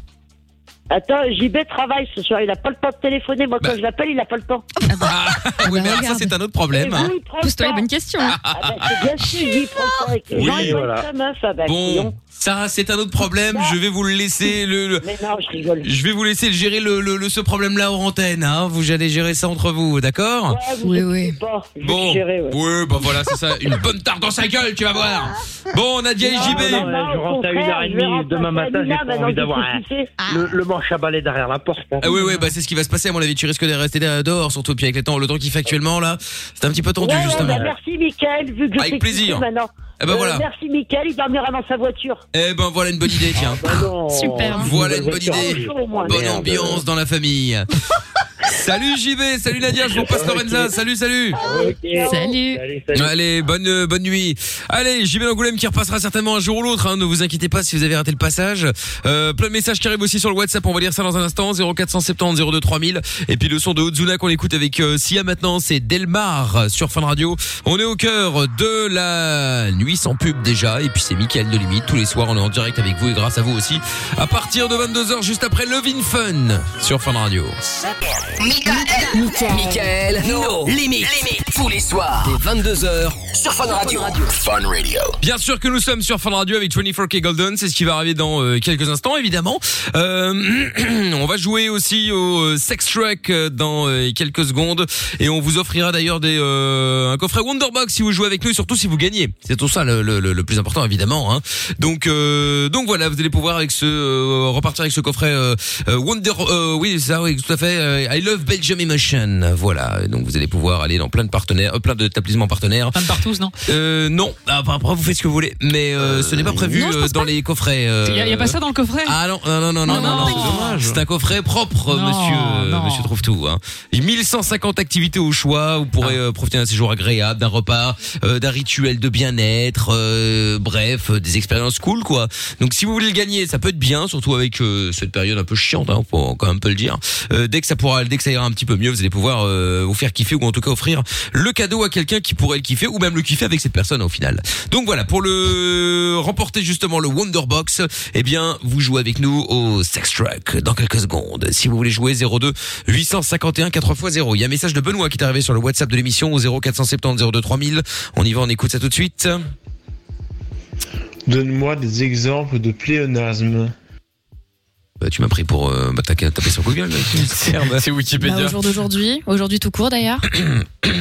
Speaker 13: Attends, JB travaille ce soir, il a pas le temps de téléphoner. Moi,
Speaker 2: Bah.
Speaker 13: quand je l'appelle, il a pas le temps. Ah bah,
Speaker 2: oui, mais alors ça c'est un autre Ah, problème. hein.
Speaker 13: Pose-toi les bonnes questions. hein. Ah, bah, bien sûr, il prend le temps avec les
Speaker 2: Oui,
Speaker 13: gens, il
Speaker 2: voilà.
Speaker 13: voilà. sa meuf. Ah, bah,
Speaker 2: Bon,
Speaker 13: couillon.
Speaker 2: ça c'est un autre problème. Je vais vous le laisser le. le-
Speaker 13: Mais non, je rigole.
Speaker 2: Je vais vous laisser gérer le, le- le- ce problème-là hors antenne. Hein. Vous allez gérer ça entre vous, d'accord
Speaker 13: Oui, oui. Pas, je vais
Speaker 2: Bon,
Speaker 13: le gérer, ouais.
Speaker 2: ouais, bah voilà, c'est ça. Une bonne tarte dans sa gueule, tu vas voir. Bon, Nadia et
Speaker 10: Non,
Speaker 2: JB.
Speaker 10: non, non, Bah, je rentre à bah,
Speaker 13: contraire,
Speaker 10: 1h30 demain matin, j'ai
Speaker 13: Amina,
Speaker 10: pas
Speaker 13: maintenant
Speaker 10: envie
Speaker 13: qu'il
Speaker 10: d'avoir
Speaker 13: faut
Speaker 10: un- Ah.
Speaker 13: pisser.
Speaker 10: le, le manche à balai derrière la porte. hein.
Speaker 2: Ah oui, oui, bah c'est ce qui va se passer à mon avis. Tu risques de rester dehors, surtout puis avec les temps, le temps qu'il fait actuellement là, c'est un petit peu tendu
Speaker 13: Ouais, ouais,
Speaker 2: justement.
Speaker 13: bah, merci, Michael, vu que je
Speaker 2: Avec
Speaker 13: sais qui
Speaker 2: plaisir.
Speaker 13: c'est maintenant. Euh,
Speaker 2: Eh ben, voilà.
Speaker 13: Merci, Michael, il dormira dans sa voiture.
Speaker 2: Eh ben voilà une bonne idée, tiens.
Speaker 13: Ah, bah Super.
Speaker 2: Voilà une bonne idée.
Speaker 13: Au moins.
Speaker 2: Bonne ambiance dans la famille. salut JB, salut Nadia, je vous passe
Speaker 13: Ah,
Speaker 2: Lorenza. Salut, salut.
Speaker 4: Salut.
Speaker 2: Allez, bonne euh, bonne nuit. Allez, JB Angoulême qui repassera certainement un jour ou l'autre. hein, ne vous inquiétez pas si vous avez raté le passage. Euh, plein de messages qui arrivent aussi sur le WhatsApp. On va lire ça dans un instant. 0470 02 3000. Et puis le son de Ozuna qu'on écoute avec euh, Sia maintenant, c'est Delmar euh, sur Fun Radio. On est au cœur de la nuit sans pub déjà. Et puis c'est Mickaël de Limite. Tous les soirs, on est en direct avec vous et grâce à vous aussi. À partir de 22h, juste après Levin Fun sur Fun Radio.
Speaker 1: Michael. Michael. No. Limite. Tous les soirs. Dès 22h. Sur Fun Radio. Fun Radio.
Speaker 2: Bien sûr que nous sommes sur Fun Radio avec 24K Golden, c'est ce qui va arriver dans euh, quelques instants évidemment. Euh, on va jouer aussi au euh, Sex Track euh, dans euh, quelques secondes et on vous offrira d'ailleurs des euh, un coffret Wonderbox si vous jouez avec nous, et surtout si vous gagnez. C'est tout ça le, le- le- le plus important évidemment. hein. Donc euh, donc voilà, vous allez pouvoir avec ce euh, repartir avec ce coffret euh, euh, Wonder, euh, oui c'est ça, oui tout à fait. euh, I love Belgium Emotion, voilà. Et Donc vous allez pouvoir aller dans plein de partenaires partenaires, euh, plein d'établissements partenaires.
Speaker 6: Plein de partout, non
Speaker 2: euh, Non, après après, vous faites ce que vous voulez, mais euh, ce n'est pas prévu euh, dans les coffrets. euh.
Speaker 6: Il y, a- y a pas ça dans le coffret
Speaker 2: Ah non, non, non, non, non, non, c'est dommage. C'est un coffret propre,
Speaker 6: Non,
Speaker 2: monsieur, euh,
Speaker 6: non.
Speaker 2: monsieur trouve tout. Hein. 1150 activités au choix. Vous pourrez euh, profiter d'un séjour agréable, d'un repas, euh, d'un rituel de bien-être, euh, bref, euh, des expériences cool, quoi. Donc, si vous voulez le gagner, ça peut être bien, surtout avec euh, cette période un peu chiante, hein, faut quand même peut le dire. Euh, dès que ça pourra, dès que ça ira un petit peu mieux, vous allez pouvoir euh, vous faire kiffer ou en tout cas offrir le cadeau à quelqu'un qui pourrait le kiffer ou même le kiffer avec cette personne au final. Donc voilà, pour le remporter justement le Wonderbox, eh bien vous jouez avec nous au Sex Truck dans quelques secondes. Si vous voulez jouer 02 851 4x0. Il y a un message de Benoît qui est arrivé sur le WhatsApp de l'émission au 0470 02 3000. On y va, on écoute ça tout de suite.
Speaker 14: Donne-moi des exemples de pléonasmes.
Speaker 2: Bah, tu m'as pris pour euh, bah, t'as qu'à taper sur Google. mec. Merde.
Speaker 3: C'est
Speaker 4: Bah, au jour d'aujourd'hui, aujourd'hui tout court d'ailleurs.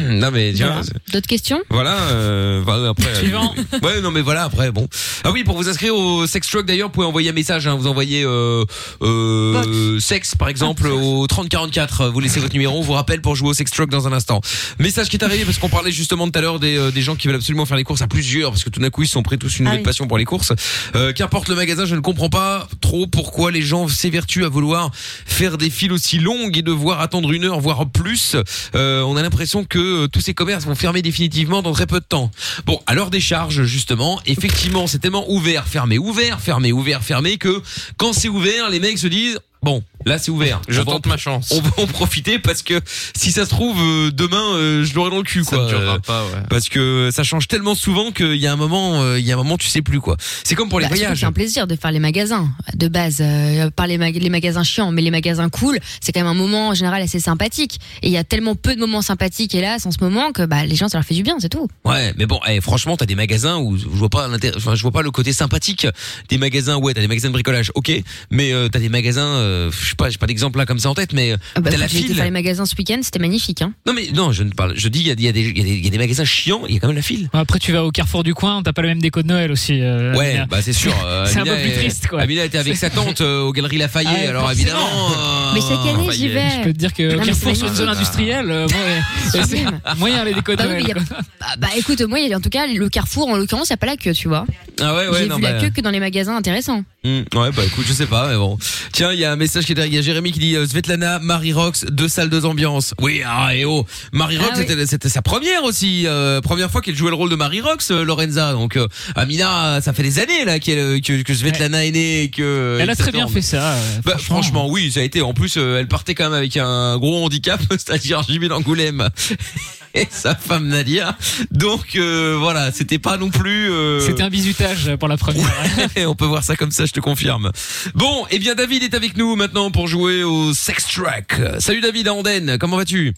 Speaker 2: non mais tiens, c'est-
Speaker 4: D'autres questions
Speaker 2: Voilà, euh, voilà, après. Suivant. ouais, non, mais voilà, après, bon. Ah oui, pour vous inscrire au Sex Truck, d'ailleurs, vous pouvez envoyer un message. hein. vous envoyez euh, euh, sexe, par exemple, au 3044. Vous laissez votre numéro, on vous rappelle pour jouer au Sex Truck dans un instant. Message qui est arrivé parce qu'on parlait justement tout à l'heure des, euh, des gens qui veulent absolument faire les courses à plusieurs parce que tout d'un coup, ils sont prêts tous une
Speaker 15: Ah
Speaker 2: nouvelle
Speaker 15: oui.
Speaker 2: passion pour les courses. Euh, Qu'importe le magasin, je ne comprends pas trop pourquoi les gens s'évertuent à vouloir faire des files aussi longues et devoir attendre une heure, voire plus. Euh, on a l'impression que euh, tous ces commerces vont fermer définitivement dans très peu de temps. Bon, à leur décharge, justement, effectivement, c'est tellement ouvert, fermé, ouvert, fermé, ouvert, fermé que quand c'est ouvert, les mecs se disent... Bon, là c'est ouvert.
Speaker 3: Je
Speaker 2: On va
Speaker 3: tente
Speaker 2: en-
Speaker 3: ma chance.
Speaker 2: On va en profiter parce que si ça se trouve euh, demain, euh, je l'aurai dans le cul.
Speaker 3: Ça
Speaker 2: quoi.
Speaker 3: ne durera
Speaker 2: Euh,
Speaker 3: pas, ouais.
Speaker 2: Parce que ça change tellement souvent qu'il y a un moment, euh, il y a un moment, tu sais plus quoi. C'est comme pour les
Speaker 4: Bah, surtout que
Speaker 2: voyages.
Speaker 4: C'est un plaisir de faire les magasins de base, euh, par les, mag- les magasins chiants, mais les magasins cool, c'est quand même un moment en général assez sympathique. Et il y a tellement peu de moments sympathiques, hélas, en ce moment que bah, les gens ça leur fait du bien, c'est tout.
Speaker 2: Ouais, mais bon, eh, franchement, t'as des magasins où je vois pas l'intérêt, enfin, je vois pas le côté sympathique des magasins. Ouais, t'as des magasins de bricolage, ok, mais euh, t'as des magasins, euh, je sais pas, j'ai pas d'exemple là comme ça en tête, mais euh,
Speaker 4: Ah bah,
Speaker 2: t'as
Speaker 4: quand
Speaker 2: la
Speaker 4: j'ai été
Speaker 2: file.
Speaker 4: faire les magasins ce week-end, c'était magnifique. Hein.
Speaker 2: Non mais non, je ne parle, je dis il y a, il y a des, il y a des- il y a des magasins chiants, il y a quand même la file.
Speaker 6: Bah, Après, tu vas au carrefour du coin, t'as pas le même déco de Noël aussi. euh,
Speaker 2: Ouais,
Speaker 6: Amina.
Speaker 2: bah c'est sûr. euh,
Speaker 6: c'est un peu
Speaker 2: Amina
Speaker 6: plus
Speaker 2: est-
Speaker 6: triste, quoi.
Speaker 2: Amina était avec sa tante euh, aux Galeries Lafayette,
Speaker 6: Ouais,
Speaker 2: alors
Speaker 6: forcément.
Speaker 2: évidemment. euh,
Speaker 6: Mais chaque année,
Speaker 4: j'y vais.
Speaker 6: Je peux te dire que
Speaker 4: Non,
Speaker 6: au
Speaker 4: mais
Speaker 6: carrefour
Speaker 4: c'est
Speaker 6: sur une zone
Speaker 4: magnifique.
Speaker 6: industrielle, euh, bon, ouais,
Speaker 4: C'est
Speaker 6: c'est
Speaker 4: sublime.
Speaker 6: moyen les déco de
Speaker 4: Bah oui,
Speaker 6: Noël,
Speaker 4: mais il y a-
Speaker 6: quoi.
Speaker 4: Bah, bah, écoute, moi, il y a- en tout cas, le carrefour, en l'occurrence, il n'y a pas la queue, tu vois.
Speaker 2: Ah ouais, ouais,
Speaker 4: j'ai
Speaker 2: non,
Speaker 4: vu
Speaker 2: bah,
Speaker 4: la queue que dans les magasins intéressants.
Speaker 2: Hmm, ouais, bah écoute, je sais pas, mais bon. Tiens, il y a un message qui est derrière. Il y a Jérémy qui dit euh, Svetlana, Marie Rox, deux salles, deux ambiances. Oui, ah et oh. Marie Rox,
Speaker 4: Ah oui.
Speaker 2: c'était- c'était sa première aussi. euh, première fois qu'elle jouait le rôle de Marie Rox, euh, Lorenza. Donc, euh, Amina, ça fait des années là qu'elle, euh, que, que Svetlana est née. et Que,
Speaker 6: Elle a
Speaker 2: et que
Speaker 6: très bien
Speaker 2: tourne.
Speaker 6: fait ça. euh,
Speaker 2: Bah, franchement, oui, ça a été. En plus, euh, elle partait quand même avec un gros handicap, c'est-à-dire Jimmy d'Angoulême et sa femme Nadia. Donc, euh, voilà, c'était pas non plus. euh,
Speaker 6: C'était un bisutage pour la première.
Speaker 2: on peut voir ça comme ça, je te confirme. Bon, eh bien David est avec nous maintenant pour jouer au Sex Track. Euh, Salut David à Andenne, comment vas-tu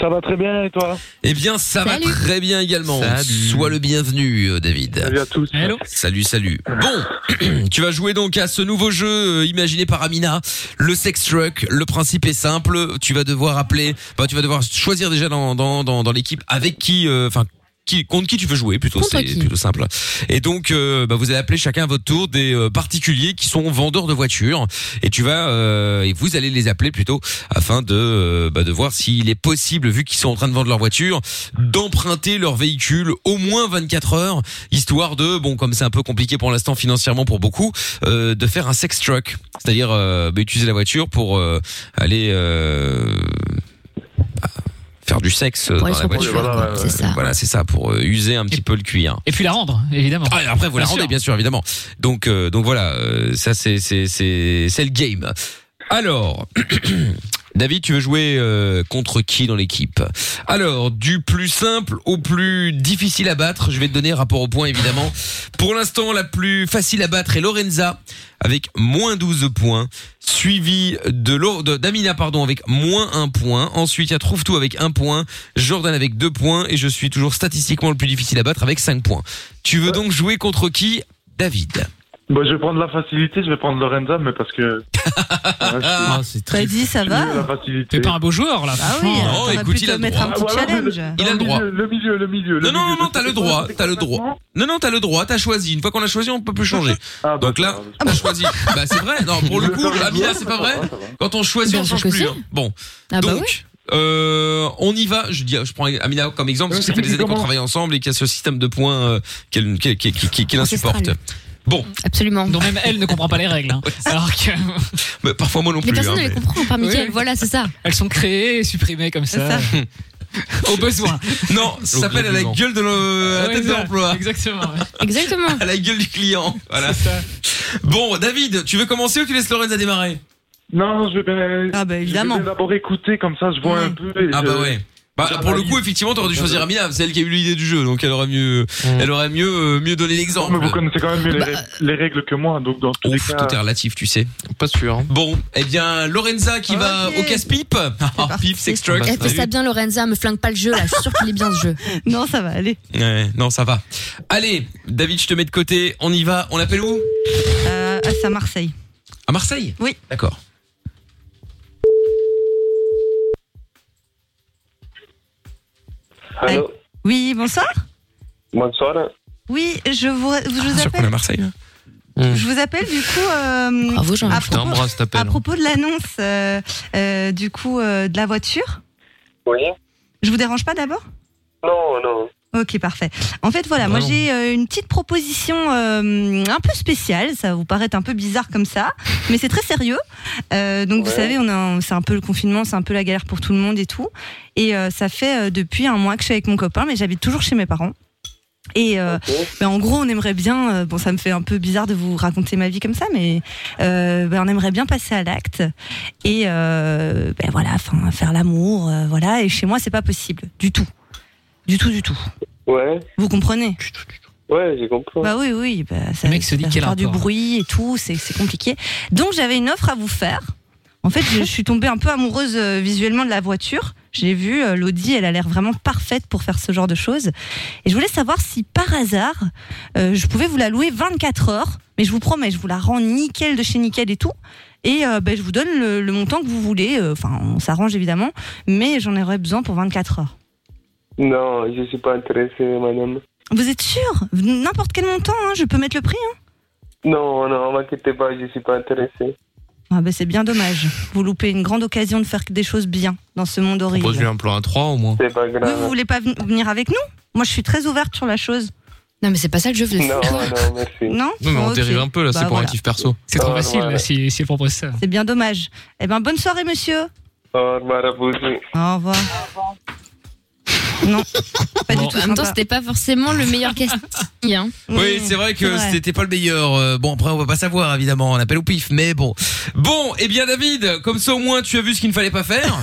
Speaker 14: Ça va très bien et toi
Speaker 2: Eh bien ça va très bien également.
Speaker 14: Salut.
Speaker 2: Sois le bienvenu euh, David. Salut
Speaker 14: à tous.
Speaker 2: Salut, salut. Bon, tu vas jouer donc à ce nouveau jeu euh, imaginé par Amina, le Sex Truck. Le principe est simple, tu vas devoir appeler, bah, tu vas devoir choisir déjà dans, dans, dans, dans l'équipe avec qui... euh, Enfin, qui, contre qui tu veux jouer plutôt
Speaker 15: Contre
Speaker 2: c'est
Speaker 15: qui
Speaker 2: plutôt simple et donc euh, bah, vous allez appeler chacun à votre tour des euh, particuliers qui sont vendeurs de voitures et tu vas euh, et vous allez les appeler plutôt afin de euh, bah, de voir s'il est possible vu qu'ils sont en train de vendre leur voiture d'emprunter leur véhicule au moins 24 heures histoire de bon comme c'est un peu compliqué pour l'instant financièrement pour beaucoup euh, de faire un sex truck c'est-à-dire euh, bah, utiliser la voiture pour euh, aller euh, bah, faire du sexe euh,
Speaker 6: Pour aller sur
Speaker 2: dans la
Speaker 6: le
Speaker 2: voiture
Speaker 6: cuir, quoi.
Speaker 2: Euh,
Speaker 6: C'est ça.
Speaker 2: voilà c'est ça pour euh, user un petit peu le cuir
Speaker 6: Et puis la rendre, évidemment.
Speaker 2: ah, et après, vous la
Speaker 6: Bien
Speaker 2: rendez,
Speaker 6: sûr.
Speaker 2: bien sûr, évidemment. Donc, euh, donc voilà, euh, ça, c'est, c'est, c'est, c'est le game. Alors, David, tu veux jouer euh, contre qui dans l'équipe Alors, du plus simple au plus difficile à battre, je vais te donner rapport au point, évidemment. Pour l'instant, la plus facile à battre est Lorenza, avec moins 12 points, suivi de Lo- de- d'Amina, pardon, avec moins 1 point. Ensuite, il y a Trouve-Tout avec 1 point, Jordan avec 2 points, et je suis toujours statistiquement le plus difficile à battre avec 5 points. Tu veux donc jouer contre qui David.
Speaker 14: Bon, je vais prendre la facilité, je vais prendre Lorenza, mais parce que. ah, c'est
Speaker 5: T'as dit, ça va
Speaker 14: La facilité. Ah,
Speaker 6: T'es pas un beau joueur, là.
Speaker 5: Ah oui,
Speaker 14: euh,
Speaker 2: Oh,
Speaker 6: franchement.
Speaker 5: alors, t'aurais pu te mettre un petit challenge.
Speaker 2: Il a le droit.
Speaker 14: Le milieu, le milieu.
Speaker 2: Non, non, non, non, t'as le droit, t'as le droit. Non, non, t'as le droit, t'as choisi. Une fois qu'on a choisi, on peut plus changer.
Speaker 14: Ah, bah,
Speaker 2: Donc là, t'as choisi. Bah, c'est vrai. Non, pour le coup, Amina, c'est ah, pas vrai. Quand on choisit,
Speaker 6: Bien
Speaker 2: on
Speaker 6: sûr
Speaker 2: change
Speaker 6: que
Speaker 2: plus.
Speaker 6: si.
Speaker 2: hein. Bon.
Speaker 6: Ah bah
Speaker 2: Donc,
Speaker 6: oui.
Speaker 2: Euh, on y va. Je dis, je prends Amina comme exemple parce que
Speaker 14: Euh,
Speaker 2: ça fait des années qu'on travaille ensemble et qu'il y a ce système de points euh, qu'elle qu'elle- qu'elle- qu'elle- qu'elle insupporte. Bon,
Speaker 4: Absolument.
Speaker 6: Donc même elle ne comprend pas les règles. hein. Alors que
Speaker 2: mais parfois moi non
Speaker 4: Les
Speaker 2: plus.
Speaker 4: personnes
Speaker 2: hein,
Speaker 4: ne les
Speaker 2: mais-
Speaker 4: comprend pas, Mickaël.
Speaker 6: Oui.
Speaker 4: Voilà, c'est ça.
Speaker 6: elles sont créées et supprimées comme ça. Au besoin.
Speaker 2: Non, ça s'appelle à la gueule de le- à la
Speaker 6: Ouais,
Speaker 2: tête de
Speaker 6: ça,
Speaker 2: l'emploi.
Speaker 6: Exactement.
Speaker 4: Exactement.
Speaker 2: À la gueule du client. Voilà. Bon, David, tu veux commencer ou tu laisses Lorenza démarrer
Speaker 14: Non, non, je vais bien.
Speaker 5: Ah, bah évidemment.
Speaker 14: Je vais bien d'abord écouter, comme ça je vois
Speaker 6: Mmh.
Speaker 14: un peu. et
Speaker 2: Ah
Speaker 14: je-
Speaker 2: bah ouais. Bah,
Speaker 14: j'analyse.
Speaker 2: pour le coup, effectivement, t'aurais dû choisir Amina, c'est elle qui a eu l'idée du jeu, donc elle aurait mieux, elle aurait mieux, euh, mieux donné l'exemple.
Speaker 14: Mmh. Mais vous connaissez quand même mieux les,
Speaker 2: Bah,
Speaker 14: règles- les règles que moi, donc dans tous les
Speaker 2: Ouf,
Speaker 14: cas.
Speaker 2: tout est relatif, tu sais. Pas sûr. Bon, eh bien, Lorenza qui va au casse-pipe. Ah, Pipe, sex truck.
Speaker 4: Elle fait ça bien, Lorenza. Me flingue pas le jeu, là. Je suis sûre qu'il est bien, ce jeu.
Speaker 5: Non, ça va aller.
Speaker 2: Ouais, non, ça va. Allez, David, je te mets de côté. On y va. On appelle où
Speaker 5: Euh, ah, c'est à Marseille.
Speaker 2: À Marseille
Speaker 5: Oui.
Speaker 2: D'accord.
Speaker 8: Allô
Speaker 5: Oui, bonsoir.
Speaker 8: Bonsoir.
Speaker 5: Oui, je vous,
Speaker 2: Ah,
Speaker 5: je vous appelle.
Speaker 2: à Marseille.
Speaker 14: Mmh.
Speaker 5: Je vous appelle du coup euh, à,
Speaker 3: Je
Speaker 5: propos,
Speaker 3: t'embrasse, t'appelles.
Speaker 4: hein.
Speaker 5: à propos de l'annonce euh, euh, du coup euh, de la voiture.
Speaker 8: Oui
Speaker 5: Je vous dérange pas d'abord
Speaker 8: Non, non.
Speaker 5: Ok, parfait. En fait, voilà, moi
Speaker 8: Vraiment.
Speaker 5: j'ai euh, une petite proposition euh, un peu spéciale. Ça va vous paraître un peu bizarre comme ça, mais c'est très sérieux. Euh, donc vous
Speaker 8: Ouais.
Speaker 5: savez, on a, un- c'est un peu le confinement, c'est un peu la galère pour tout le monde et tout. Et euh, ça fait euh, depuis un mois que je suis avec mon copain, mais j'habite toujours chez mes parents. Et euh, ben, en gros, on aimerait bien. euh, bon, ça me fait un peu bizarre de vous raconter ma vie comme ça, mais euh, ben, on aimerait bien passer à l'acte et euh, ben, voilà, enfin, faire l'amour, euh, voilà. Et chez moi, c'est pas possible du tout, du tout, du tout.
Speaker 8: Ouais,
Speaker 5: Vous comprenez
Speaker 8: ouais, j'ai compris.
Speaker 5: Bah oui, oui. Bah, ça,
Speaker 8: mec se dit
Speaker 5: ça
Speaker 8: quel
Speaker 5: va faire du
Speaker 8: rapport hein.
Speaker 5: bruit et tout, c'est c'est compliqué. Donc j'avais une offre à vous faire. En fait, je, je suis tombée un peu amoureuse euh, visuellement de la voiture. J'ai vu euh, l'Audi, elle a l'air vraiment parfaite pour faire ce genre de choses. Et je voulais savoir si par hasard, euh, je pouvais vous la louer 24 heures. Mais je vous promets, je vous la rends nickel de chez nickel et tout. Et euh, ben, je vous donne le, le montant que vous voulez. Euh, Enfin, on s'arrange évidemment, mais j'en aurais besoin pour 24 heures.
Speaker 8: Non, je suis pas intéressé, madame.
Speaker 5: Vous êtes sûr N'importe quel montant, hein, je peux mettre le prix. hein.
Speaker 8: Non, non, m'inquiétez pas, je suis pas intéressé.
Speaker 5: Ah ben c'est bien dommage. Vous loupez une grande occasion de faire des choses bien dans ce monde horrible.
Speaker 3: Pose-lui un plan à 3 au moins.
Speaker 8: C'est pas
Speaker 5: Oui, vous voulez pas ven- venir avec nous Moi, je suis très ouverte sur la chose.
Speaker 4: Non, mais c'est pas ça le jeu.
Speaker 5: vous êtes
Speaker 3: Non,
Speaker 5: fous.
Speaker 8: non, merci. Ah,
Speaker 5: Non
Speaker 3: Non, mais on
Speaker 5: Oh, ok.
Speaker 3: dérive un peu là,
Speaker 5: Bah,
Speaker 3: c'est pour
Speaker 5: voilà.
Speaker 3: un kiff perso.
Speaker 6: C'est
Speaker 2: Bah,
Speaker 6: trop facile là, si, si elle propose ça.
Speaker 5: C'est bien dommage. Eh ben, bonne soirée, monsieur.
Speaker 8: Au revoir à vous aussi.
Speaker 5: Au revoir. Non. Pas du tout.
Speaker 4: En même temps,
Speaker 5: sympa.
Speaker 4: c'était pas forcément le meilleur casting. hein.
Speaker 2: Oui, c'est vrai que c'était pas le meilleur. Euh, Bon, après, on va pas savoir, évidemment. On appelle au pif, mais bon. Bon, eh bien, David, comme ça, au moins, tu as vu ce qu'il ne fallait pas faire.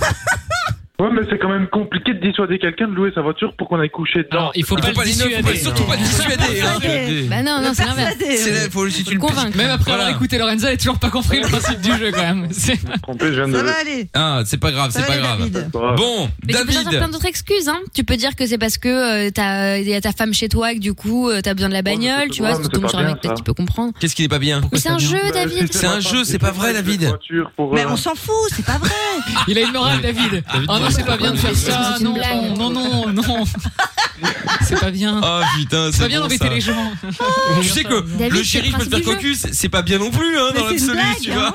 Speaker 14: Ouais, mais c'est quand même compliqué de dissuader quelqu'un de louer sa voiture pour qu'on aille coucher dedans.
Speaker 6: il faut
Speaker 2: pas le dissuader. Surtout pas le dissuader, hein.
Speaker 4: Bah non, non, c'est l'inverse.
Speaker 2: C'est là, faut juste une
Speaker 6: Convaincre. Même après avoir écouté Lorenza, elle a toujours pas compris le principe du jeu quand même. C'est-
Speaker 4: Ça va aller.
Speaker 2: Ah, c'est pas grave,
Speaker 4: Ça
Speaker 2: c'est
Speaker 4: va
Speaker 2: pas
Speaker 4: aller,
Speaker 2: grave. Bon,
Speaker 4: Mais tu peux sortir plein
Speaker 2: David.
Speaker 4: d'autres excuses. Hein. Tu peux dire que c'est parce que euh, t'as- il y a ta femme chez toi et que du coup euh, t'as besoin
Speaker 14: Oh,
Speaker 4: de la bagnole, tu vois, tu tombes sur un mec peut-être qui peut comprendre.
Speaker 2: Qu'est-ce qui n'est pas bien
Speaker 4: Mais c'est un jeu, David.
Speaker 2: Bah, C'est un jeu, c'est pas vrai, David.
Speaker 5: Mais
Speaker 2: euh,
Speaker 5: on s'en fout, c'est pas vrai.
Speaker 6: Il a une morale, David. Ah non, c'est pas bien de faire ça. Non, non, non, non. C'est pas bien.
Speaker 2: Ah putain,
Speaker 6: C'est
Speaker 2: c'est
Speaker 6: pas bien
Speaker 2: bon,
Speaker 6: d'embêter
Speaker 2: ça.
Speaker 6: les gens.
Speaker 2: Tu sais que
Speaker 6: David,
Speaker 2: Ah, le
Speaker 6: c'est
Speaker 2: chéri
Speaker 6: le
Speaker 2: peut se faire
Speaker 6: principe du
Speaker 2: cocu, c'est c'est pas bien non plus, hein, dans
Speaker 6: Mais c'est une
Speaker 2: l'absolu,
Speaker 6: blague,
Speaker 2: tu
Speaker 6: hein.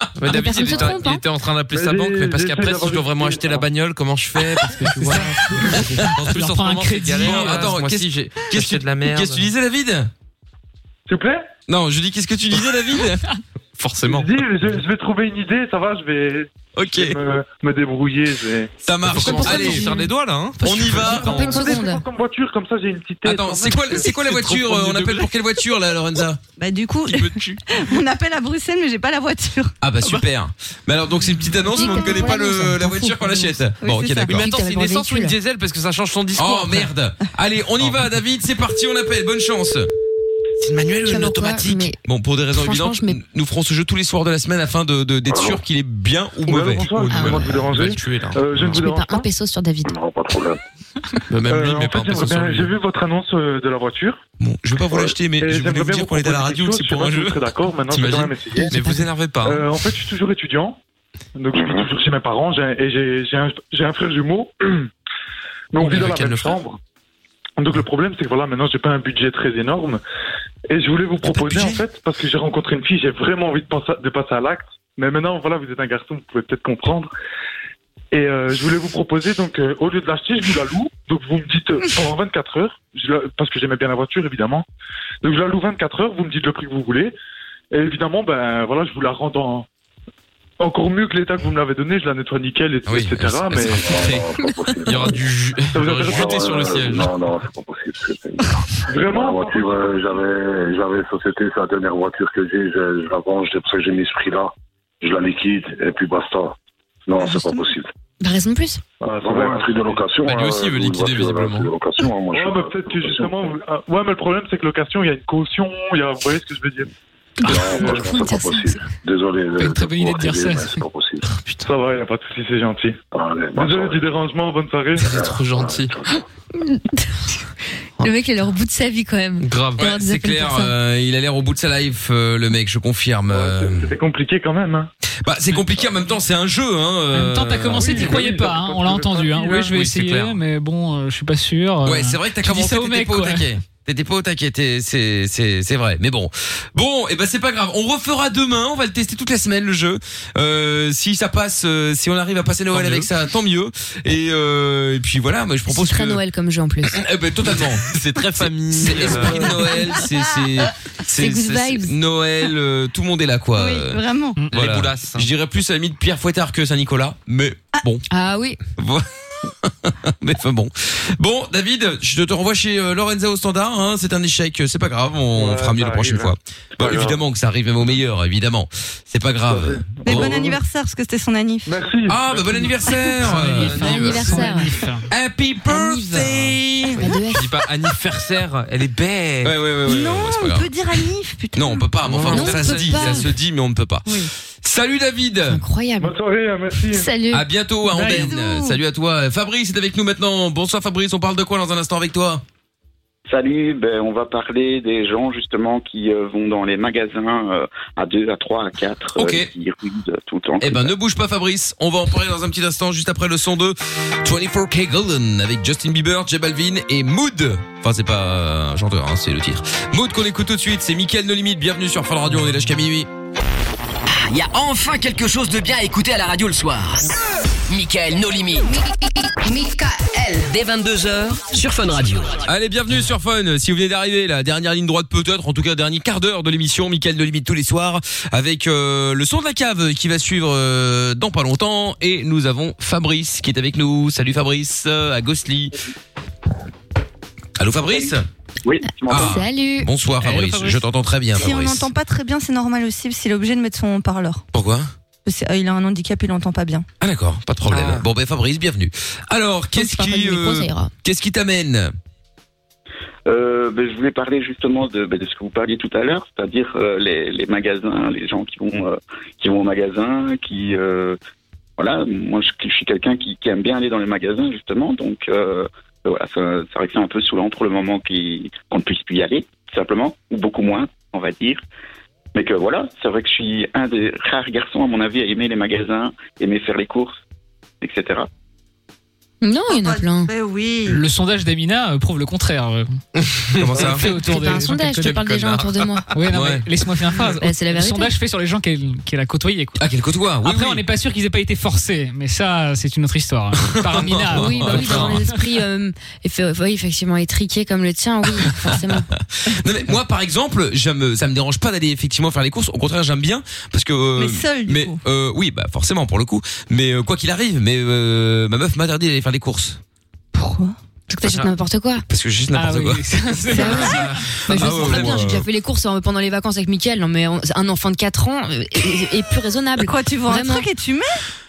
Speaker 2: vois.
Speaker 3: Mais David,
Speaker 6: personne
Speaker 3: il
Speaker 6: se
Speaker 3: était,
Speaker 6: trompe, hein.
Speaker 3: il était en train d'appeler
Speaker 6: Mais
Speaker 3: sa
Speaker 6: j'ai-
Speaker 3: banque, mais parce
Speaker 6: j'ai
Speaker 3: qu'après,
Speaker 6: essayé
Speaker 3: si je dois vraiment acheter la bagnole, comment je fais Parce que tu vois. En plus, en ce moment, c'est galère.
Speaker 2: Bon,
Speaker 3: Attends,
Speaker 2: attends,
Speaker 3: moi
Speaker 2: qu'est-ce
Speaker 3: aussi, euh, j'ai
Speaker 2: qu'est-ce
Speaker 3: acheté
Speaker 2: que-
Speaker 3: de la merde.
Speaker 2: Qu'est-ce que tu disais, David
Speaker 14: S'il vous plaît
Speaker 2: Non, je dis qu'est-ce que tu disais, David
Speaker 3: Forcément.
Speaker 14: Je, dis, je- je vais trouver une idée, ça va, je vais.
Speaker 2: Ok.
Speaker 14: Me, me débrouiller, je vais.
Speaker 2: Ça marche. Allez,
Speaker 3: serre les doigts là. Hein
Speaker 2: on y va.
Speaker 14: comme voiture, comme ça j'ai une petite.
Speaker 2: Attends, c'est quoi, c'est quoi la voiture euh, On appelle pour quelle voiture là, Lorenza
Speaker 5: Bah du coup, on appelle à Bruxelles, mais j'ai pas la voiture.
Speaker 2: Ah bah super. Mais alors donc c'est une petite annonce, mais on ne connaît pas le- la voiture qu'on achète. Bon, ok, d'accord.
Speaker 3: Mais attends, c'est une essence ou une diesel Parce que ça change son discours.
Speaker 2: Oh merde. Allez, on y va, David. C'est parti, on appelle. Bonne chance. C'est une manuelle
Speaker 3: ou une automatique
Speaker 2: Bon, pour des raisons
Speaker 3: Franchement,
Speaker 2: évidentes,
Speaker 3: je mets-
Speaker 2: nous ferons ce jeu tous les soirs de la semaine afin de de- d'être sûr qu'il est bien ou mauvais.
Speaker 14: bonsoir,
Speaker 2: Ou
Speaker 14: excusez-moi
Speaker 2: mauvais.
Speaker 14: de vous déranger.
Speaker 2: Il va le tuer, là.
Speaker 14: Euh, je ne vous
Speaker 4: Je mets
Speaker 14: dérange
Speaker 4: pas un peso sur David.
Speaker 14: Euh,
Speaker 2: Bah, lui,
Speaker 14: en
Speaker 2: mais
Speaker 14: fait,
Speaker 2: pas un peu
Speaker 14: j'aimerais
Speaker 2: sur
Speaker 14: bien-
Speaker 2: lui. hein.
Speaker 14: J'ai vu votre annonce euh, de la voiture.
Speaker 2: Bon, je veux pas vous
Speaker 14: Ouais.
Speaker 2: l'acheter, mais
Speaker 14: Et
Speaker 2: je voulais
Speaker 14: j'aimerais
Speaker 2: vous
Speaker 14: bien
Speaker 2: dire qu'on est à la
Speaker 14: proposer
Speaker 2: radio,
Speaker 14: quelque
Speaker 2: que
Speaker 14: chose,
Speaker 2: c'est pour
Speaker 14: je
Speaker 2: un
Speaker 14: sais pas si
Speaker 2: jeu.
Speaker 14: vous serez d'accord, maintenant je vais quand même essayer.
Speaker 2: Mais vous énervez pas. hein.
Speaker 14: Euh, en fait, je suis toujours étudiant, donc je vis toujours chez mes parents, j'ai- et j'ai- j'ai un, j'ai un frère jumeau, mais on vit dans la même chambre. Donc le problème, c'est que voilà, maintenant j'ai pas un budget très énorme, et je voulais vous proposer en fait, parce que j'ai rencontré une fille, j'ai vraiment envie de, penser- de passer à l'acte, mais maintenant voilà, vous êtes un garçon, vous pouvez peut-être comprendre. Et euh, je voulais vous proposer, donc, euh, au lieu de l'acheter, je vous la loue. Donc, vous me dites euh, pendant 24 heures, je la- parce que j'aimais bien la voiture, évidemment. Donc, je la loue 24 heures, vous me dites le prix que vous voulez. Et évidemment, ben voilà, je vous la rends dans. Encore mieux que l'état que vous me l'avez donné, je la nettoie nickel, et, etc.
Speaker 2: elle
Speaker 14: Mais.
Speaker 2: sera filtrée. Il y aura du jus.
Speaker 14: Ça vous intéresse pas
Speaker 2: sur le siège.
Speaker 15: Non, non, c'est pas possible. Vraiment La voiture, euh, j'avais, j'avais société, c'est la dernière voiture que j'ai, je, je la vends, c'est pour ça que j'ai mis ce prix-là. Je la liquide et puis basta. Non, c'est pas possible.
Speaker 4: Bah, raison de plus.
Speaker 15: Ah, ça va être un prix de location. hein,
Speaker 14: Bah, lui aussi, il veut
Speaker 15: une
Speaker 14: liquider,
Speaker 15: voiture,
Speaker 14: visiblement.
Speaker 15: un prix de location, hein, moi, je
Speaker 14: Ouais, mais peut-être que justement. vous- ah, Ouais, mais le problème, c'est que location, il y a une caution, il y a. Vous voyez ce que je veux dire
Speaker 15: Non, moi, je pense que c'est pas possible. Désolé. de- de pouvoir t'aider, mais c'est pas possible.
Speaker 14: Ça va, il a pas de souci, c'est gentil. Désolé du dérangement, bonne soirée. C'est trop gentil.
Speaker 4: Le mec, il est au bout de sa vie quand même.
Speaker 2: Grave.
Speaker 4: D'avoir des
Speaker 2: c'est
Speaker 4: appels
Speaker 2: clair,
Speaker 4: pour ça.
Speaker 2: euh, il a l'air au bout de sa life, euh, le mec, je confirme. euh.
Speaker 14: c'est compliqué quand même. hein.
Speaker 2: Bah, c'est compliqué, en même temps, c'est un jeu. Hein, en
Speaker 6: même temps, t'as commencé, t'y croyais pas, hein, on l'a entendu. Hein. Ouais, je vais
Speaker 2: Oui, c'est
Speaker 6: essayer,
Speaker 2: clair.
Speaker 6: mais bon, euh, je suis pas sûr. euh,
Speaker 2: Ouais, c'est vrai que t'as
Speaker 6: tu dis
Speaker 2: commencé,
Speaker 6: ça au
Speaker 2: t'étais
Speaker 6: mec,
Speaker 2: pas au
Speaker 6: quoi.
Speaker 2: taquet. T'étais pas au taquet, t'es- c'est c'est c'est vrai. Mais bon, bon, et ben c'est pas grave. On refera demain. On va le tester toute la semaine le jeu. Euh, si ça passe, euh, si on arrive à passer Noël avec ça, tant mieux. Et euh, et puis voilà, moi je propose
Speaker 4: C'est très
Speaker 2: que.
Speaker 4: Noël comme jeu en plus.
Speaker 2: Eh ben totalement. c'est très famille. euh, C'est l'esprit de Noël. C'est c'est
Speaker 4: C'est good vibes.
Speaker 2: Noël. euh, tout le monde est là quoi. Euh,
Speaker 4: Vraiment.
Speaker 2: voilà. Je dirais plus à la limite Pierre Fouettard que Saint Nicolas, mais bon.
Speaker 4: Ah oui.
Speaker 2: Voilà. Mais enfin bon. Bon, David, je te renvoie chez euh, Lorenzo au standard. hein, c'est un échec, c'est pas grave, on
Speaker 15: Ouais,
Speaker 2: fera mieux
Speaker 15: ça
Speaker 2: la prochaine
Speaker 15: arrive,
Speaker 2: fois.
Speaker 15: hein.
Speaker 2: Bah,
Speaker 15: pas grave.
Speaker 2: évidemment que ça arrive même au meilleur, évidemment. C'est pas grave.
Speaker 5: Mais bon anniversaire, parce que c'était son anniversaire.
Speaker 14: Merci.
Speaker 2: Oh. Ah, bah bon anniversaire euh,
Speaker 5: anniversaire.
Speaker 2: Happy birthday
Speaker 3: Dis pas anniversaire, elle est bête.
Speaker 2: Ouais, ouais, ouais. ouais,
Speaker 5: Non,
Speaker 2: ouais, c'est pas
Speaker 5: on
Speaker 2: grave.
Speaker 5: peut dire Anif, putain.
Speaker 2: Non, on peut pas, mais enfin,
Speaker 5: Non, on
Speaker 2: ça
Speaker 5: peut
Speaker 2: se dit,
Speaker 5: pas.
Speaker 2: ça se dit, mais on ne peut pas. Salut David
Speaker 4: Incroyable.
Speaker 14: Bonne soirée, hein, merci.
Speaker 4: Salut.
Speaker 2: À bientôt à Andenne. Salut à toi. Fabrice est avec nous maintenant. Bonsoir Fabrice, on parle de quoi dans un instant avec toi
Speaker 16: Salut, ben, on va parler des gens justement qui euh, vont dans les magasins euh, à 2, à 3, à 4, qui rudent tout le temps.
Speaker 2: Eh ben, ne bouge pas, Fabrice. On va en parler dans un petit instant, juste après le son de 24K Golden avec Justin Bieber, J Balvin et Mood. Enfin, c'est pas euh, un chanteur, hein, c'est le titre. Mood qu'on écoute tout de suite, c'est Mickaël No Limite. Bienvenue sur Fun Radio, on est là jusqu'à minuit.
Speaker 1: Il Ah, y a enfin quelque chose de bien à écouter à la radio le soir. Michael No Limit. Michael. Dès 22h sur Fun Radio.
Speaker 2: Allez, bienvenue sur Fun. Si vous venez d'arriver, la dernière ligne droite peut-être, en tout cas dernier quart d'heure de l'émission, Mickaël de Limite tous les soirs, avec euh, le son de la cave qui va suivre euh, dans pas longtemps. Et nous avons Fabrice qui est avec nous. Salut Fabrice, euh, à Gosli. Allô Fabrice Ah.
Speaker 16: Oui,
Speaker 5: Salut.
Speaker 2: Bonsoir
Speaker 5: Hello,
Speaker 2: Fabrice,
Speaker 5: Fabrice.
Speaker 2: je t'entends très bien
Speaker 5: Si on
Speaker 2: Fabrice.
Speaker 5: n'entend pas très bien, c'est normal aussi, s'il est obligé de mettre son parleur.
Speaker 2: Pourquoi
Speaker 5: euh, il a un handicap, il n'entend pas bien.
Speaker 2: Ah d'accord, pas de problème. Bon ben Fabrice, bienvenue. Alors, qu'est-ce qui
Speaker 5: micro,
Speaker 2: euh,
Speaker 5: ça ira.
Speaker 2: qu'est-ce qui t'amène
Speaker 16: Euh, ben, je voulais parler justement de, ben, de ce que vous parliez tout à l'heure, c'est-à-dire euh, les, les magasins, les gens qui vont euh, qui vont au magasin, qui euh, voilà, moi je, je suis quelqu'un qui, qui aime bien aller dans les magasins justement, donc euh, ben, voilà, ça- c'est vrai que c'est un peu saoulant pour le moment qui- qu'on ne puisse plus y aller, tout simplement, ou beaucoup moins, on va dire. Mais que voilà, c'est vrai que je suis un des rares garçons à mon avis à aimer les magasins, aimer faire les courses, etc.
Speaker 4: Non, il y en a plein.
Speaker 5: oui.
Speaker 6: Le sondage d'Amina euh, prouve le contraire. euh.
Speaker 2: Comment ça
Speaker 6: Fait autour
Speaker 4: C'est
Speaker 6: des
Speaker 4: pas un
Speaker 6: gens
Speaker 4: sondage,
Speaker 6: qu'elle
Speaker 4: je te
Speaker 6: connaît.
Speaker 4: parle des gens autour de moi.
Speaker 6: Ouais, non, mais
Speaker 2: Ouais.
Speaker 6: laisse-moi finir la phrase.
Speaker 4: Bah, c'est la
Speaker 6: Le
Speaker 4: vérité.
Speaker 6: sondage fait sur les gens qu'elle qu'elle a côtoyés. Quoi.
Speaker 2: Ah, qu'elle côtoie, oui,
Speaker 6: Après,
Speaker 2: oui.
Speaker 6: on n'est pas sûr qu'ils aient pas été forcés, mais ça, c'est une autre histoire.
Speaker 2: Ah,
Speaker 6: Par Amina.
Speaker 4: Oui, bah oui, dans les esprits euh, eff- oui, effectivement étriqués comme le tien, oui, forcément.
Speaker 2: Non mais moi par exemple, j'aime ça me dérange pas d'aller effectivement faire les courses, au contraire, j'aime bien parce que euh,
Speaker 5: Mais seul, du coup.
Speaker 2: euh, oui, bah forcément pour le coup, mais euh, quoi qu'il arrive, mais euh, ma meuf m'interdit d'aller faire les courses
Speaker 4: Parce que t'achètes n'importe quoi.
Speaker 2: parce que j'ai
Speaker 1: Ah
Speaker 2: juste n'importe quoi.
Speaker 4: C'est vrai Bah, je le sais très bien, j'ai déjà fait les courses euh, pendant les vacances avec Mickaël. Non, mais on- un enfant de 4 ans euh, est, est plus raisonnable.
Speaker 5: Quoi, tu vois un truc et tu mets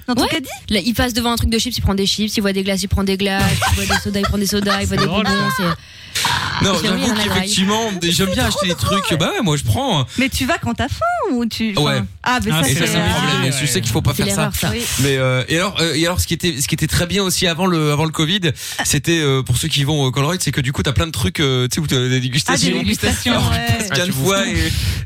Speaker 5: dans ton caddie
Speaker 4: Là, il passe devant un truc de chips, il prend des chips. Il voit des glaces, il prend des glaces. il voit des sodas, il prend des sodas. Il voit des bonbons. c'est-
Speaker 2: Non,
Speaker 4: J'ai envie
Speaker 2: j'avoue
Speaker 4: d'un
Speaker 2: qu'effectivement, j'aime bien acheter des trucs. Bah ouais, moi je prends.
Speaker 5: Mais tu vas quand t'as faim ou tu. enfin-
Speaker 2: Ouais.
Speaker 5: Ah, mais ça,
Speaker 2: et
Speaker 5: c'est.
Speaker 2: ça c'est le problème. Je sais qu'il faut pas
Speaker 5: C'est
Speaker 2: faire ça.
Speaker 5: l'erreur, ça. Oui.
Speaker 2: Mais euh, et alors euh, et alors ce qui était ce qui était très bien aussi avant le avant le Covid, c'était euh, pour ceux qui vont au Colruyt, c'est que du coup t'as plein de trucs euh, tu sais où t'as des dégustations.
Speaker 6: Ah, des dégustations,
Speaker 2: Alors,
Speaker 6: ouais.
Speaker 2: je passe
Speaker 6: Ah,
Speaker 2: qu'une
Speaker 6: tu bouffes
Speaker 2: fois
Speaker 6: tout.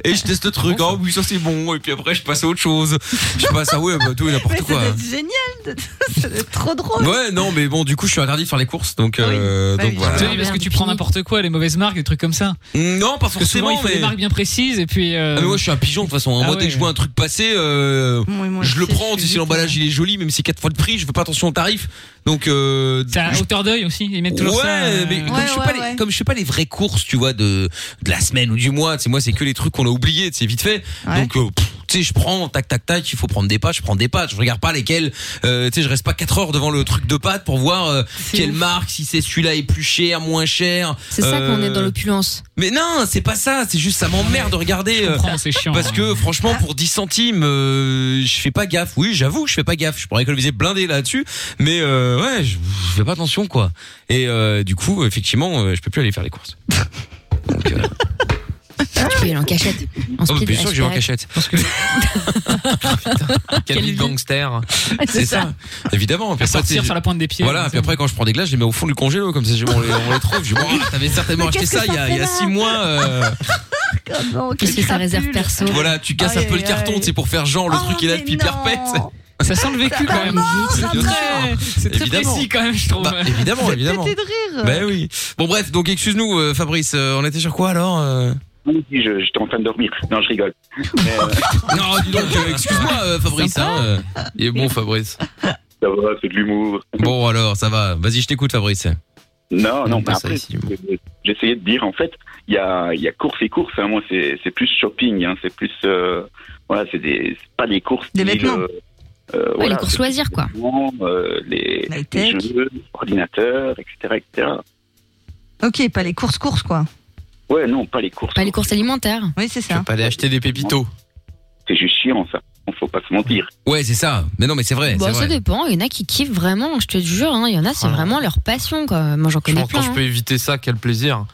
Speaker 2: et, et je teste le truc. Oh oui ça c'est bon et puis après je passe à autre chose. Je passe à ouais bah tout et n'importe
Speaker 5: Mais ça
Speaker 2: quoi.
Speaker 5: doit être génial. Ça doit être trop drôle.
Speaker 2: Ouais non mais bon du coup je suis interdit de faire les courses donc euh,
Speaker 5: Bah
Speaker 4: Bah
Speaker 2: donc voilà.
Speaker 6: Tu sais, parce que tu prends n'importe quoi, les mauvaises marques, des trucs comme ça.
Speaker 2: Non, pas
Speaker 6: Parce que souvent,
Speaker 2: forcément,
Speaker 6: il faut
Speaker 2: mais-
Speaker 6: des marques bien précises et puis. euh,
Speaker 2: Ah, mais moi je suis un pigeon de toute façon. hein.
Speaker 6: Ah
Speaker 2: moi dès
Speaker 6: ouais.
Speaker 2: que je vois un truc passer, euh,
Speaker 5: Oui, moi,
Speaker 2: je le
Speaker 5: c'est-
Speaker 2: prends.
Speaker 5: je
Speaker 2: Si
Speaker 5: suis
Speaker 2: l'emballage il est joli, même si c'est quatre fois le prix, je fais pas attention au tarif. Donc, euh,
Speaker 6: C'est à
Speaker 2: je-
Speaker 6: hauteur d'œil aussi, ils mettent toujours
Speaker 2: ouais,
Speaker 6: ça. euh,
Speaker 2: mais comme, je fais pas les, comme je fais pas les vraies courses, tu vois, de, de la semaine ou du mois, tu sais, moi, c'est que les trucs qu'on a oubliés, tu sais, vite fait. Donc, euh, pff, tu sais, je prends, tac, tac, tac, il faut prendre des pâtes, je prends des pâtes, je regarde pas lesquelles, euh, tu sais, je reste pas 4 heures devant le truc de pâtes pour voir euh, quelle marque, si c'est celui-là est plus cher, moins cher.
Speaker 4: C'est ça qu'on
Speaker 2: euh,
Speaker 4: est dans l'opulence.
Speaker 2: mais non, c'est pas ça, c'est juste ça m'emmerde de regarder. euh, Parce
Speaker 6: hein.
Speaker 2: que
Speaker 4: Ah.
Speaker 2: franchement, pour 10 centimes, euh, je fais pas gaffe. Oui, j'avoue, je fais pas gaffe. Je pourrais économiser blindé là-dessus, mais euh, ouais, je, je fais pas attention quoi. Et euh, du coup, effectivement, euh, je peux plus aller faire les courses.
Speaker 4: Tu peux y aller en cachette. En
Speaker 2: Oh,
Speaker 4: speed,
Speaker 2: bien sûr que j'ai en
Speaker 4: aspirate.
Speaker 2: cachette. Camille gangster. C'est ça. Évidemment. Puis
Speaker 6: Faire
Speaker 2: après,
Speaker 6: sortir
Speaker 2: tu sais,
Speaker 6: sur la pointe des pieds. hein,
Speaker 2: Voilà. Puis après, quand je prends des glaces, je les mets au fond du congélo comme ça, je- on les, on les trouve. Je dis, Bon, ah, t'avais certainement
Speaker 4: Mais
Speaker 2: acheté
Speaker 4: qu'est-ce
Speaker 2: ça
Speaker 4: que
Speaker 2: il y
Speaker 4: ça
Speaker 2: a, il y a
Speaker 4: fait là
Speaker 2: six mois. euh,
Speaker 4: Il se fait sa réserve perso.
Speaker 2: Voilà, tu casses un peu le carton, c'est pour faire genre le truc il est là depuis perpète.
Speaker 6: Ça sent le vécu
Speaker 2: Ah,
Speaker 6: quand même. C'est très- C'est très
Speaker 2: Évidemment.
Speaker 6: précis quand même, je trouve.
Speaker 2: Bah, évidemment, évidemment. Ben oui. Bon bref, donc excuse-nous euh, Fabrice, euh, on était sur quoi alors euh
Speaker 16: Oui, je- J'étais en train de dormir. Non, je rigole. Mais, euh,
Speaker 2: Non, dis donc, euh, excuse-moi euh, Fabrice. Hein, euh, il est bon Fabrice.
Speaker 16: Ça va, c'est de l'humour.
Speaker 2: Bon alors, ça va. Vas-y, je t'écoute Fabrice.
Speaker 16: Non, non,
Speaker 2: pas
Speaker 16: mais
Speaker 2: ça
Speaker 16: après, euh, j'essayais de dire, en fait, il y a, il y a courses et courses. hein. Moi, c'est c'est plus shopping. hein. C'est plus. euh, voilà, c'est des- c'est pas des courses.
Speaker 4: Des
Speaker 16: style,
Speaker 4: vêtements.
Speaker 16: euh, euh,
Speaker 4: Ouais,
Speaker 16: voilà,
Speaker 4: les courses
Speaker 16: c'est
Speaker 4: loisirs, quoi.
Speaker 16: des vêtements, euh, les,
Speaker 5: La
Speaker 16: les
Speaker 5: tech.
Speaker 16: jeux, ordinateurs, etc., etc.
Speaker 5: Ok, pas les courses-courses, quoi.
Speaker 16: Ouais, non, pas les courses.
Speaker 4: Pas les courses alimentaires.
Speaker 5: Oui, c'est ça.
Speaker 16: Pas aller acheter des pépitos. C'est juste chiant, ça. On faut pas se mentir.
Speaker 2: Ouais, c'est ça. Mais non, mais c'est vrai.
Speaker 4: Bon,
Speaker 2: Eh, c'est
Speaker 4: Bah, ça
Speaker 2: vrai.
Speaker 4: dépend. Il y en a qui kiffent vraiment, je te jure. hein. Il y en a, c'est vraiment leur passion, quoi. Moi, j'en connais
Speaker 16: pense
Speaker 4: plein.
Speaker 16: quand je
Speaker 4: hein.
Speaker 16: peux
Speaker 3: Éviter ça, quel plaisir.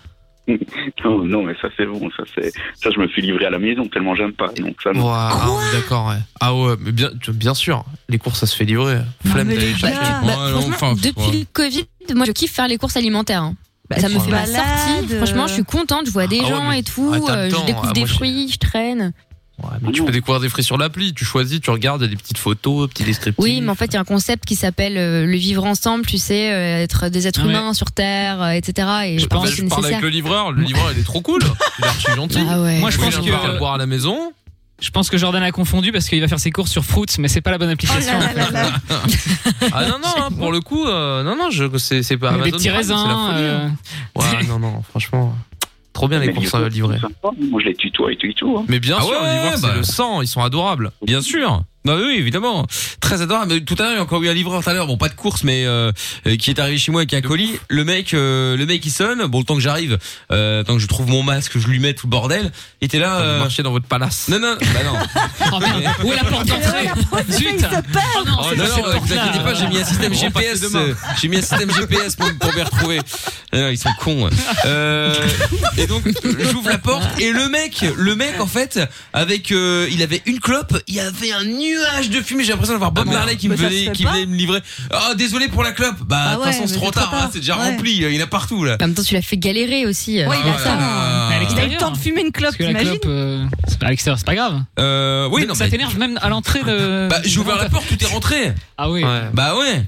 Speaker 16: Non, non, mais ça c'est bon, ça c'est ça je me suis livré à la maison tellement j'aime pas. Donc ça non.
Speaker 3: Ouah, ah, oui, d'accord, ouais. Ah ouais, mais bien, tu- bien sûr, les courses ça se fait livrer. Flemme
Speaker 4: mais
Speaker 3: d'aller
Speaker 4: les
Speaker 3: chercher.
Speaker 4: gars, bah, franchement, depuis le Covid, moi, je kiffe faire les courses alimentaires. hein. ça me
Speaker 5: tu
Speaker 4: fait
Speaker 5: te
Speaker 4: la
Speaker 5: balades,
Speaker 4: sortie.
Speaker 5: euh.
Speaker 4: Franchement, je suis contente. Je vois des
Speaker 3: Ah ouais,
Speaker 4: gens
Speaker 3: mais-
Speaker 4: et tout.
Speaker 3: Ah, t'as le
Speaker 4: euh, je
Speaker 3: temps.
Speaker 4: découvre
Speaker 3: Ah,
Speaker 4: des
Speaker 3: moi, je-
Speaker 4: fruits, je traîne.
Speaker 3: Ouais, mais tu peux découvrir des fruits sur l'appli, tu choisis, tu regardes, il y a des petites photos, petits descriptifs.
Speaker 4: Oui, mais en fait, il y a un concept qui s'appelle euh, le vivre ensemble, tu sais, euh, être des êtres
Speaker 3: Ouais.
Speaker 4: humains sur Terre, euh, etc. Et je, pense
Speaker 3: Bah,
Speaker 4: que c'est
Speaker 3: je parlais
Speaker 4: nécessaire.
Speaker 3: avec le livreur, le livreur il est trop cool, il est archi gentil.
Speaker 4: Ah ouais.
Speaker 6: Moi, je
Speaker 3: Oui,
Speaker 6: pense
Speaker 3: il a
Speaker 6: que-
Speaker 3: un truc à boire à la maison.
Speaker 6: Je pense que Jordan a confondu parce qu'il va faire ses courses sur Fruits, mais c'est pas la bonne application.
Speaker 4: Oh
Speaker 3: Ah non, non, hein, pour le coup, euh, non, non, je, c'est, c'est pas
Speaker 6: Les
Speaker 3: Amazon
Speaker 6: petits
Speaker 3: Prime,
Speaker 6: raisins,
Speaker 3: c'est la folie, hein.
Speaker 4: euh.
Speaker 3: Ouais, non, non, franchement. Trop bien les
Speaker 16: Mais
Speaker 3: courses
Speaker 16: du coup,
Speaker 3: euh, livrées.
Speaker 16: Moi je les tutoie et tout et tout. hein.
Speaker 3: Mais bien
Speaker 2: Ah
Speaker 3: sûr,
Speaker 2: ouais,
Speaker 3: les livreurs,
Speaker 2: bah.
Speaker 3: c'est le sang, ils sont adorables.
Speaker 2: Bien sûr. Non, oui, évidemment. Très adorable. Mais Tout à l'heure, il y a encore eu un livreur tout à l'heure, bon, pas de course, mais euh, euh, qui est arrivé chez moi avec un colis. Le mec, euh, le mec, il sonne. Bon, le temps que j'arrive, euh, tant que je trouve mon masque, je lui mets tout le bordel. Il était là. Euh... Marcher
Speaker 3: dans votre palace.
Speaker 2: Non, non, bah non.
Speaker 6: Oh merde, où est la porte d'entrée Zut Oh non,
Speaker 2: Oh
Speaker 6: c'est
Speaker 2: non,
Speaker 6: pas
Speaker 2: non,
Speaker 6: cette
Speaker 2: euh, vous
Speaker 6: porte-là.
Speaker 2: inquiétez pas, j'ai mis un système
Speaker 6: On va repasser
Speaker 2: GPS.
Speaker 6: demain.
Speaker 2: euh, J'ai mis un système GPS pour, pour me retrouver. Ah, ils sont cons. ouais. Euh, et donc j'ouvre la porte et le mec, le mec en fait, avec euh, il avait une clope, il y avait un nuage de fumée. J'ai l'impression d'avoir
Speaker 6: Ah,
Speaker 2: Bob Marley qui me
Speaker 3: Mais ça se
Speaker 2: venait,
Speaker 3: fait
Speaker 2: qui
Speaker 3: pas.
Speaker 2: venait me livrer. Ah désolé pour la clope. Bah
Speaker 4: Ah
Speaker 2: de toute façon
Speaker 4: ouais,
Speaker 2: c'est
Speaker 4: mais
Speaker 2: trop
Speaker 4: c'est trop
Speaker 2: tard, hein,
Speaker 4: tard.
Speaker 2: c'est déjà
Speaker 4: Ouais.
Speaker 2: rempli, il y en a partout là.
Speaker 6: Ah,
Speaker 4: En même temps, tu l'as fait galérer aussi. euh,
Speaker 2: Ouais, il a Ah, ça. voilà. Mais
Speaker 5: Il a
Speaker 2: à
Speaker 5: eu
Speaker 2: l'extérieur.
Speaker 5: le temps de fumer une clope,
Speaker 6: Parce que la
Speaker 5: t'imagines
Speaker 6: clope, euh, c'est- à l'extérieur, c'est pas grave.
Speaker 2: Euh, oui,
Speaker 6: Donc,
Speaker 2: non,
Speaker 6: ça
Speaker 2: mais-
Speaker 6: t'énerve même à l'entrée de.
Speaker 2: Bah j'ai ouvert la porte, tout est rentré.
Speaker 6: Ah oui.
Speaker 2: Bah ouais.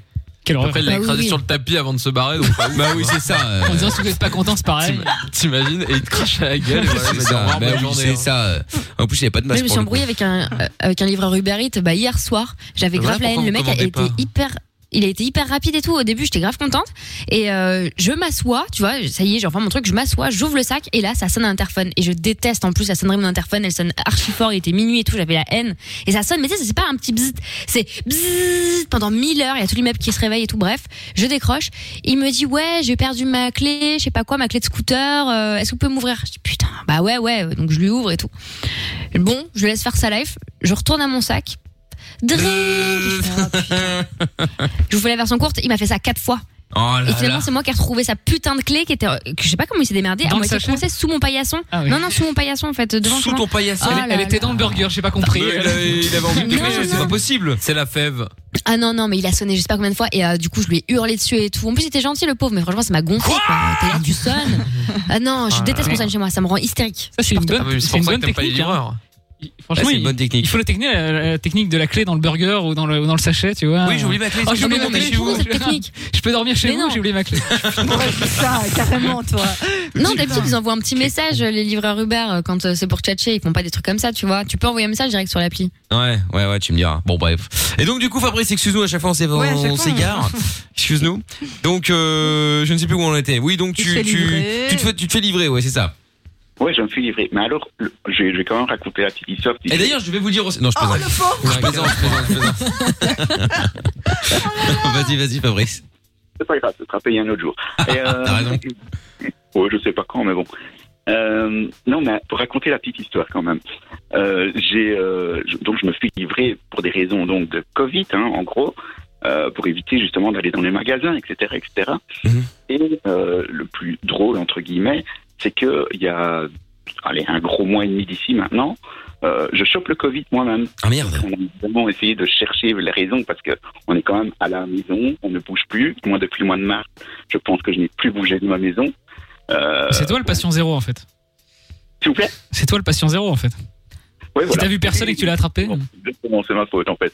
Speaker 3: Après, il l'a
Speaker 6: Bah oui,
Speaker 3: écrasé
Speaker 6: oui.
Speaker 3: sur le tapis avant de se barrer, donc pas ouf.
Speaker 2: Bah oui, c'est ça. euh.
Speaker 6: En disant si vous êtes pas content, c'est pareil.
Speaker 3: T'imagines, et il te crache à la gueule, et voilà,
Speaker 2: C'est
Speaker 3: il va dire au
Speaker 2: ça,
Speaker 3: revoir,
Speaker 2: bah
Speaker 3: bonne
Speaker 2: oui,
Speaker 3: journée,
Speaker 2: c'est
Speaker 3: hein.
Speaker 2: ça. En plus, il n'y a pas de
Speaker 4: Moi,
Speaker 2: masque.
Speaker 4: je me
Speaker 2: pour
Speaker 4: suis embrouillée
Speaker 2: le
Speaker 4: avec un, euh, avec un livreur Uber Eats bah, hier soir. J'avais
Speaker 2: Voilà
Speaker 4: grave la
Speaker 2: pourquoi
Speaker 4: haine. Le
Speaker 2: vous
Speaker 4: mec a
Speaker 2: commandez
Speaker 4: été
Speaker 2: pas.
Speaker 4: hyper. Il a été hyper rapide et tout. Au début, j'étais grave contente. Et euh, je m'assois, tu vois, ça y est, j'ai enfin mon truc, je m'assois, j'ouvre le sac et là, ça sonne à l'interphone. Et je déteste en plus la sonnerie de mon interphone, elle sonne archi fort, il était minuit et tout, j'avais la haine. Et ça sonne, mais tu sais, c'est pas un petit bzzz, c'est bzzz pendant mille heures, il y a tout l'immeuble qui se réveille et tout. Bref, je décroche. Il me dit, ouais, j'ai perdu ma clé, je sais pas quoi, ma clé de scooter, euh, est-ce que vous pouvez m'ouvrir Je dis, putain, bah ouais, ouais, donc je lui ouvre et tout. Bon, je laisse faire sa life. Je retourne à mon sac.
Speaker 2: euh,
Speaker 4: Dring Je vous fais la version courte. Il m'a fait ça quatre fois.
Speaker 2: Oh là
Speaker 4: Et finalement,
Speaker 2: là.
Speaker 4: c'est moi qui ai retrouvé sa putain de clé qui était, euh, que je sais pas comment il s'est démerdé,
Speaker 6: Dans
Speaker 4: à
Speaker 6: le
Speaker 4: moitié
Speaker 6: sachet
Speaker 4: coincée sous mon paillasson.
Speaker 6: Ah oui.
Speaker 4: Non, non, sous mon paillasson en fait. Devant
Speaker 2: Sous
Speaker 4: moi.
Speaker 2: ton paillasson.
Speaker 4: Oh
Speaker 6: Elle-
Speaker 4: là
Speaker 6: elle était
Speaker 4: là.
Speaker 6: dans le burger, j'ai pas compris.
Speaker 2: Ah, Il avait, il avait envie de
Speaker 4: Non,
Speaker 2: tricher, c'est
Speaker 4: non.
Speaker 2: pas possible.
Speaker 3: C'est la fève.
Speaker 4: Ah non, non, mais il a sonné, je sais pas combien de fois. Et euh, du coup, je lui ai hurlé dessus et tout. En plus, il était gentil le pauvre, mais franchement, ça m'a gonflé. quoi. T'es là, tu sonnes. Ah non, je
Speaker 3: Ah là
Speaker 4: déteste
Speaker 3: là.
Speaker 4: qu'on sonne chez moi, ça me rend hystérique.
Speaker 6: Ça, c'est une bonne,
Speaker 3: Ah oui, c'est
Speaker 6: c'est
Speaker 3: pour
Speaker 6: une
Speaker 3: ça que
Speaker 6: bonne
Speaker 3: t'aimes pas les
Speaker 6: technique. hein.
Speaker 3: livreurs.
Speaker 6: Franchement,
Speaker 2: c'est
Speaker 6: il,
Speaker 2: une bonne technique.
Speaker 6: il faut la technique, euh, la, la technique de la clé dans le burger ou dans le, ou dans le sachet, tu vois.
Speaker 2: Oui, j'ai oublié ma clé,
Speaker 6: Oh, j'ai oublié ma
Speaker 2: excusez-moi, mais
Speaker 6: clé
Speaker 2: chez vous.
Speaker 6: cette technique. Je peux dormir chez vous, j'ai oublié ma clé.
Speaker 2: Ah,
Speaker 5: ça, carrément, toi.
Speaker 4: Non, d'habitude, ils envoient un petit message, les livreurs Uber, euh, quand euh, c'est pour tchatcher, ils font pas des trucs comme ça, tu vois. Tu peux envoyer un message direct sur l'appli.
Speaker 2: Ouais, ouais, ouais, tu me diras. Bon, bref. Et donc, du coup, Fabrice, excuse-nous, à chaque fois, on s'é-
Speaker 4: Ouais, à chaque
Speaker 2: on
Speaker 4: fois, hein.
Speaker 2: s'égare. Excuse-nous. Donc, euh, je ne sais plus où on était. Oui, donc, tu,
Speaker 16: fait
Speaker 2: tu,
Speaker 16: livrer.
Speaker 2: tu, te fais, tu te fais livrer, ouais, c'est ça.
Speaker 16: Ouais, je me suis livré. Mais alors, le- je vais je vais quand même raconter la petite histoire.
Speaker 2: Et d'ailleurs, je vais vous dire aussi. Non, je
Speaker 16: Oh,
Speaker 2: plaisante.
Speaker 16: le pauvre
Speaker 2: Je plaisante, je plaisante, je plaisante. Vas-y, vas-y, Fabrice.
Speaker 16: C'est pas grave, ce sera payé un autre jour. Et, euh, ouais, je sais pas quand, mais bon. Euh, non, mais pour raconter la petite histoire quand même. Euh, j'ai euh, je- donc je me suis livré pour des raisons donc de Covid, hein, en gros, euh, pour éviter justement d'aller dans les magasins, etc., etc.
Speaker 2: Mhm.
Speaker 16: Et euh, le plus drôle entre guillemets, c'est que il y a allez un gros mois et demi d'ici maintenant, euh, je chope le Covid moi-même.
Speaker 2: Ah merde.
Speaker 16: On a vraiment essayé de chercher les raisons parce que on est quand même à la maison, on ne bouge plus. Moi depuis le mois de mars, je pense que je n'ai plus bougé de ma maison. Euh,
Speaker 6: C'est toi le patient zéro, en fait.
Speaker 16: S'il vous plaît.
Speaker 6: C'est toi le patient zéro, en fait.
Speaker 16: Ouais,
Speaker 6: Si
Speaker 16: voilà.
Speaker 6: t'as vu personne et que tu l'as attrapé.
Speaker 16: Exactement, c'est ma faute en fait.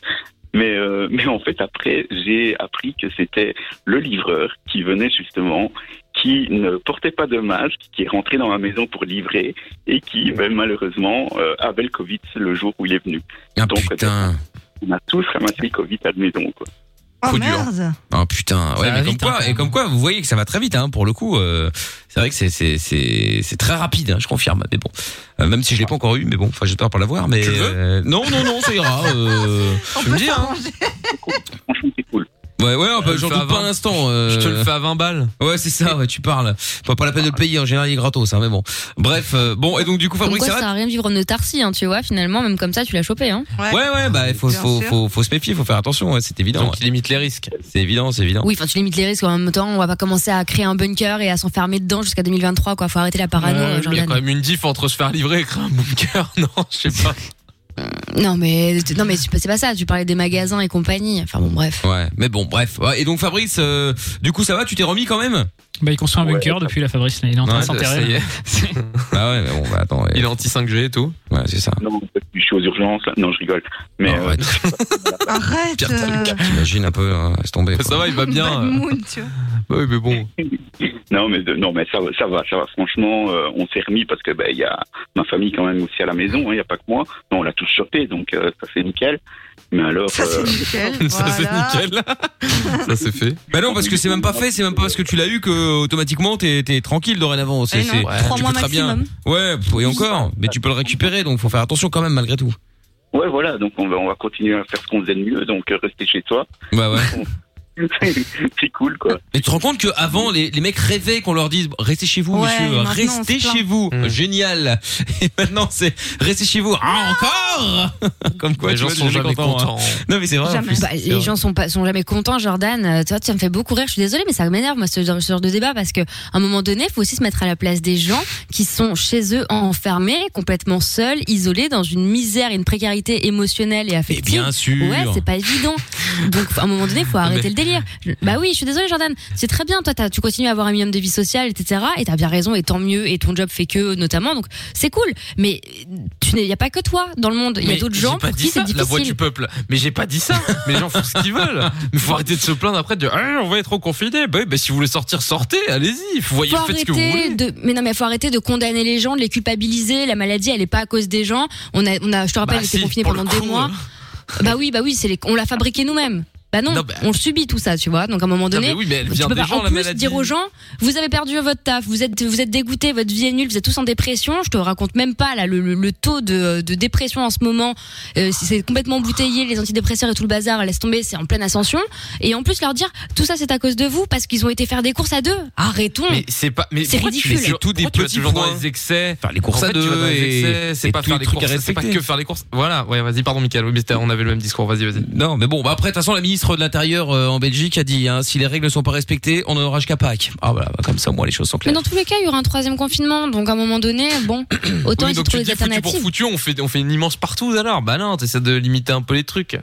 Speaker 16: Mais, euh, mais en fait, après, j'ai appris que c'était le livreur qui venait justement, qui ne portait pas de masque, qui est rentré dans ma maison pour livrer et qui, ben, malheureusement, euh, avait le Covid le jour où il est venu.
Speaker 2: Ah,
Speaker 16: Donc, euh, on a tous ramassé le Covid à la maison. Quoi.
Speaker 5: oh,
Speaker 2: Coup dur. Ah putain, ouais,
Speaker 16: va
Speaker 2: mais comme
Speaker 16: vite,
Speaker 3: hein,
Speaker 2: quoi, et comme quoi, vous voyez que ça va très vite, hein, pour le coup. euh, c'est vrai que c'est c'est c'est c'est très rapide, hein, je confirme. Mais bon, Euh, même si je l'ai pas encore eu, mais bon, enfin, j'espère pas l'avoir. Mais euh, non, non, non, ça ira. Euh, je me dis, hein. Ouais, ouais, bah, le
Speaker 6: fais
Speaker 2: j'en
Speaker 6: à
Speaker 2: doute pas
Speaker 6: 20.
Speaker 2: un instant. euh.
Speaker 6: Je te le fais à 20 balles.
Speaker 2: Ouais, c'est ça, ouais, tu parles. Pas, pas la peine de le payer, en général, il est gratos, hein, mais bon. Bref, euh, bon, et donc, du coup,
Speaker 4: Comme
Speaker 2: Fabrice,
Speaker 4: quoi,
Speaker 2: ça
Speaker 4: ça
Speaker 2: va
Speaker 4: sert à rien de vivre en autarcie, hein, tu vois. Finalement, même comme ça, tu l'as chopé, hein.
Speaker 2: Ouais, ouais, bah, il faut,
Speaker 4: Bien
Speaker 2: faut,
Speaker 4: sûr.
Speaker 2: faut, faut se méfier, faut faire attention, ouais, c'est évident. Donc, il limite les risques. C'est évident, c'est évident.
Speaker 4: Oui, enfin, tu limites les risques en même temps. On va pas commencer à créer un bunker et à s'enfermer dedans jusqu'à 2023, quoi. Faut arrêter la parano.
Speaker 3: Euh,
Speaker 4: euh,
Speaker 3: Il y a
Speaker 4: Jordan.
Speaker 3: quand même une diff entre se faire livrer et créer un bunker. Non, je sais pas.
Speaker 4: Non, mais, non, mais c'est pas- c'est pas ça. Tu parlais des magasins et compagnie. Enfin, bon, bref.
Speaker 2: Ouais, mais bon, bref. Ouais, et donc, Fabrice, euh, du coup, ça va, tu t'es remis quand même
Speaker 6: Bah, il construit un bunker depuis la Fabrice, là. Il est en train
Speaker 2: Ouais,
Speaker 6: de
Speaker 2: ça y
Speaker 6: s'enterrer.
Speaker 2: est. Ah ouais, mais bon, bah attends. Il est anti 5G et tout. Ouais, c'est ça. Ah,
Speaker 16: Non, je suis aux urgences, là. Non, je rigole. Mais, euh,
Speaker 5: Arrête. euh,
Speaker 2: T'imagines un peu, hein, laisse tomber.
Speaker 16: Ça va, il va
Speaker 4: Bah,
Speaker 16: bien.
Speaker 5: Bad mood, tu vois.
Speaker 16: oui, mais bon. non, mais de- non, mais ça, va- ça va, ça va. Franchement, euh, on s'est remis parce que ben, il y a ma famille quand même aussi à la maison. hein, Il n'y a pas que moi. Non, on l'a tous chopé, donc euh, ça c'est nickel. Mais alors, euh, ça
Speaker 5: c'est
Speaker 2: nickel, Ça, c'est voilà.
Speaker 16: nickel.
Speaker 2: Ça c'est fait. Bah non, parce que c'est même pas fait, c'est même pas parce que tu l'as eu que automatiquement t'es t'es tranquille dorénavant. C'est
Speaker 5: Eh non,
Speaker 2: c'est-
Speaker 5: trois
Speaker 2: tu
Speaker 5: mois
Speaker 2: peux très bien.
Speaker 5: maximum.
Speaker 2: Ouais, et encore. Mais tu peux le récupérer, donc faut faire attention quand même malgré tout.
Speaker 16: Ouais, voilà. Donc on va, on va continuer à faire ce qu'on faisait de mieux. Donc euh, rester chez toi.
Speaker 2: Bah ouais.
Speaker 16: c'est cool quoi.
Speaker 2: Mais tu te rends compte que avant les, les mecs rêvaient qu'on leur dise restez chez vous
Speaker 16: Ouais,
Speaker 2: monsieur,
Speaker 16: maintenant, on
Speaker 2: restez
Speaker 16: se plaint.
Speaker 2: chez vous,
Speaker 3: Mm.
Speaker 2: génial. Et maintenant c'est restez chez vous Ah, encore. Comme quoi
Speaker 3: Les
Speaker 2: tu
Speaker 3: gens
Speaker 2: vois,
Speaker 3: sont
Speaker 2: t'es
Speaker 3: jamais
Speaker 2: content, hein.
Speaker 3: contents.
Speaker 2: Non mais c'est vrai. en plus,
Speaker 4: Bah,
Speaker 2: c'est
Speaker 4: les
Speaker 2: vrai.
Speaker 4: gens sont pas sont jamais contents, Jordan. Euh, Toi, ça me fait beaucoup rire. Je suis désolée, mais ça m'énerve moi ce genre, ce genre de débat parce que à un moment donné, il faut aussi se mettre à la place des gens qui sont chez eux enfermés, complètement seuls, isolés, dans une misère, et une précarité émotionnelle et affective.
Speaker 2: bien sûr.
Speaker 4: Ouais, c'est pas évident. Donc à un moment donné, il faut arrêter
Speaker 2: Mais-
Speaker 4: le délire. Je- Bah oui, je suis désolée, Jordan. C'est très bien. Toi, t'as- tu continues à avoir un minimum de vie sociale, etc. Et t'as bien raison. Et tant mieux. Et ton job fait que notamment. Donc c'est cool. Mais il n'y a pas que toi dans le monde. Il y a
Speaker 3: Mais
Speaker 4: d'autres
Speaker 3: j'ai
Speaker 4: gens
Speaker 3: pas
Speaker 4: pour
Speaker 3: dit
Speaker 4: qui
Speaker 3: ça,
Speaker 4: c'est
Speaker 3: La voix
Speaker 4: difficile.
Speaker 3: du peuple. Mais j'ai pas dit ça. Mais les gens font ce qu'ils veulent. Mais faut arrêter de se plaindre après de Ah, on va être confinés. Bah, oui, bah, si vous voulez sortir, sortez. Allez-y. Vous voyez,
Speaker 4: faut
Speaker 3: faites ce que vous
Speaker 4: arrêter
Speaker 3: voulez.
Speaker 4: de mais non mais faut arrêter de condamner les gens de les culpabiliser la maladie elle est pas à cause des gens on a on a je te rappelle
Speaker 3: Bah
Speaker 4: on était
Speaker 3: si,
Speaker 4: confinés
Speaker 3: pour le
Speaker 4: pendant des
Speaker 3: coup, hein.
Speaker 4: mois bah oui bah oui c'est les- on l'a fabriqué nous-mêmes bah non, on le subit tout ça, tu vois. Donc à un moment
Speaker 3: Non,
Speaker 4: donné,
Speaker 3: mais oui, mais elle
Speaker 4: tu
Speaker 3: vient
Speaker 4: peux
Speaker 3: des
Speaker 4: pas
Speaker 3: gens,
Speaker 4: en
Speaker 3: la
Speaker 4: plus
Speaker 3: maladie.
Speaker 4: dire aux gens, vous avez perdu votre taf, vous êtes vous êtes dégoûté, votre vie est nulle, vous êtes tous en dépression. Je te raconte même pas là le, le- le taux de, de dépression en ce moment, Euh, c'est- c'est complètement embouteillé, les antidépresseurs et tout le bazar, laisse tomber, c'est en pleine ascension. Et en plus leur dire, tout ça c'est à cause de vous parce qu'ils ont été faire des courses à deux. Arrêtons.
Speaker 3: Mais c'est pas. Mais
Speaker 4: C'est
Speaker 3: pourquoi tu
Speaker 4: ridicule.
Speaker 3: fais
Speaker 4: C'est
Speaker 3: sur-
Speaker 4: tout des
Speaker 3: pourquoi tu vas
Speaker 2: petits
Speaker 3: toujours dans
Speaker 2: points.
Speaker 3: les excès.
Speaker 2: Faire les courses
Speaker 3: En
Speaker 2: à
Speaker 3: fait, tu
Speaker 2: deux
Speaker 3: vas dans les
Speaker 2: et-
Speaker 3: excès, C'est
Speaker 2: et
Speaker 3: pas
Speaker 2: tous
Speaker 3: faire
Speaker 2: les
Speaker 3: les
Speaker 2: trucs à
Speaker 3: courses. C'est pas
Speaker 2: respecter.
Speaker 3: que faire les courses. Voilà. Ouais, vas-y, pardon, Michael. Oui, mais c'était- on avait le même discours. Vas-y, vas-y.
Speaker 2: Non, mais bon, bah après, de toute façon, la ministre de l'Intérieur euh, en Belgique a dit, hein, si les règles ne sont pas respectées, on n'en aura jusqu'à Pâques. Ah voilà, bah, comme ça, moi, les choses sont
Speaker 4: Mais
Speaker 2: claires.
Speaker 4: dans tous les cas, il y aura un troisième confinement, donc à un moment donné, bon, autant
Speaker 3: Oui,
Speaker 4: essayer de
Speaker 3: donc tu
Speaker 4: trouver
Speaker 3: dis foutu
Speaker 4: des
Speaker 3: pour
Speaker 4: alternatives.
Speaker 3: foutu, on fait, on fait une immense partout alors. Bah non, t'essaies de limiter un peu les trucs.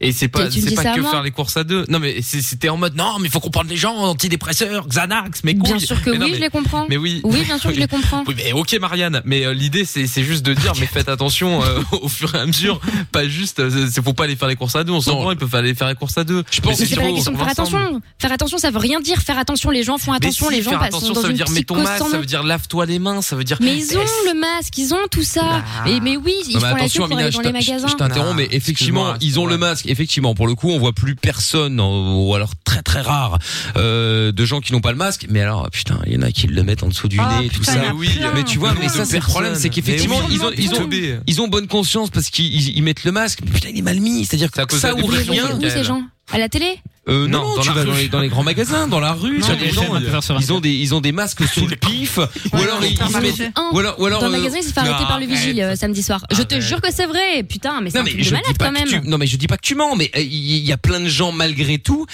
Speaker 3: Et c'est pas,
Speaker 4: Tu me dis
Speaker 3: c'est
Speaker 4: ça
Speaker 3: pas
Speaker 4: à
Speaker 3: que
Speaker 4: moi
Speaker 3: faire les courses à deux. Non, mais c'est- c'était en mode, non, mais il faut comprendre les gens, antidépresseurs, Xanax, mais
Speaker 4: Bien sûr que oui, je les comprends.
Speaker 3: Mais oui.
Speaker 4: Oui, bien sûr que je les comprends.
Speaker 3: Oui, mais ok Marianne, mais euh, l'idée c'est c'est juste de dire mais faites attention euh, au fur et à mesure, pas juste euh, c'est- c'est faut pas aller faire les courses à deux, on s'entend, ils peuvent aller faire les courses à deux. Je
Speaker 4: Mais c'est pas la question de faire attention. Faire attention, ça veut rien dire. Faire attention, les gens font attention, les gens
Speaker 3: faire
Speaker 4: passent
Speaker 3: attention,
Speaker 4: dans
Speaker 3: ça veut
Speaker 4: une
Speaker 3: dire mets ton
Speaker 4: psychose
Speaker 3: masque,
Speaker 4: sans
Speaker 3: ça
Speaker 4: nom.
Speaker 3: veut dire lave-toi les mains, ça veut dire
Speaker 4: Mais ils ont le masque, ils ont tout ça. Mais, mais oui, ils
Speaker 2: Non, mais
Speaker 4: font la queue
Speaker 2: attention,
Speaker 4: pour aller dans
Speaker 2: Amina, je
Speaker 4: les
Speaker 2: t'in- je-
Speaker 4: magasins.
Speaker 2: Je t'interromps, mais effectivement, ils ont le masque. Effectivement, pour le coup, on voit plus personne, ou alors très très rare, euh, de gens qui n'ont pas le masque. Mais alors, putain, il y en a qui le mettent en dessous du
Speaker 3: Ah,
Speaker 2: nez, et tout
Speaker 3: putain,
Speaker 2: ça.
Speaker 3: il y en a Oui, plein. Ah,
Speaker 2: mais tu
Speaker 4: Ah,
Speaker 2: vois,
Speaker 3: Le
Speaker 2: mais
Speaker 3: nombre
Speaker 2: ça,
Speaker 3: de
Speaker 2: c'est le problème,
Speaker 3: personnes.
Speaker 2: c'est qu'effectivement,
Speaker 3: Mais oui,
Speaker 2: ils ont,
Speaker 3: le
Speaker 2: ils ont,
Speaker 3: nombre de teubés.
Speaker 2: ils ont bonne conscience parce qu'ils ils- ils mettent le masque. Mais putain, il est mal mis. C'est-à-dire
Speaker 3: C'est à
Speaker 2: que
Speaker 3: cause de
Speaker 2: ça
Speaker 3: la
Speaker 2: ou
Speaker 3: dépression,
Speaker 2: rien.
Speaker 4: Où ces gens À la télé
Speaker 2: Euh, non,
Speaker 3: Non,
Speaker 2: non,
Speaker 3: dans
Speaker 2: tu
Speaker 3: la
Speaker 2: vas dans
Speaker 3: rue.
Speaker 2: les, dans les grands magasins, dans la rue,
Speaker 3: Non,
Speaker 2: t'as
Speaker 3: mais
Speaker 2: des
Speaker 3: les
Speaker 2: gens, euh,
Speaker 3: chaînes
Speaker 2: ils, ont des, ils ont des masques sous le pif, ou alors ils se mettent-
Speaker 4: Un,
Speaker 2: ou alors, ou alors,
Speaker 4: dans le
Speaker 2: euh,
Speaker 4: magasin, il s'est fait arrêter par le
Speaker 2: arrête.
Speaker 4: vigile euh, samedi soir. Je te jure que c'est vrai. Putain, mais c'est
Speaker 2: Non
Speaker 4: un
Speaker 2: mais,
Speaker 4: truc de
Speaker 2: je dis
Speaker 4: malade
Speaker 2: pas
Speaker 4: quand même.
Speaker 2: que tu, non mais je dis pas que tu mens, mais euh, il y, y a plein de gens malgré tout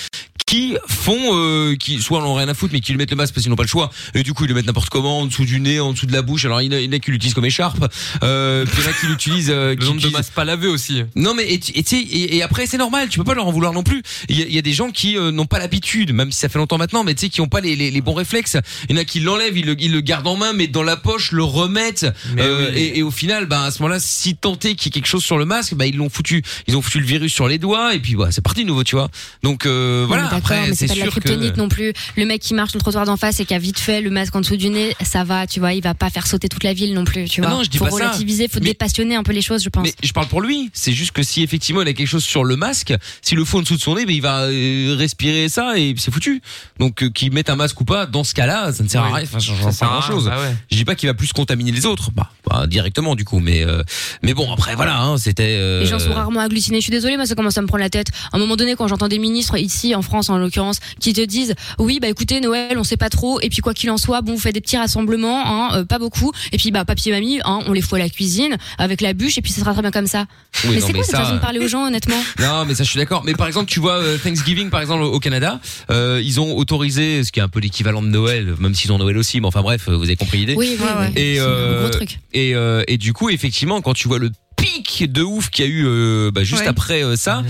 Speaker 2: qui font, euh, qui soit n'ont rien à foutre, mais qui le mettent le masque parce qu'ils n'ont pas le choix. Et du coup ils le mettent n'importe comment, en dessous du nez, en dessous de la bouche. Alors il y en a, il y en a qui l'utilisent comme écharpe, euh, puis il y en a qui l'utilisent. Euh, qui
Speaker 3: nombre de
Speaker 2: utilisent-
Speaker 3: masques pas lavés aussi.
Speaker 2: Non mais et, tu- et tu sais, et- et après c'est normal, tu peux pas leur en vouloir non plus. Il y, a- il y a des gens qui euh, n'ont pas l'habitude, même si ça fait longtemps maintenant, mais tu sais qui ont pas les, les, les bons réflexes. Il y en a qui l'enlèvent, ils le, ils le gardent en main, mais dans la poche, le remettent. Euh, et, et au final, bah, à ce moment-là, si tenté qu'il y ait quelque chose sur le masque, bah, ils l'ont foutu, ils ont foutu le virus sur les doigts et puis bah, c'est parti de nouveau, tu vois. Donc euh,
Speaker 4: Non,
Speaker 2: voilà.
Speaker 4: mais d'accord,
Speaker 2: Après
Speaker 4: mais
Speaker 2: c'est
Speaker 4: pas de la
Speaker 2: sûr que
Speaker 4: kryptonite non plus. Le mec qui marche sur le trottoir d'en face et qui a vite fait le masque en dessous du nez, ça va, tu vois, il va pas faire sauter toute la ville non plus, tu
Speaker 2: Ah
Speaker 4: vois.
Speaker 2: non, je dis
Speaker 4: faut
Speaker 2: pas ça.
Speaker 4: relativiser, faut
Speaker 2: Mais-
Speaker 4: dépassionner un peu les choses, je pense.
Speaker 2: Mais je parle pour lui. C'est juste que si effectivement il a quelque chose sur le masque, s'il le fout en dessous de son nez, ben, il va euh, respirer ça et c'est foutu. Donc euh, qu'il mette un masque ou pas, dans ce cas-là, ça ne sert à rien. Enfin, ça
Speaker 3: Ça
Speaker 2: ne
Speaker 3: sert
Speaker 2: sert
Speaker 3: à
Speaker 2: pas
Speaker 3: rien,
Speaker 2: grand-chose.
Speaker 3: bah ouais.
Speaker 2: Je dis pas qu'il va plus contaminer les autres, bah, bah, directement du coup. Mais euh, mais bon après voilà, hein, c'était. euh,
Speaker 4: Les gens sont rarement agglutinés. Je suis désolée, moi, ça commence à me prendre la tête. À un moment donné, quand j'entends des ministres, ici, en France, en l'occurrence, qui te disent, oui, bah, écoutez, Noël, on sait pas trop, et puis quoi qu'il en soit, bon, vous faites des petits rassemblements, hein, euh, pas beaucoup, et puis, bah, papier mamie, hein, on les fout à la cuisine, avec la bûche, et puis ça sera très bien comme ça.
Speaker 2: Oui,
Speaker 4: mais c'est
Speaker 2: non, mais
Speaker 4: quoi cette
Speaker 2: ça,
Speaker 4: façon
Speaker 2: euh,
Speaker 4: de parler aux gens, honnêtement?
Speaker 2: Non, mais ça, je suis d'accord. Mais par exemple, tu vois, euh, Thanksgiving, par exemple, au Canada, euh, ils ont autorisé, ce qui est un peu l'équivalent de Noël, même s'ils ont Noël aussi, mais enfin bref, euh, vous avez compris l'idée.
Speaker 4: Oui, oui, oui.
Speaker 2: Et,
Speaker 4: C'est un
Speaker 2: euh,
Speaker 4: gros truc.
Speaker 2: Et, euh, et du coup, effectivement, quand tu vois le pic de ouf qu'il y a eu euh, bah, juste
Speaker 3: Ouais. Ah
Speaker 2: après euh, ça,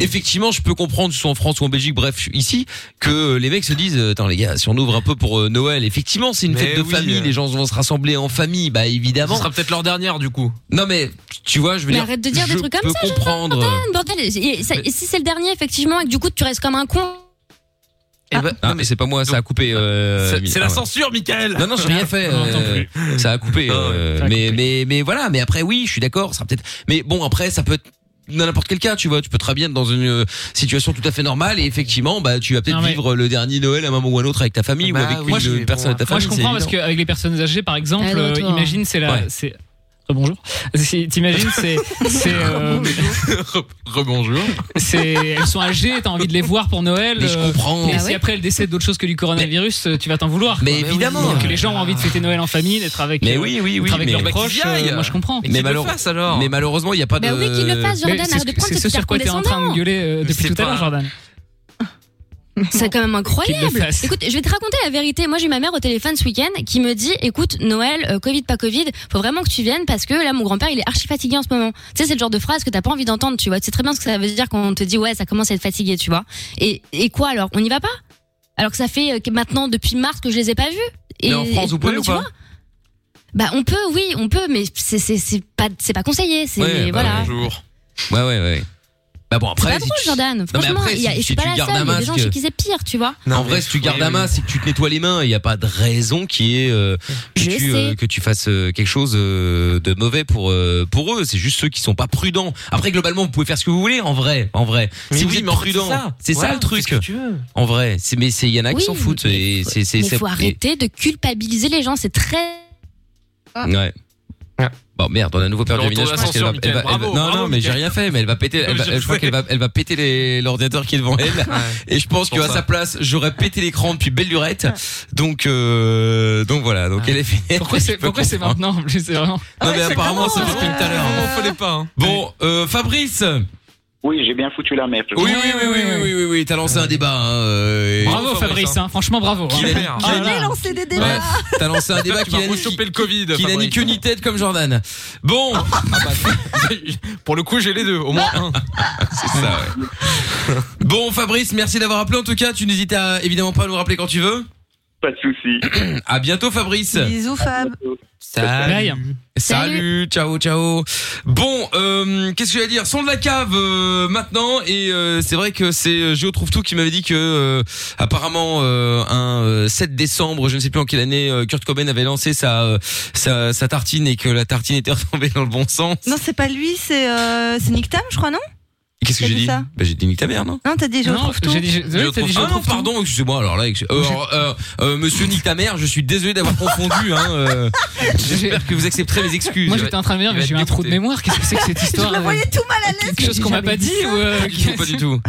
Speaker 2: effectivement, je peux comprendre, soit en France ou en Belgique, bref, ici, que euh, les mecs se disent, euh, attends les gars, si on ouvre un peu pour euh, Noël, effectivement, c'est une
Speaker 3: Mais
Speaker 2: fête de
Speaker 3: oui,
Speaker 2: famille,
Speaker 3: euh.
Speaker 2: les gens vont se rassembler en famille, bah évidemment.
Speaker 3: Ce sera peut-être leur dernière du coup.
Speaker 2: Non mais tu vois, je veux
Speaker 4: Mais
Speaker 2: dire,
Speaker 4: arrête de dire des
Speaker 2: je
Speaker 4: trucs comme
Speaker 2: peux
Speaker 4: ça, Jonathan,
Speaker 2: comprendre.
Speaker 4: Putain, bordel, et- et ça- et si c'est le dernier, effectivement, et que du coup, tu restes comme un con,
Speaker 2: Ah, mais c'est pas moi, ça a coupé. euh,
Speaker 3: C'est- c'est la
Speaker 2: ah ouais.
Speaker 3: censure, Michael.
Speaker 2: Non, non, j'ai rien fait.
Speaker 3: On n'entend
Speaker 2: euh, ça a coupé. euh, mais, mais, mais voilà. Mais après, oui, je suis d'accord. Ça sera peut-être. Mais bon, après, ça peut être dans n'importe quel cas, tu vois. Tu peux très bien être dans une euh, situation tout à fait normale et effectivement, bah, tu vas peut-être vivre le dernier Noël à un moment ou à un autre avec ta famille ou avec
Speaker 6: Bah Moi,
Speaker 2: une
Speaker 6: je-
Speaker 2: personne de ta
Speaker 6: Moi,
Speaker 2: famille.
Speaker 6: je comprends parce
Speaker 2: c'est évident.
Speaker 6: qu'avec les personnes âgées, par exemple,
Speaker 2: Allô,
Speaker 6: euh,
Speaker 2: toi.
Speaker 6: imagine, c'est la.
Speaker 2: Ouais.
Speaker 6: c'est- Rebonjour. C'est- T'imagines, c'est. c'est, euh,
Speaker 3: Rebonjour.
Speaker 6: c'est- elles sont âgées, t'as envie de les voir pour Noël.
Speaker 2: Mais je
Speaker 6: euh,
Speaker 2: comprends.
Speaker 6: Et
Speaker 2: Ah
Speaker 6: si
Speaker 2: ouais.
Speaker 6: après elles décèdent d'autre chose que du coronavirus, euh, tu vas t'en vouloir.
Speaker 2: Mais évidemment.
Speaker 6: Que les gens ont envie de fêter Noël en famille, d'être avec.
Speaker 2: Mais
Speaker 6: euh,
Speaker 2: oui, oui, oui.
Speaker 6: d'être avec
Speaker 2: mais
Speaker 6: leurs proches. euh, moi, je comprends.
Speaker 2: Mais, malheure- mais malheureusement, il n'y a pas de.
Speaker 4: Bah oui, qu'il le fasse, Jordan,
Speaker 6: Mais c'est
Speaker 4: arrête
Speaker 6: ce
Speaker 4: de
Speaker 6: que-
Speaker 4: prendre
Speaker 6: C'est
Speaker 4: cette
Speaker 6: ce sur quoi t'es en train de gueuler euh, depuis tout à l'heure, Jordan.
Speaker 4: C'est quand même
Speaker 6: Qu'il le
Speaker 4: incroyable.
Speaker 6: fasse.
Speaker 4: Écoute, je vais te raconter la vérité. Moi, j'ai eu ma mère au téléphone ce week-end qui me dit, écoute, Noël, euh, Covid, pas Covid, faut vraiment que tu viennes parce que là, mon grand-père, il est archi fatigué en ce moment. Tu sais, c'est le genre de phrase que t'as pas envie d'entendre, tu vois. Tu sais très bien ce que ça veut dire quand on te dit, ouais, ça commence à être fatigué, tu vois. Et, et quoi alors On n'y va pas Alors que ça fait euh, que maintenant, depuis mars, que je les ai pas vus. Et,
Speaker 2: Mais en France, vous
Speaker 4: et-
Speaker 2: pouvez
Speaker 4: non, mais
Speaker 2: ou
Speaker 4: tu
Speaker 2: pas
Speaker 4: vois Bah, on peut, oui, on peut, mais c'est c'est- c'est pas, c'est pas conseillé. C'est,
Speaker 2: Ouais, bah,
Speaker 4: voilà.
Speaker 2: Bonjour. Ouais, ouais, ouais. Bah bon,
Speaker 4: C'est
Speaker 2: après,
Speaker 4: pas
Speaker 2: si
Speaker 4: drôle,
Speaker 2: tu-
Speaker 4: Jordan.
Speaker 2: Non, mais
Speaker 4: Franchement,
Speaker 2: après,
Speaker 4: il y a-
Speaker 2: si-
Speaker 4: je suis
Speaker 2: si
Speaker 4: pas
Speaker 2: tu
Speaker 4: la
Speaker 2: gardes
Speaker 4: seule.
Speaker 2: un
Speaker 4: Il y a des gens
Speaker 2: masque-
Speaker 4: chez qui c'est pire, tu vois.
Speaker 2: en vrai, si tu gardes un masque et que tu te nettoies les mains, il n'y a pas de raison qui est que,
Speaker 4: Je
Speaker 2: tu, euh, que tu fasses euh, quelque chose euh, de mauvais pour euh, pour eux. C'est juste ceux qui sont pas prudents. Après, globalement, vous pouvez faire ce que vous voulez. En vrai, en vrai,
Speaker 3: Mais
Speaker 2: si
Speaker 3: oui,
Speaker 2: vous êtes
Speaker 3: mais en fait,
Speaker 2: prudent,
Speaker 3: c'est ça.
Speaker 2: c'est
Speaker 3: Voilà,
Speaker 2: ça le truc.
Speaker 3: fais ce que tu veux.
Speaker 2: En vrai, c'est mais c'est il y en a
Speaker 4: Oui,
Speaker 2: qui s'en foutent et c'est c'est
Speaker 4: Mais
Speaker 2: c'est-
Speaker 4: faut
Speaker 2: et-
Speaker 4: arrêter de culpabiliser les gens, c'est très. Ah.
Speaker 2: Ouais. Bon merde, on a un nouveau perdu
Speaker 3: Alors,
Speaker 2: Amina,
Speaker 3: ton
Speaker 2: je pense qu'elle va,
Speaker 3: ascenseur,
Speaker 2: elle va-
Speaker 3: Mickaël,
Speaker 2: elle va-
Speaker 3: bravo,
Speaker 2: non
Speaker 6: hein.
Speaker 3: bravo,
Speaker 2: non mais j'ai
Speaker 3: Mickaël.
Speaker 2: rien fait mais elle va péter, elle va- je crois qu'elle va, elle va péter les- l'ordinateur qui est devant elle et je pense
Speaker 3: Pour
Speaker 2: qu'à
Speaker 3: ça.
Speaker 2: sa place j'aurais pété l'écran depuis belle lurette donc euh, donc voilà donc elle est finie.
Speaker 6: Pourquoi c'est pourquoi c'est maintenant en plus, c'est vraiment.
Speaker 2: Non mais apparemment c'est parce que tout à l'heure.
Speaker 3: fallait pas.
Speaker 2: Bon euh, hein. Fabrice.
Speaker 16: Oui, j'ai bien foutu la merde.
Speaker 2: Oui, oui, oui, oui, oui, oui, oui, oui, t'as lancé un débat. hein, euh, et-
Speaker 6: Bravo Fabrice, hein, franchement bravo.
Speaker 2: Qu'il a- qu'il a-
Speaker 6: Ah là là.
Speaker 5: lancé des débats.
Speaker 2: Ouais, T'as lancé un débat
Speaker 3: J'espère
Speaker 2: qui
Speaker 3: qu'il
Speaker 2: a
Speaker 3: va rechoper le Covid.
Speaker 2: Qui n'a ni
Speaker 3: Fabrice. Ah, bah,
Speaker 2: queue ni tête comme Jordan. Bon,
Speaker 3: Pour le coup, j'ai les deux, au moins un.
Speaker 2: C'est ça, ouais. Bon, Fabrice, merci d'avoir appelé en tout cas. Tu n'hésites à, évidemment pas à nous rappeler quand tu veux.
Speaker 16: Pas de souci.
Speaker 2: à bientôt, Fabrice.
Speaker 5: Bisous Fab.
Speaker 2: Salut.
Speaker 5: Salut.
Speaker 2: Salut, ciao, ciao. Bon, euh, qu'est-ce que je vais dire Son de la cave euh, maintenant et euh, c'est vrai que c'est euh, Géo trouve tout qui m'avait dit que euh, apparemment euh, un euh, 7 décembre, je ne sais plus en quelle année, euh, Kurt Cobain avait lancé sa, euh, sa sa tartine et que la tartine était retombée dans le bon sens.
Speaker 5: Non, c'est pas lui, c'est euh, c'est Nick Tam, je crois, non
Speaker 2: Qu'est-ce que
Speaker 5: T'as
Speaker 2: j'ai
Speaker 5: dit
Speaker 2: dit
Speaker 5: ça
Speaker 2: Bah j'ai dit nique ta mère, non
Speaker 5: Non, t'as dit je retrouve tout.
Speaker 2: Je trouve- Ah non, pardon, excusez-moi. Alors là, ex- euh, euh, euh, monsieur nique ta mère, je suis désolé d'avoir confondu. Hein, euh, J'espère que vous accepterez mes excuses.
Speaker 6: Moi j'étais en train de me dire, mais j'ai eu un trou de mémoire, qu'est-ce que c'est que cette histoire euh,
Speaker 5: Je le voyais tout mal à l'aise.
Speaker 6: Quelque chose qu'on m'a pas dit ou euh,
Speaker 2: Pas du tout, pas du tout.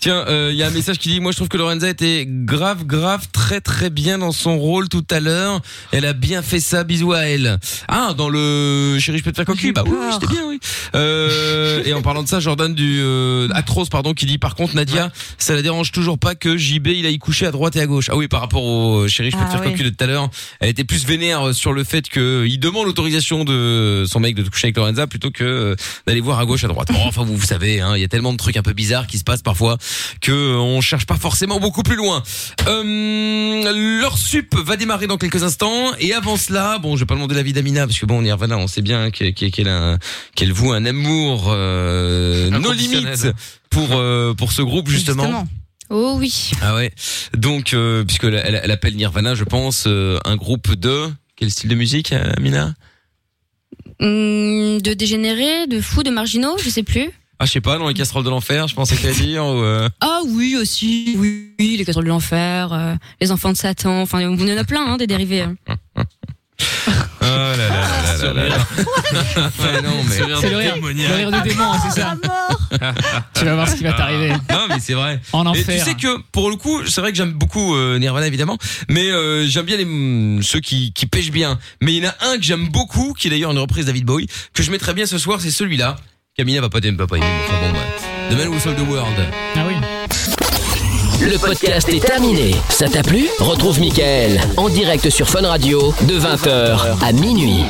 Speaker 2: Tiens, euh, il y a un message qui dit Moi, je trouve que Lorenza était grave, grave, très, très bien dans son rôle tout à l'heure. Elle a bien fait ça. Bisous à elle. Ah, dans le Chéri, je peux te faire cocu Bah oui, oui, j'étais bien, oui. Euh, et en parlant de ça, Jordan du euh, Actros, pardon, qui dit Par contre, Nadia, ça la dérange toujours pas que JB il aille coucher à droite et à gauche. Ah oui, par rapport au euh, Chéri, je peux
Speaker 3: Ah
Speaker 2: te faire
Speaker 3: oui.
Speaker 2: cocu de tout à l'heure, elle était plus vénère sur le fait que il demande l'autorisation de son mec de coucher avec Lorenza plutôt que euh, d'aller voir à gauche à droite. Bon, enfin vous, vous savez, hein, il y a tellement de trucs un peu bizarres qui se passent parfois que euh, on cherche pas forcément beaucoup plus loin. Euh, leur sup va démarrer dans quelques instants et avant cela, bon, je vais pas demander l'avis d'Amina parce que bon, Nirvana, on sait bien hein, qu'elle qu'elle- qu'elle a un- qu'elle voue un amour euh, nos
Speaker 3: Inconditionnel.
Speaker 2: limites pour euh, pour ce groupe justement.
Speaker 4: Oh oui.
Speaker 2: Ah ouais. Donc, euh, puisque elle, elle- elle appelle Nirvana, je pense, euh, un groupe de quel style de musique, euh, Mina
Speaker 4: Hum, de dégénérés, de fous, de marginaux, je sais plus.
Speaker 2: Ah, je sais pas, dans les casseroles de l'enfer, je pensais qu'elle allait dire. Ou, euh,
Speaker 4: Ah oui aussi, oui, oui, les casseroles de l'enfer, euh, les enfants de Satan, enfin il y en a plein hein, des dérivés. hein.
Speaker 2: Oh là là là là là là. Ouais, non, mais
Speaker 6: C'est le rire, le rire du démon, hein, c'est ça. Tu vas voir ce qui va t'arriver.
Speaker 2: Ah. Non, mais c'est vrai.
Speaker 6: En
Speaker 2: Et
Speaker 6: enfer.
Speaker 2: tu sais que pour le coup, c'est vrai que j'aime beaucoup euh, Nirvana évidemment, mais euh, j'aime bien les mm, ceux qui qui pêchent bien. Mais il y en a un que j'aime beaucoup, qui est d'ailleurs une reprise David Bowie, que je mettrais bien ce soir, c'est celui-là. Camilla va pas aimer, va pas aimer. mais Enfin bon, ouais. The Man Who Sold the World.
Speaker 6: Ah oui.
Speaker 1: Le podcast est terminé. Ça t'a plu Retrouve Mickaël en direct sur Fun Radio de 20h à minuit.